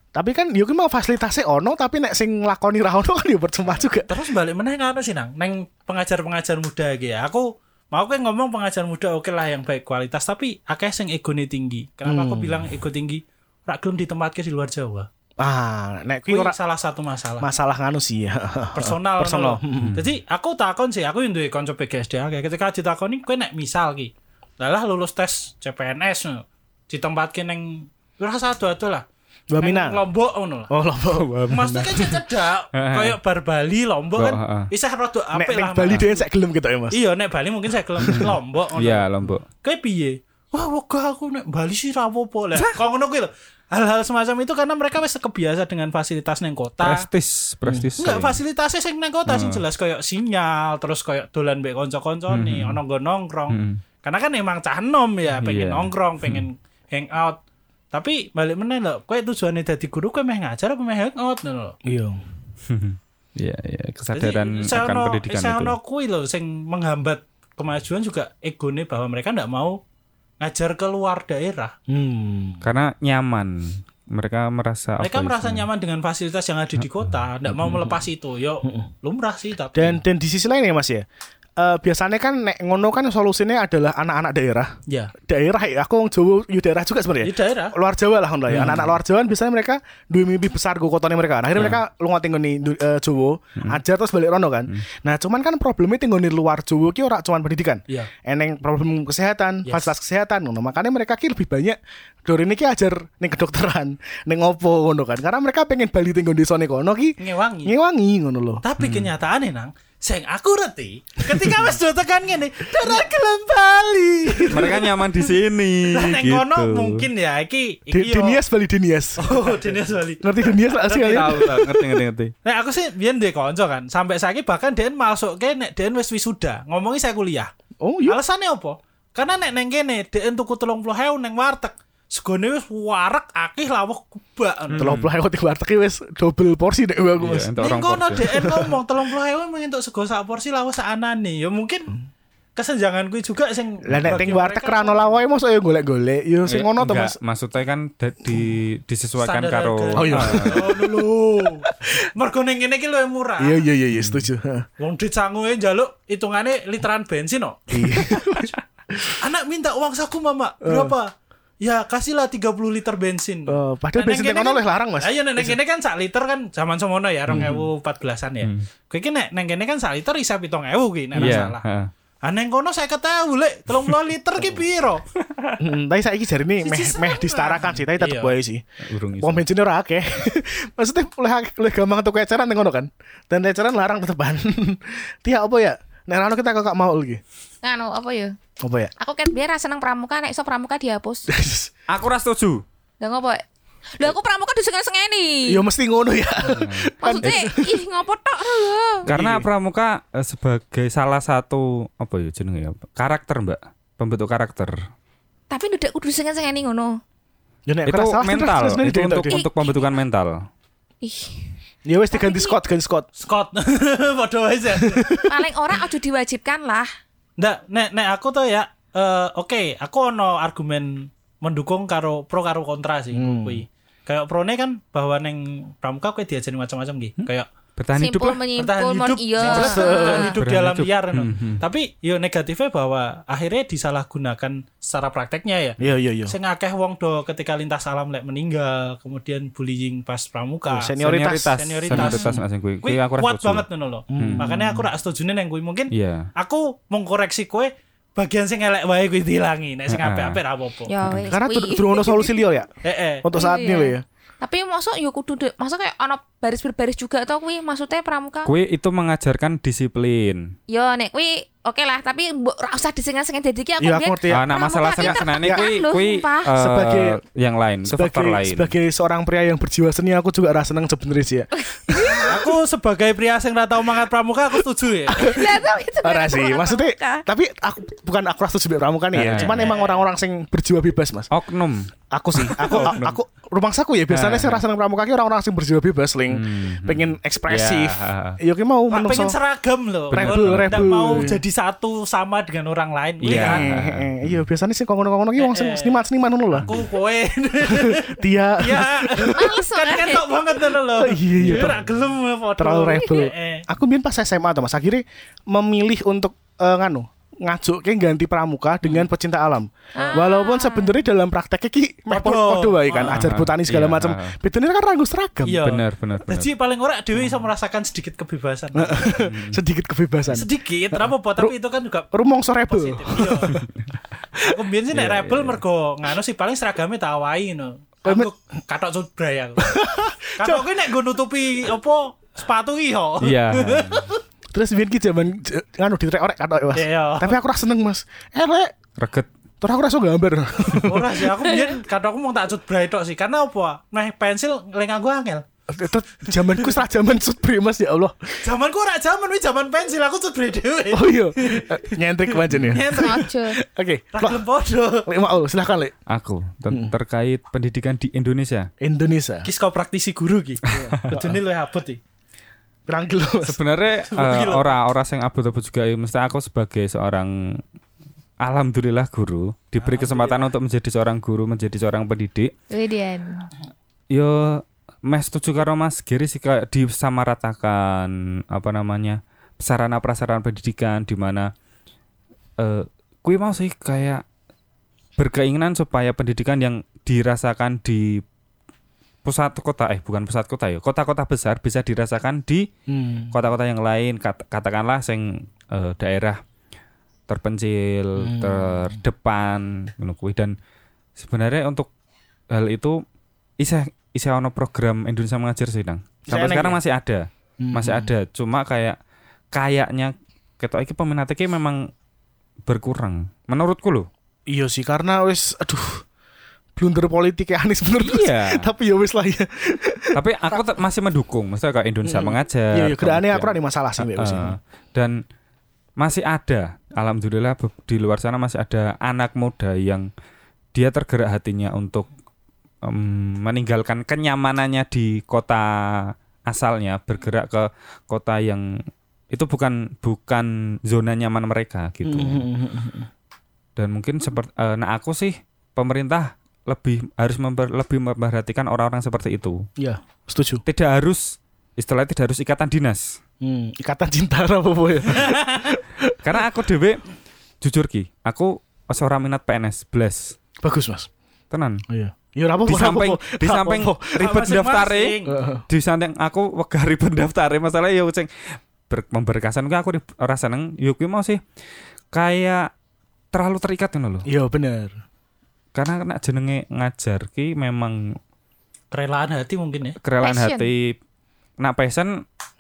Tapi kan yo ki mau fasilitasnya ono tapi nek sing lakoni ra ono kan yo percuma juga.
Terus balik meneh ngapa sih nang? Neng pengajar-pengajar muda iki ya. Aku mau kan ngomong pengajar muda oke lah yang baik kualitas tapi akeh sing egone tinggi. Kenapa
Hmm.
aku bilang ego tinggi? Rak gelem ditempatke di luar Jawa.
Ah, nek kuwi
Kuwi
ora
salah satu masalah.
masalah nganu sih ya.
personal
Personal. Hmm.
ngono lho. Jadi aku takon sih, aku yang duwe kanca PGSD akeh. Ketika ditakoni kowe nek misal ki, lah lah lulus tes CPNS ngono. ditempatke ning ora satu atuh lah.
Wamena.
Neng Lombok ngono lah.
Oh, lho.
Maksudnya kan cedak, kayak bar Bali Lombok kan
Heeh.
isih rada
Nek
apik
ning
lah.
Bali
malah.
dhewe sak gelem gitu ya Mas.
Iya nek Bali mungkin saya gelem Lombok ngono.
Iya, Lombok.
Kayak piye? Wah, wegah aku nek Bali sih ra apa-apa lah. Kok ngono kuwi lho. Hal-hal semacam itu karena mereka wis kebiasa dengan fasilitas ning kota.
Prestis, prestis.
Hmm. Enggak fasilitasnya sing nang kota
Hmm.
sing jelas koyo sinyal, terus koyo dolan mbek kanca-kanca nih,
Hmm.
ono nggo nongkrong. Karena kan emang cah enom ya, pengen
Iya.
nongkrong, pengen hang out. Tapi balik meneh lho, kowe tujuane dadi guru kowe meh ngajar apa meh hang out lho.
Iya.
Iya, iya, kesadaran akan pendidikan
saya
itu.
ono kuwi lho sing menghambat kemajuan juga egone bahwa mereka ndak mau ngajar keluar daerah.
Hmm.
Karena nyaman. Mereka merasa
Mereka
apa ya,
merasa
istilahnya?
nyaman dengan fasilitas yang ada di kota, ndak mau melepas itu. Yo, lumrah sih tapi.
Dan dan di sisi lain ya Mas ya. Eh biasanya kan nek ngono kan solusinya adalah anak-anak daerah.
ya,
Daerah ya, aku wong Jawa, yo daerah juga
Ya.
sebenarnya. ya.
di daerah.
luar Jawa lah lah ya.
Hmm.
Anak-anak luar Jawa kan biasanya mereka duwe mimpi besar go kotone mereka. Nah, akhirnya
Hmm.
mereka lu ngoting ngene uh, Jawa, ajar terus balik rono kan.
Hmm.
Nah, cuman kan problemnya tinggal di luar Jawa ki ora cuman pendidikan.
Iya.
Eneng problem kesehatan,
Yes.
fasilitas kesehatan ngono. Makanya mereka ki lebih banyak dori ini ki ajar ning kedokteran, ning opo ngono kan. Karena mereka pengen bali tinggal di sone kono ki
Ngewangi.
ngewangi ngono loh.
Tapi
Hmm.
kenyataannya nang, sing aku reti, ketika wis do tekan ngene, darah gelem Bali.
Mereka nyaman di sini.
Neng
gitu.
kono mungkin ya iki
Di- Nah.
iki yo-
Dinias bali Dinias.
Oh, Denias Bali.
Ngerti Dinias lah sih ya? kalian?
Tahu, tahu, ngerti, ngerti, ngerti.
Nah, aku sih biyen duwe kanca kan, sampai saiki bahkan Dean masuk ke nek Dean wis wisuda, ngomongi saya kuliah.
Oh, iya.
Alasannya apa? Karena nek neng kene Dean tuku 30.000 neng warteg. Segone wis warek akeh lawuh kubak.
Telung puluh ewu di warteg ki wis double porsi dek aku
Iya,
mas.
untuk
Ning
orang
kono
Porsi.
DN ngomong 30.000 mung entuk sego sak porsi lawuh sak anane. Ya mungkin kesenjangan kuwi juga sing
Hmm. Lah nek
bagi
teng warteg
Iya, mereka- Iya,
rano lawoke mosok ya golek-golek yo sing
Eh,
ngono to
enggak,
Mas.
Maksudnya kan da- di, disesuaikan
Standar
karo Ah,
harga.
Oh, iya.
Oh, lho. Mergo ning ngene iki luwih murah.
Iya iya iya iya, setuju. Ha.
Wong duit sanguke njaluk hitungane literan bensin no.
Iya.
Anak minta uang saku mama. Berapa? Ya kasihlah 30 liter bensin.
Eh, padahal bensin
kene
yang ono
kan-
oleh larang, Mas. Hmm.
Ayo nek kene kan sak liter kan zaman semono ya 2014-an ya. Kowe iki nek neng kene kan sak liter isa 7000 ki nek ora
Iya,
salah.
heeh.
Ah neng kono 50.000 lek 30 liter ki piro?
Mm, tapi saiki jare ini meh
Siji
meh
sama.
disetarakan sih, tapi tetep
Iya.
wae sih.
Urung iso.
Wong bensinnya ora akeh. Maksudnya oleh oleh gampang tuku eceran teng ngono kan. Dan eceran larang tetepan. Tia apa ya? Nek rano kita kakak mau lagi.
Nganu apa ya?
Apa ya?
Aku kan biar ra seneng pramuka nek iso pramuka dihapus.
Aku ora setuju.
Lah ngopo? Lah aku pramuka disengeni-sengeni.
Yo mesti ngono ya.
Hmm.
Kan-
Maksudnya ih ngopo tok lho.
Iya.
Karena pramuka eh, sebagai salah satu apa ya jenenge ya? Karakter, Mbak. Pembentuk karakter.
Tapi ndak kudu disengeni-sengeni ngono.
Yo Ya nek
itu
ora salah
mental.
terus- terus nih
itu
dari
untuk
tadi.
untuk pembentukan mental.
Ih,
Ya wis diganti Scott, ganti Scott.
Scott. Padha wae. Zek.
paling ora aja diwajibkan lah.
Ndak, nek nek aku tuh ya eh, oke, aku ono argumen mendukung karo pro karo kontra sih
Hmm.
kuwi. Kayak pro kan bahwa neng pramuka kowe diajeni macam-macam nggih.
Hmm?
Kayak
bertahan hidup
simpul
lah
menyimpul
bertahan
mon
hidup,
iya
simpel, bertahan hidup di
Bertahan
alam
hidup.
liar no.
Hmm, hmm.
Tapi yo negatifnya bahwa akhirnya disalahgunakan secara prakteknya ya.
Iya iya iya.
Sing akeh wong do ketika lintas alam lek meninggal, kemudian bullying pas pramuka.
Oh, senioritas.
Senioritas.
senioritas asing kuwi
Kuwi
kuwi aku setuju.
kuat
Hmm.
banget ngono lho. Makanya aku rak setuju neng kuwi mungkin
iya
aku mengkoreksi kue bagian sing elek wae kuwi diilangi nek sing
Heeh.
apik-apik ra apa-apa. Eh,
ya wis
Karena
kuwi.
tuh ono solusi liyo ya
Heeh.
untuk saat ini
Iya.
loh ya.
tapi masuk yo kudu de- masuk kayak ono baris berbaris juga atau kuwi maksudnya pramuka
kuwi itu mengajarkan disiplin
yo nek kuwi oke lah tapi mbok ra usah disengat-sengat jadi ki aku
Iya aku
biyen-
ngerti ya.
Ah, nah
Pramuka
masalah
itu
senang senane
tertekan
kuwi
loh,
kuwi
sumpah.
eh,
Sebagai-
yang lain itu
Sebagai,
faktor lain
sebagai seorang pria yang berjiwa seni aku juga rasa seneng sebenarnya sih ya.
Aku sebagai pria sing ra tau mangat pramuka aku setuju ya.
Lah, tau itu
Ora
kan
sih,
pramuka.
maksudnya tapi aku bukan aku rasa sebagai pramuka nih ya.
Eh.
Cuman emang orang-orang sing berjiwa bebas, Mas.
oknum
Aku sih, aku
Oh,
aku, aku rumangsaku ya biasanya
Eh.
sing rasa seneng pramuka ki orang-orang sing berjiwa bebas, Ling.
Hmm.
Pengen ekspresif. Ya
Ya.
ki mau
Mak
menungso.
pengen seragam loh.
Rebel,
Ndak
rebel.
mau jadi satu sama dengan orang lain. Kuwi
Iya.
kan.
Eh, eh, Iya, biasanya sih kok ngono-ngono ki wong sing seniman-seniman ngono lah.
Eh, Aku kowe.
Dia
Ya.
Males,
Kan
ora.
kentok banget ngono lho.
Iya, iya.
Ora gelem ya, foto. Iya.
terlalu rebel.
Heeh.
Aku biar pas SMA tuh mas akhirnya memilih untuk eh, nganu ngajuk ganti pramuka dengan
Hmm.
pecinta alam.
Ah.
Walaupun sebenarnya dalam prakteknya ki meh
Podo.
podo wae kan
Ah,
ajar botani segala
iya,
macam.
ah.
Bedanya kan ranggu seragam.
Iya.
benar benar benar.
Jadi paling ora Dewi bisa merasakan sedikit kebebasan.
Nah, Sedikit kebebasan.
Sedikit, kenapa po? Tapi itu kan juga
Rumongso Nah, rebel.
positif. Iya. Aku mbiyen sih
Iya,
nek rebel mergo nganu sih paling seragamnya tak awai no.
Eh,
Aku katok sudbray aku. Katok kuwi nek nggo nutupi apa sepatu iki ho.
iya
Terus biar ki zaman j- nganu diorek-orek kata mas.
Iya.
Tapi aku rasa seneng mas. Elek.
reget
Terus aku rasa gambar.
Ora sih aku mbiyen katok aku mau tak sudbray tok sih. Karena apa? Meh pensil lek nganggo angel.
Terus zamanku serah zaman sutri mas ya Allah.
Zamanku ora zaman kuwi zaman pensil aku sudbray dhewe.
Oh iya. Eh, Nyentrik macam ya.
Ojo.
Oke.
Ra
Lek
gelem podo.
mau silahkan lek.
aku ter-
Hmm.
terkait pendidikan di Indonesia
Indonesia.
Ki kau praktisi guru ki. Bedene luwih abot iki.
Kurang gelus.
sebenarnya eh,
Gila.
ora-ora sing abot-abot juga ya mesti aku sebagai seorang alhamdulillah guru diberi kesempatan untuk menjadi seorang guru menjadi seorang pendidik
Widian.
yo meh setuju karo Mas Giri sih kayak disamaratakan apa namanya sarana prasarana pendidikan di mana eh kui mau sih kayak berkeinginan supaya pendidikan yang dirasakan di pusat kota eh bukan pusat kota ya kota-kota besar bisa dirasakan di
Hmm.
kota-kota yang lain kat- katakanlah sing eh, daerah terpencil terdepan ngono kuwi. dan sebenarnya untuk hal itu isih isih ono program Indonesia mengajar sih Nang. sampai
Isih
sekarang
eneng
masih ada
Hmm,
masih ada cuma kayak kayaknya ketok iki peminatnya kayak memang berkurang menurutku loh
Iya sih karena wis aduh blunder politik ya Anies bener
Iya.
Tapi ya wis lah ya.
tapi aku te- masih mendukung maksudnya kayak Indonesia mengajar
Iya, iya gerane aku
Eh, kemudian-
ora ada masalah sih Mbak, wis.
Eh, dan masih ada alhamdulillah be- di luar sana masih ada anak muda yang dia tergerak hatinya untuk em, meninggalkan kenyamanannya di kota asalnya bergerak ke kota yang itu bukan bukan zona nyaman mereka
eh,
gitu
Mhm.
dan mungkin seperti nah aku sih pemerintah lebih harus memper- lebih memperhatikan orang-orang seperti itu
Iya, setuju.
tidak harus istilahnya tidak harus ikatan dinas
Hmm, ikatan cinta apa apa ya?
Karena aku dhewe jujur ki, aku seorang minat PNS, blas.
Bagus, Mas.
Tenan.
Iya. Ya ora apa-apa.
Di
ora
samping
apa-apa.
di
Ora
samping
apa-apa.
ribet
Masing-masing.
daftare,
Heeh.
di samping aku wegah ribet daftare, masalah ya sing ber- memberkasan kuwi aku rib- ora seneng, yo kuwi mau sih kayak terlalu terikat ngono lho.
Iya bener.
Karena nek jenenge ngajar ki memang
Kerelaan hati mungkin eh? ya.
kerelaan
Passion.
hati. Nak passion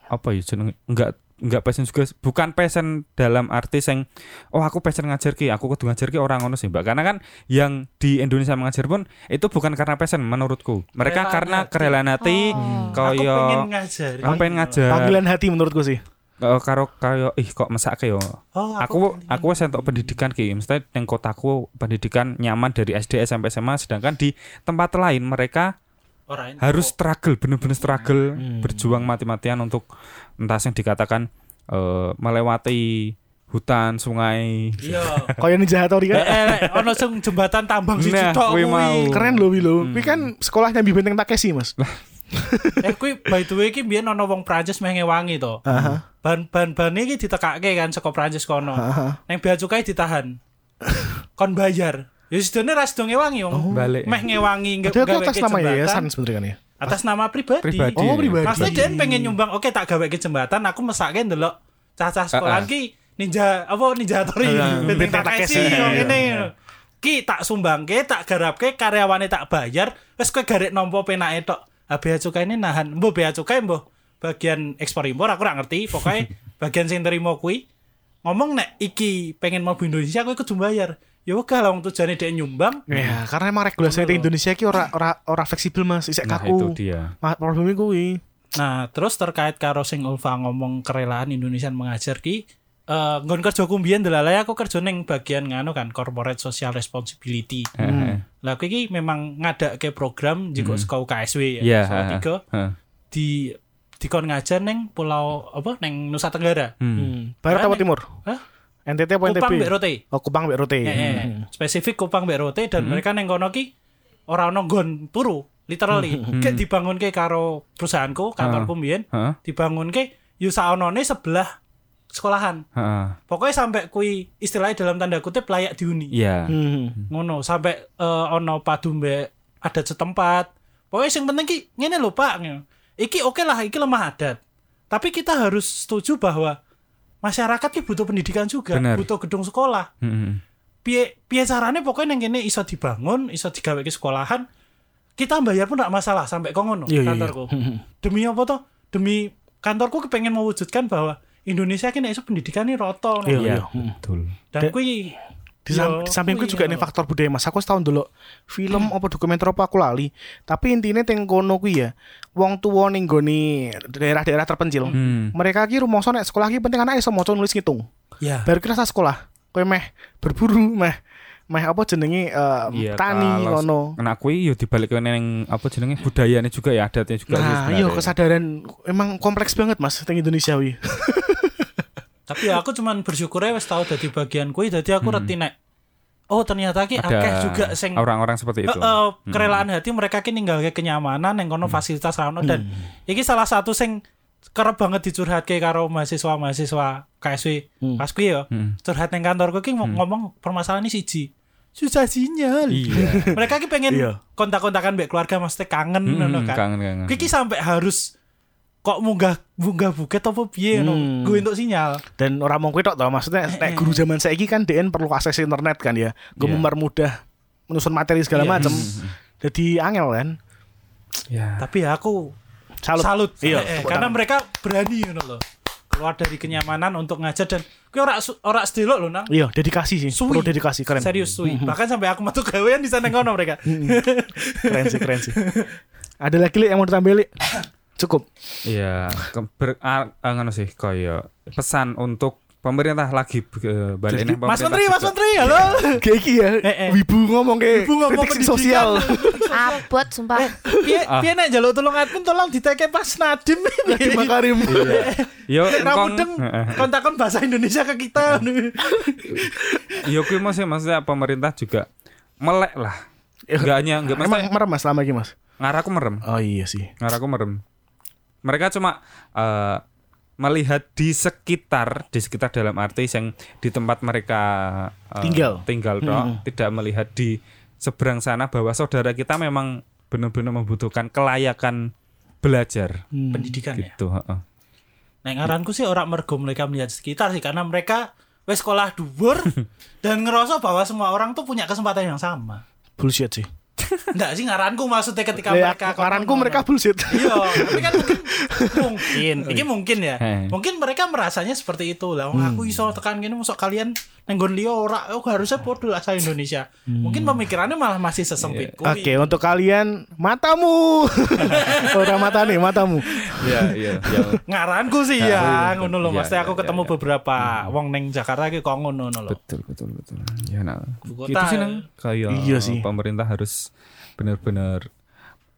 apa ya jenenge enggak enggak passion juga bukan passion dalam arti sing oh aku passion ngajar ki aku kudu ngajar ki orang ngono sih Mbak karena kan yang di Indonesia mengajar pun itu bukan karena passion menurutku mereka
Kerelaan
karena
hati.
kerelaan hati
Oh.
Aku pengen
koyo
ngajar.
aku pengen
Nah.
ngajar
Panggilan hati menurutku sih.
Eh, karo koyo ih kok mesak yo
Oh,
aku
pengen.
aku wis entuk pendidikan ki mesti ning kotaku pendidikan nyaman dari SD SMP SMA sedangkan di tempat lain mereka
Ora entuk.
harus struggle bener-bener struggle berjuang mati-matian untuk entah yang dikatakan eh, melewati hutan, sungai.
Iya.
Kayak Ninja Hattori
Eh,
kan.
eh, eh, ono sing jembatan tambang siji
Nah,
tok
kuwi
kuwi.
mau.
Keren loh Wi lo.
Hmm.
Wi kan sekolah nyambi benteng Takeshi, Mas.
Eh kuwi by the way iki biyen ono wong Prancis meh ngewangi to.
Aha.
Ban ban bane iki ditekake kan saka Prancis kono.
Aha.
Neng bea cukai ditahan. Kon bayar. Ya sedene ras do ngewangi wong.
Balik.
Meh ngewangi nge-
Dia Oh. itu
gawe
atas
ke
nama
jembatan. Iya.
yayasan sebenarnya kan ya.
Atas nama pribadi.
Pribadi.
Oh, pribadi.
Maksudnya dia pengen nyumbang, oke tak gawe ke jembatan, aku mesake ndelok cah-cah
Ah,
sekolah
ah.
ki ninja apa ninja tori benteng
Benteng
takesi
Takeshi.
yo ngene. Ki tak sumbangke, tak garapke, karyawane tak bayar, wis kowe garek nampa penake tok. Ah, Bea cukai ini nahan, mbok bea cukai mbok bagian ekspor impor aku ora ngerti, pokoknya bagian sing terima kuwi ngomong nek iki pengen mau Indonesia kowe kudu bayar. Ya wegah lah wong tujuane dhek nyumbang.
Ya, karena emang regulasi di Indonesia ki ora ora ora fleksibel Mas, isek
Nah,
kaku.
itu dia.
Ma- problemnya kuwi.
Nah, terus terkait karo sing Ulfa ngomong kerelaan Indonesia mengajar ki eh nggon kerja kumbien delalai ya, aku kerja ning bagian nganu kan corporate social responsibility.
Heeh.
Lah kuwi ki memang ngadake program jiko saka
Iya,
UKSW ya. Soal
heeh.
tiga
Heeh.
di dikon ngajar ning pulau apa ning Nusa Tenggara.
Hmm.
Barat
Karena
apa
nek-
timur?
Hah?
NTT apa NTB?
Kupang Mbak Rote.
Oh, Kupang Mbak Rote.
Eh, eh, spesifik Kupang Mbak Rote dan
Hmm.
mereka neng kono ki ora ono nggon turu literally.
Hmm.
Kayak dibangunke karo perusahaanku, kantorku mbiyen.
Heeh.
dibangun ke yusaonone sebelah sekolahan
Heeh.
pokoknya sampai kui istilahnya dalam tanda kutip layak diuni
Iya.
Hmm.
ngono sampai eh, ono padumbe adat setempat pokoknya yang penting ki ngene lho pak Ngene. iki oke lah iki lemah adat tapi kita harus setuju bahwa masyarakat ki butuh pendidikan juga
Bener.
butuh gedung sekolah
Heeh.
piye piye carane pokoknya neng kene iso dibangun iso digawe ke sekolahan kita bayar pun gak masalah sampai kau ngono
Iya, iya, iya.
kantorku demi apa toh demi kantorku kepengen mewujudkan bahwa Indonesia kini iso pendidikan ini roto no.
Iya,
Iya.
iya. Hmm.
Betul.
dan kui
Di, sam-
yo,
di samping
kui
kuwi juga ini
ngono.
faktor budaya Mas. Aku setahun dulu film apa dokumenter apa aku lali. Tapi intinya teng kono kuwi ya, wong tuwa ning gone daerah-daerah terpencil.
Hmm.
Mereka ki rumangsa nek sekolah ki penting anak iso maca nulis ngitung.
ya
Baru kira sa sekolah, kowe meh berburu meh meh apa jenenge eh, tani
kalau
ngono.
Nah, kuwi yo dibalik ke neng apa jenenge budayane juga ya, adatnya juga sih
Nah,
sebenarnya.
iya kesadaran emang kompleks banget Mas teng Indonesia wi.
tapi ya aku cuman bersyukurnya wes tahu dari bagian kui jadi aku reti nek oh ternyata ki akeh
Hmm. Ada
juga sing
orang-orang seperti itu. Hmm.
Eh, eh, kerelaan hati mereka kini ninggalke kenyamanan yang kono fasilitas rano dan iki salah satu sing kerep banget dicurhatke karo mahasiswa-mahasiswa KSW pas kuwi ya
Hmm.
curhat neng kantorku ki ngom- ngomong permasalahan ini siji susah sinyal
Iya.
mereka ki pengen
Iya.
kontak-kontakan mbek keluarga mesti kangen ngono
Hmm,
kan
Kangen-kangen.
Kuwi ki sampai harus kok munggah munggah buket apa piye
Hmm.
gue untuk sinyal
Dan orang mau kuitok tau maksudnya nek guru zaman saiki kan DN perlu akses internet kan ya. Gue
Iya.
mempermudah menusun materi segala
Iya.
macem. Jadi angel kan.
Ya.
tapi ya aku
Salut.
salut,
Iya,
Eh, eh,
tepuk
karena
tangan.
mereka berani ngono loh keluar dari kenyamanan untuk ngajar dan kuwi ora su- ora sedelok loh nang
Iya, dedikasi sih.
Suwi.
Perlu dedikasi keren. Hmm.
serius sui bahkan sampai aku metu gawean di sana ngono mereka
Keren sih, keren sih. Ada lagi Lik, yang mau ditambah Lik? Cukup.
Iya, ke- ber- a- a- ngono sih koyo pesan untuk pemerintah lagi eh, balik neng
mas
pemerintah
menteri mas
juga.
menteri halo
Kayak iki ya.
Eh, eh.
Wibu ngomong kayak
Wibu ngomong
kritik
pendidikan.
sosial.
Abot sumpah.
Eh, piye
Ah.
piye nek jaluk tolong admin tolong diteke pas Nadim
Nadiem Makarim.
Yo engkong-
Ramudeng kontakon bahasa Indonesia ke kita
Yo kuwi mas ya, maksudnya pemerintah juga melek lah.
Iya.
Enggak hanya enggak
Emang
maksudnya
merem mas lama lagi mas?
ngarahku merem,
Oh iya sih.
ngarahku merem. Mereka cuma eh, melihat di sekitar, di sekitar dalam arti yang di tempat mereka eh,
Tinggal.
tinggal toh,
Hmm.
tidak melihat di seberang sana bahwa saudara kita memang benar-benar membutuhkan kelayakan belajar.
pendidikan
Iya.
ya
gitu heeh.
Nah, ngaranku sih orang mergo mereka melihat sekitar sih karena mereka wes sekolah dhuwur dan ngerasa bahwa semua orang tuh punya kesempatan yang sama.
Bullshit sih.
Enggak sih ngaranku maksudnya ketika
Lihat
mereka
karanku Iya, mereka bullshit.
Iya, tapi kan mungkin mungkin,
Iya.
ini mungkin ya.
Heh.
Mungkin mereka merasanya seperti itu lah. Wong
Hmm.
aku iso tekan gini masuk kalian nenggon liya ora, oh harusnya podo lah saya Indonesia.
Hmm.
Mungkin pemikirannya malah masih sesempit
Iya.
kuwi.
Oke, untuk kalian matamu. Orang mata nih, matamu.
Iya, iya, iya.
Ngaranku sih ya, ngono lho.
Iya,
Mesti
iya,
aku ketemu
iya.
beberapa wong neng Jakarta ki kok ngono ngono lho.
Betul, betul, betul. Ya nah.
Ibu
Gitu
kota.
sih nang kayak
Iya sih.
pemerintah harus benar-benar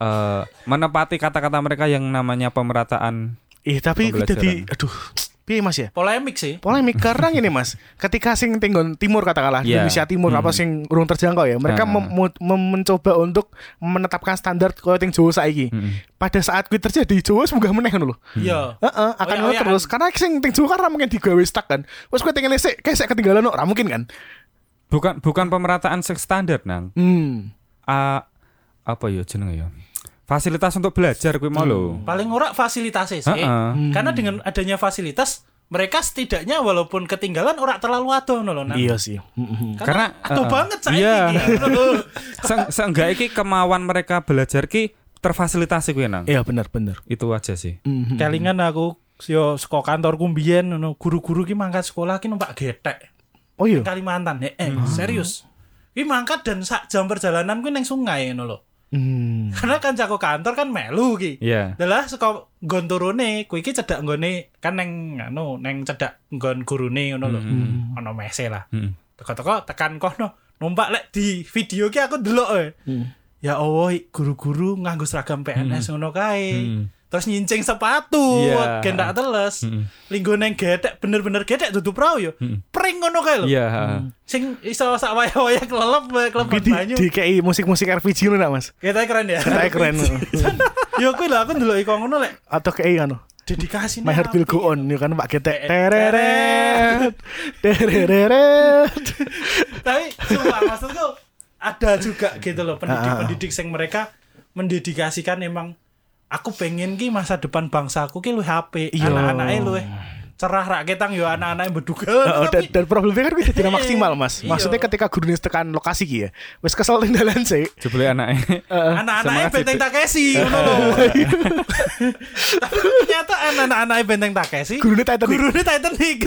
eh menepati kata-kata mereka yang namanya pemerataan.
Ih, tapi
Pembelajaran.
jadi aduh piye Mas ya?
Polemik sih.
Polemik karena ini Mas, ketika sing tinggon timur katakanlah
Iya.
Indonesia Timur apa sing urung terjangkau ya, mereka
Ah.
mem- mu- mem- mencoba untuk menetapkan standar koyo ting Jawa saiki.
Hmm.
Pada saat kuwi terjadi Jawa semoga meneh ngono lho.
Yo.
Heeh, akan
Oyak-oyakan.
ngono terus karena sing ting Jawa kan mungkin digawe stuck kan. Wes kowe tinggal sik kayak sik ketinggalan ora mungkin kan.
Bukan bukan pemerataan seks standar nang.
Hmm.
Ah, apa ya jenenge ya? Fasilitas untuk belajar kuwi mau lho.
Paling ora fasilitasnya sih.
Heeh.
Karena dengan adanya fasilitas mereka setidaknya walaupun ketinggalan ora terlalu adoh no loh. Nang.
Iya sih. Mm-mm.
Karena
Adoh
heeh.
banget saya
Iya.
ini.
Se- seenggaknya ki kemauan mereka belajar ki terfasilitasi kuwi nang.
Iya benar benar.
Itu aja sih.
Mhm.
Kelingan aku yo saka kantorku mbiyen ngono, guru-guru ki mangkat sekolah ki numpak getek.
Oh iya.
Kalimantan eh,
Hmm.
eh serius. Ki mangkat dan sak jam perjalanan ku ning sungai ngono lho.
Hmm.
Karena kan jago kantor kan melu ki.
Iya.
Ya.
Dalah saka nggon turune kuwi ki cedak nggone kan neng anu neng cedak nggon gurune ngono lho.
Hmm.
Ono mese lah.
Mm.
Teko-teko tekan kono numpak lek di video ki aku delok eh.
Hmm.
Ya Allah, i- guru-guru nganggo seragam PNS ngono kae.
Hmm.
Terus nyincing sepatu,
Iya.
gendak teles.
Mm.
Linggo neng gedek bener-bener gedek tutup prau yo.
Hmm.
Pring ngono kae lho.
Iya.
Sing iso sak waya-waya kelelep kelelep
Di,
banyu.
di KI musik-musik RPG lu nak Mas.
Kita keren ya.
Saya keren.
Yo kuwi lho aku ndelok iko ngono lek
Atau KI anu.
dedikasi
My heart will go on ya kan Pak Getek tereret tereret
Tapi sumpah maksudku ada juga gitu loh
Ah,
pendidik-pendidik yang mereka mendedikasikan emang aku pengen ki masa depan bangsaku ki lu HP
Iya.
anak-anaknya lu cerah rakyatang yo anak-anaknya berduga
Oh,
Ah,
dan, dan problemnya kan kita tidak maksimal mas
Iya.
maksudnya ketika guru ini tekan lokasi ki ya wes kesel tinggalan sih
Jebule anake.
Eh.
Semangat
anak-anaknya benteng
sih.
Takeshi ngono loh.
Iya.
Tapi ternyata anak-anaknya benteng Takeshi
Gurune Titanic.
gurune Titanic.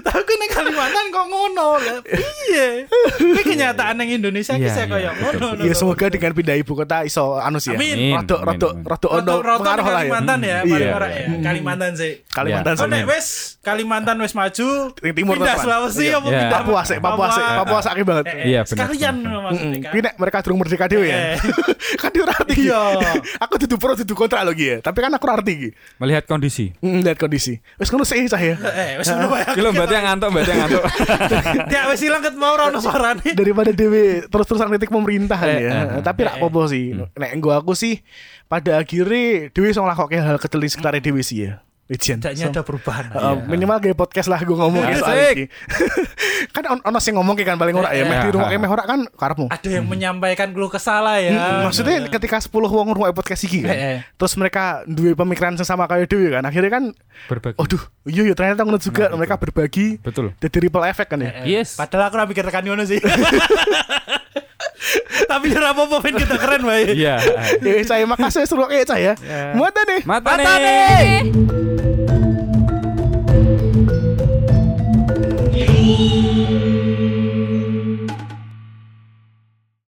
Tapi ning Kalimantan kok ngono lho. Piye? Iki kenyataan ning Indonesia iki
Iya,
saya
iya,
koyo
betul,
ngono
ya semoga dengan pindah ibu kota iso anu sih ya
Amin.
Amin,
rodo
amin,
rodo
amin.
rodo ono
Roto-roto
pengaruh lah ya
Kalimantan ya, paling
Iya.
ora ya. Kalimantan sih.
Kalimantan
Oh,
sana
nek wis Kalimantan wis maju,
Ning timur
pindah
teman.
Sulawesi
Iya.
apa
Iya.
pindah
Papua sih Papua sih Papua sakit banget
Eh, eh,
Iya, benar.
sekalian maksudnya
Mm,
kan.
Kuwi nek mereka durung merdeka dhewe ya.
Eh.
kan dia ora arti.
Iya.
aku dudu pro dudu kontra lho Ki ya. Tapi kan aku ora arti iki.
Melihat kondisi.
Mm, lihat kondisi. Wis ngono sih cah ya.
Eh, wis ngono wae.
Ki lho mbate yang ngantuk, mbate yang ngantuk.
Ya wis ilang ket mau ora ono suarane.
daripada dewe terus-terusan kritik pemerintah kan
Eh,
ya.
eh, eh.
Tapi rak popo sih. Nek enggo aku sih pada akhirnya dewe iso nglakoke hal kecil di sekitar dewe sih ya. Legend.
Tidaknya ada perubahan.
Iya.
Uh, minimal kayak podcast lah gue ngomong ya
Asik.
soal ini. kan on- ono sing ngomong ki kan paling ora ya. Meh
Eh,
di
eh,
rumah
eh.
meh ora kan karepmu.
Ada yang menyampaikan keluh kesala
Iya,
ya.
Mm, maksudnya ketika 10 wong ngrungokne podcast iki kan.
Eh, eh.
Terus mereka duwe pemikiran yang sama kayak dewe kan. Akhirnya kan
Berbagi.
aduh, iya ya ternyata ngono juga mereka berbagi.
Nah, Betul.
Jadi ripple effect kan ya.
Eh,
Yes.
Padahal aku ora mikir tekan ngono sih. Tapi ora apa-apa ben kita keren wae.
Iya.
Ya saya makasih suruh kayak saya. Muatan nih.
Mata
Eh.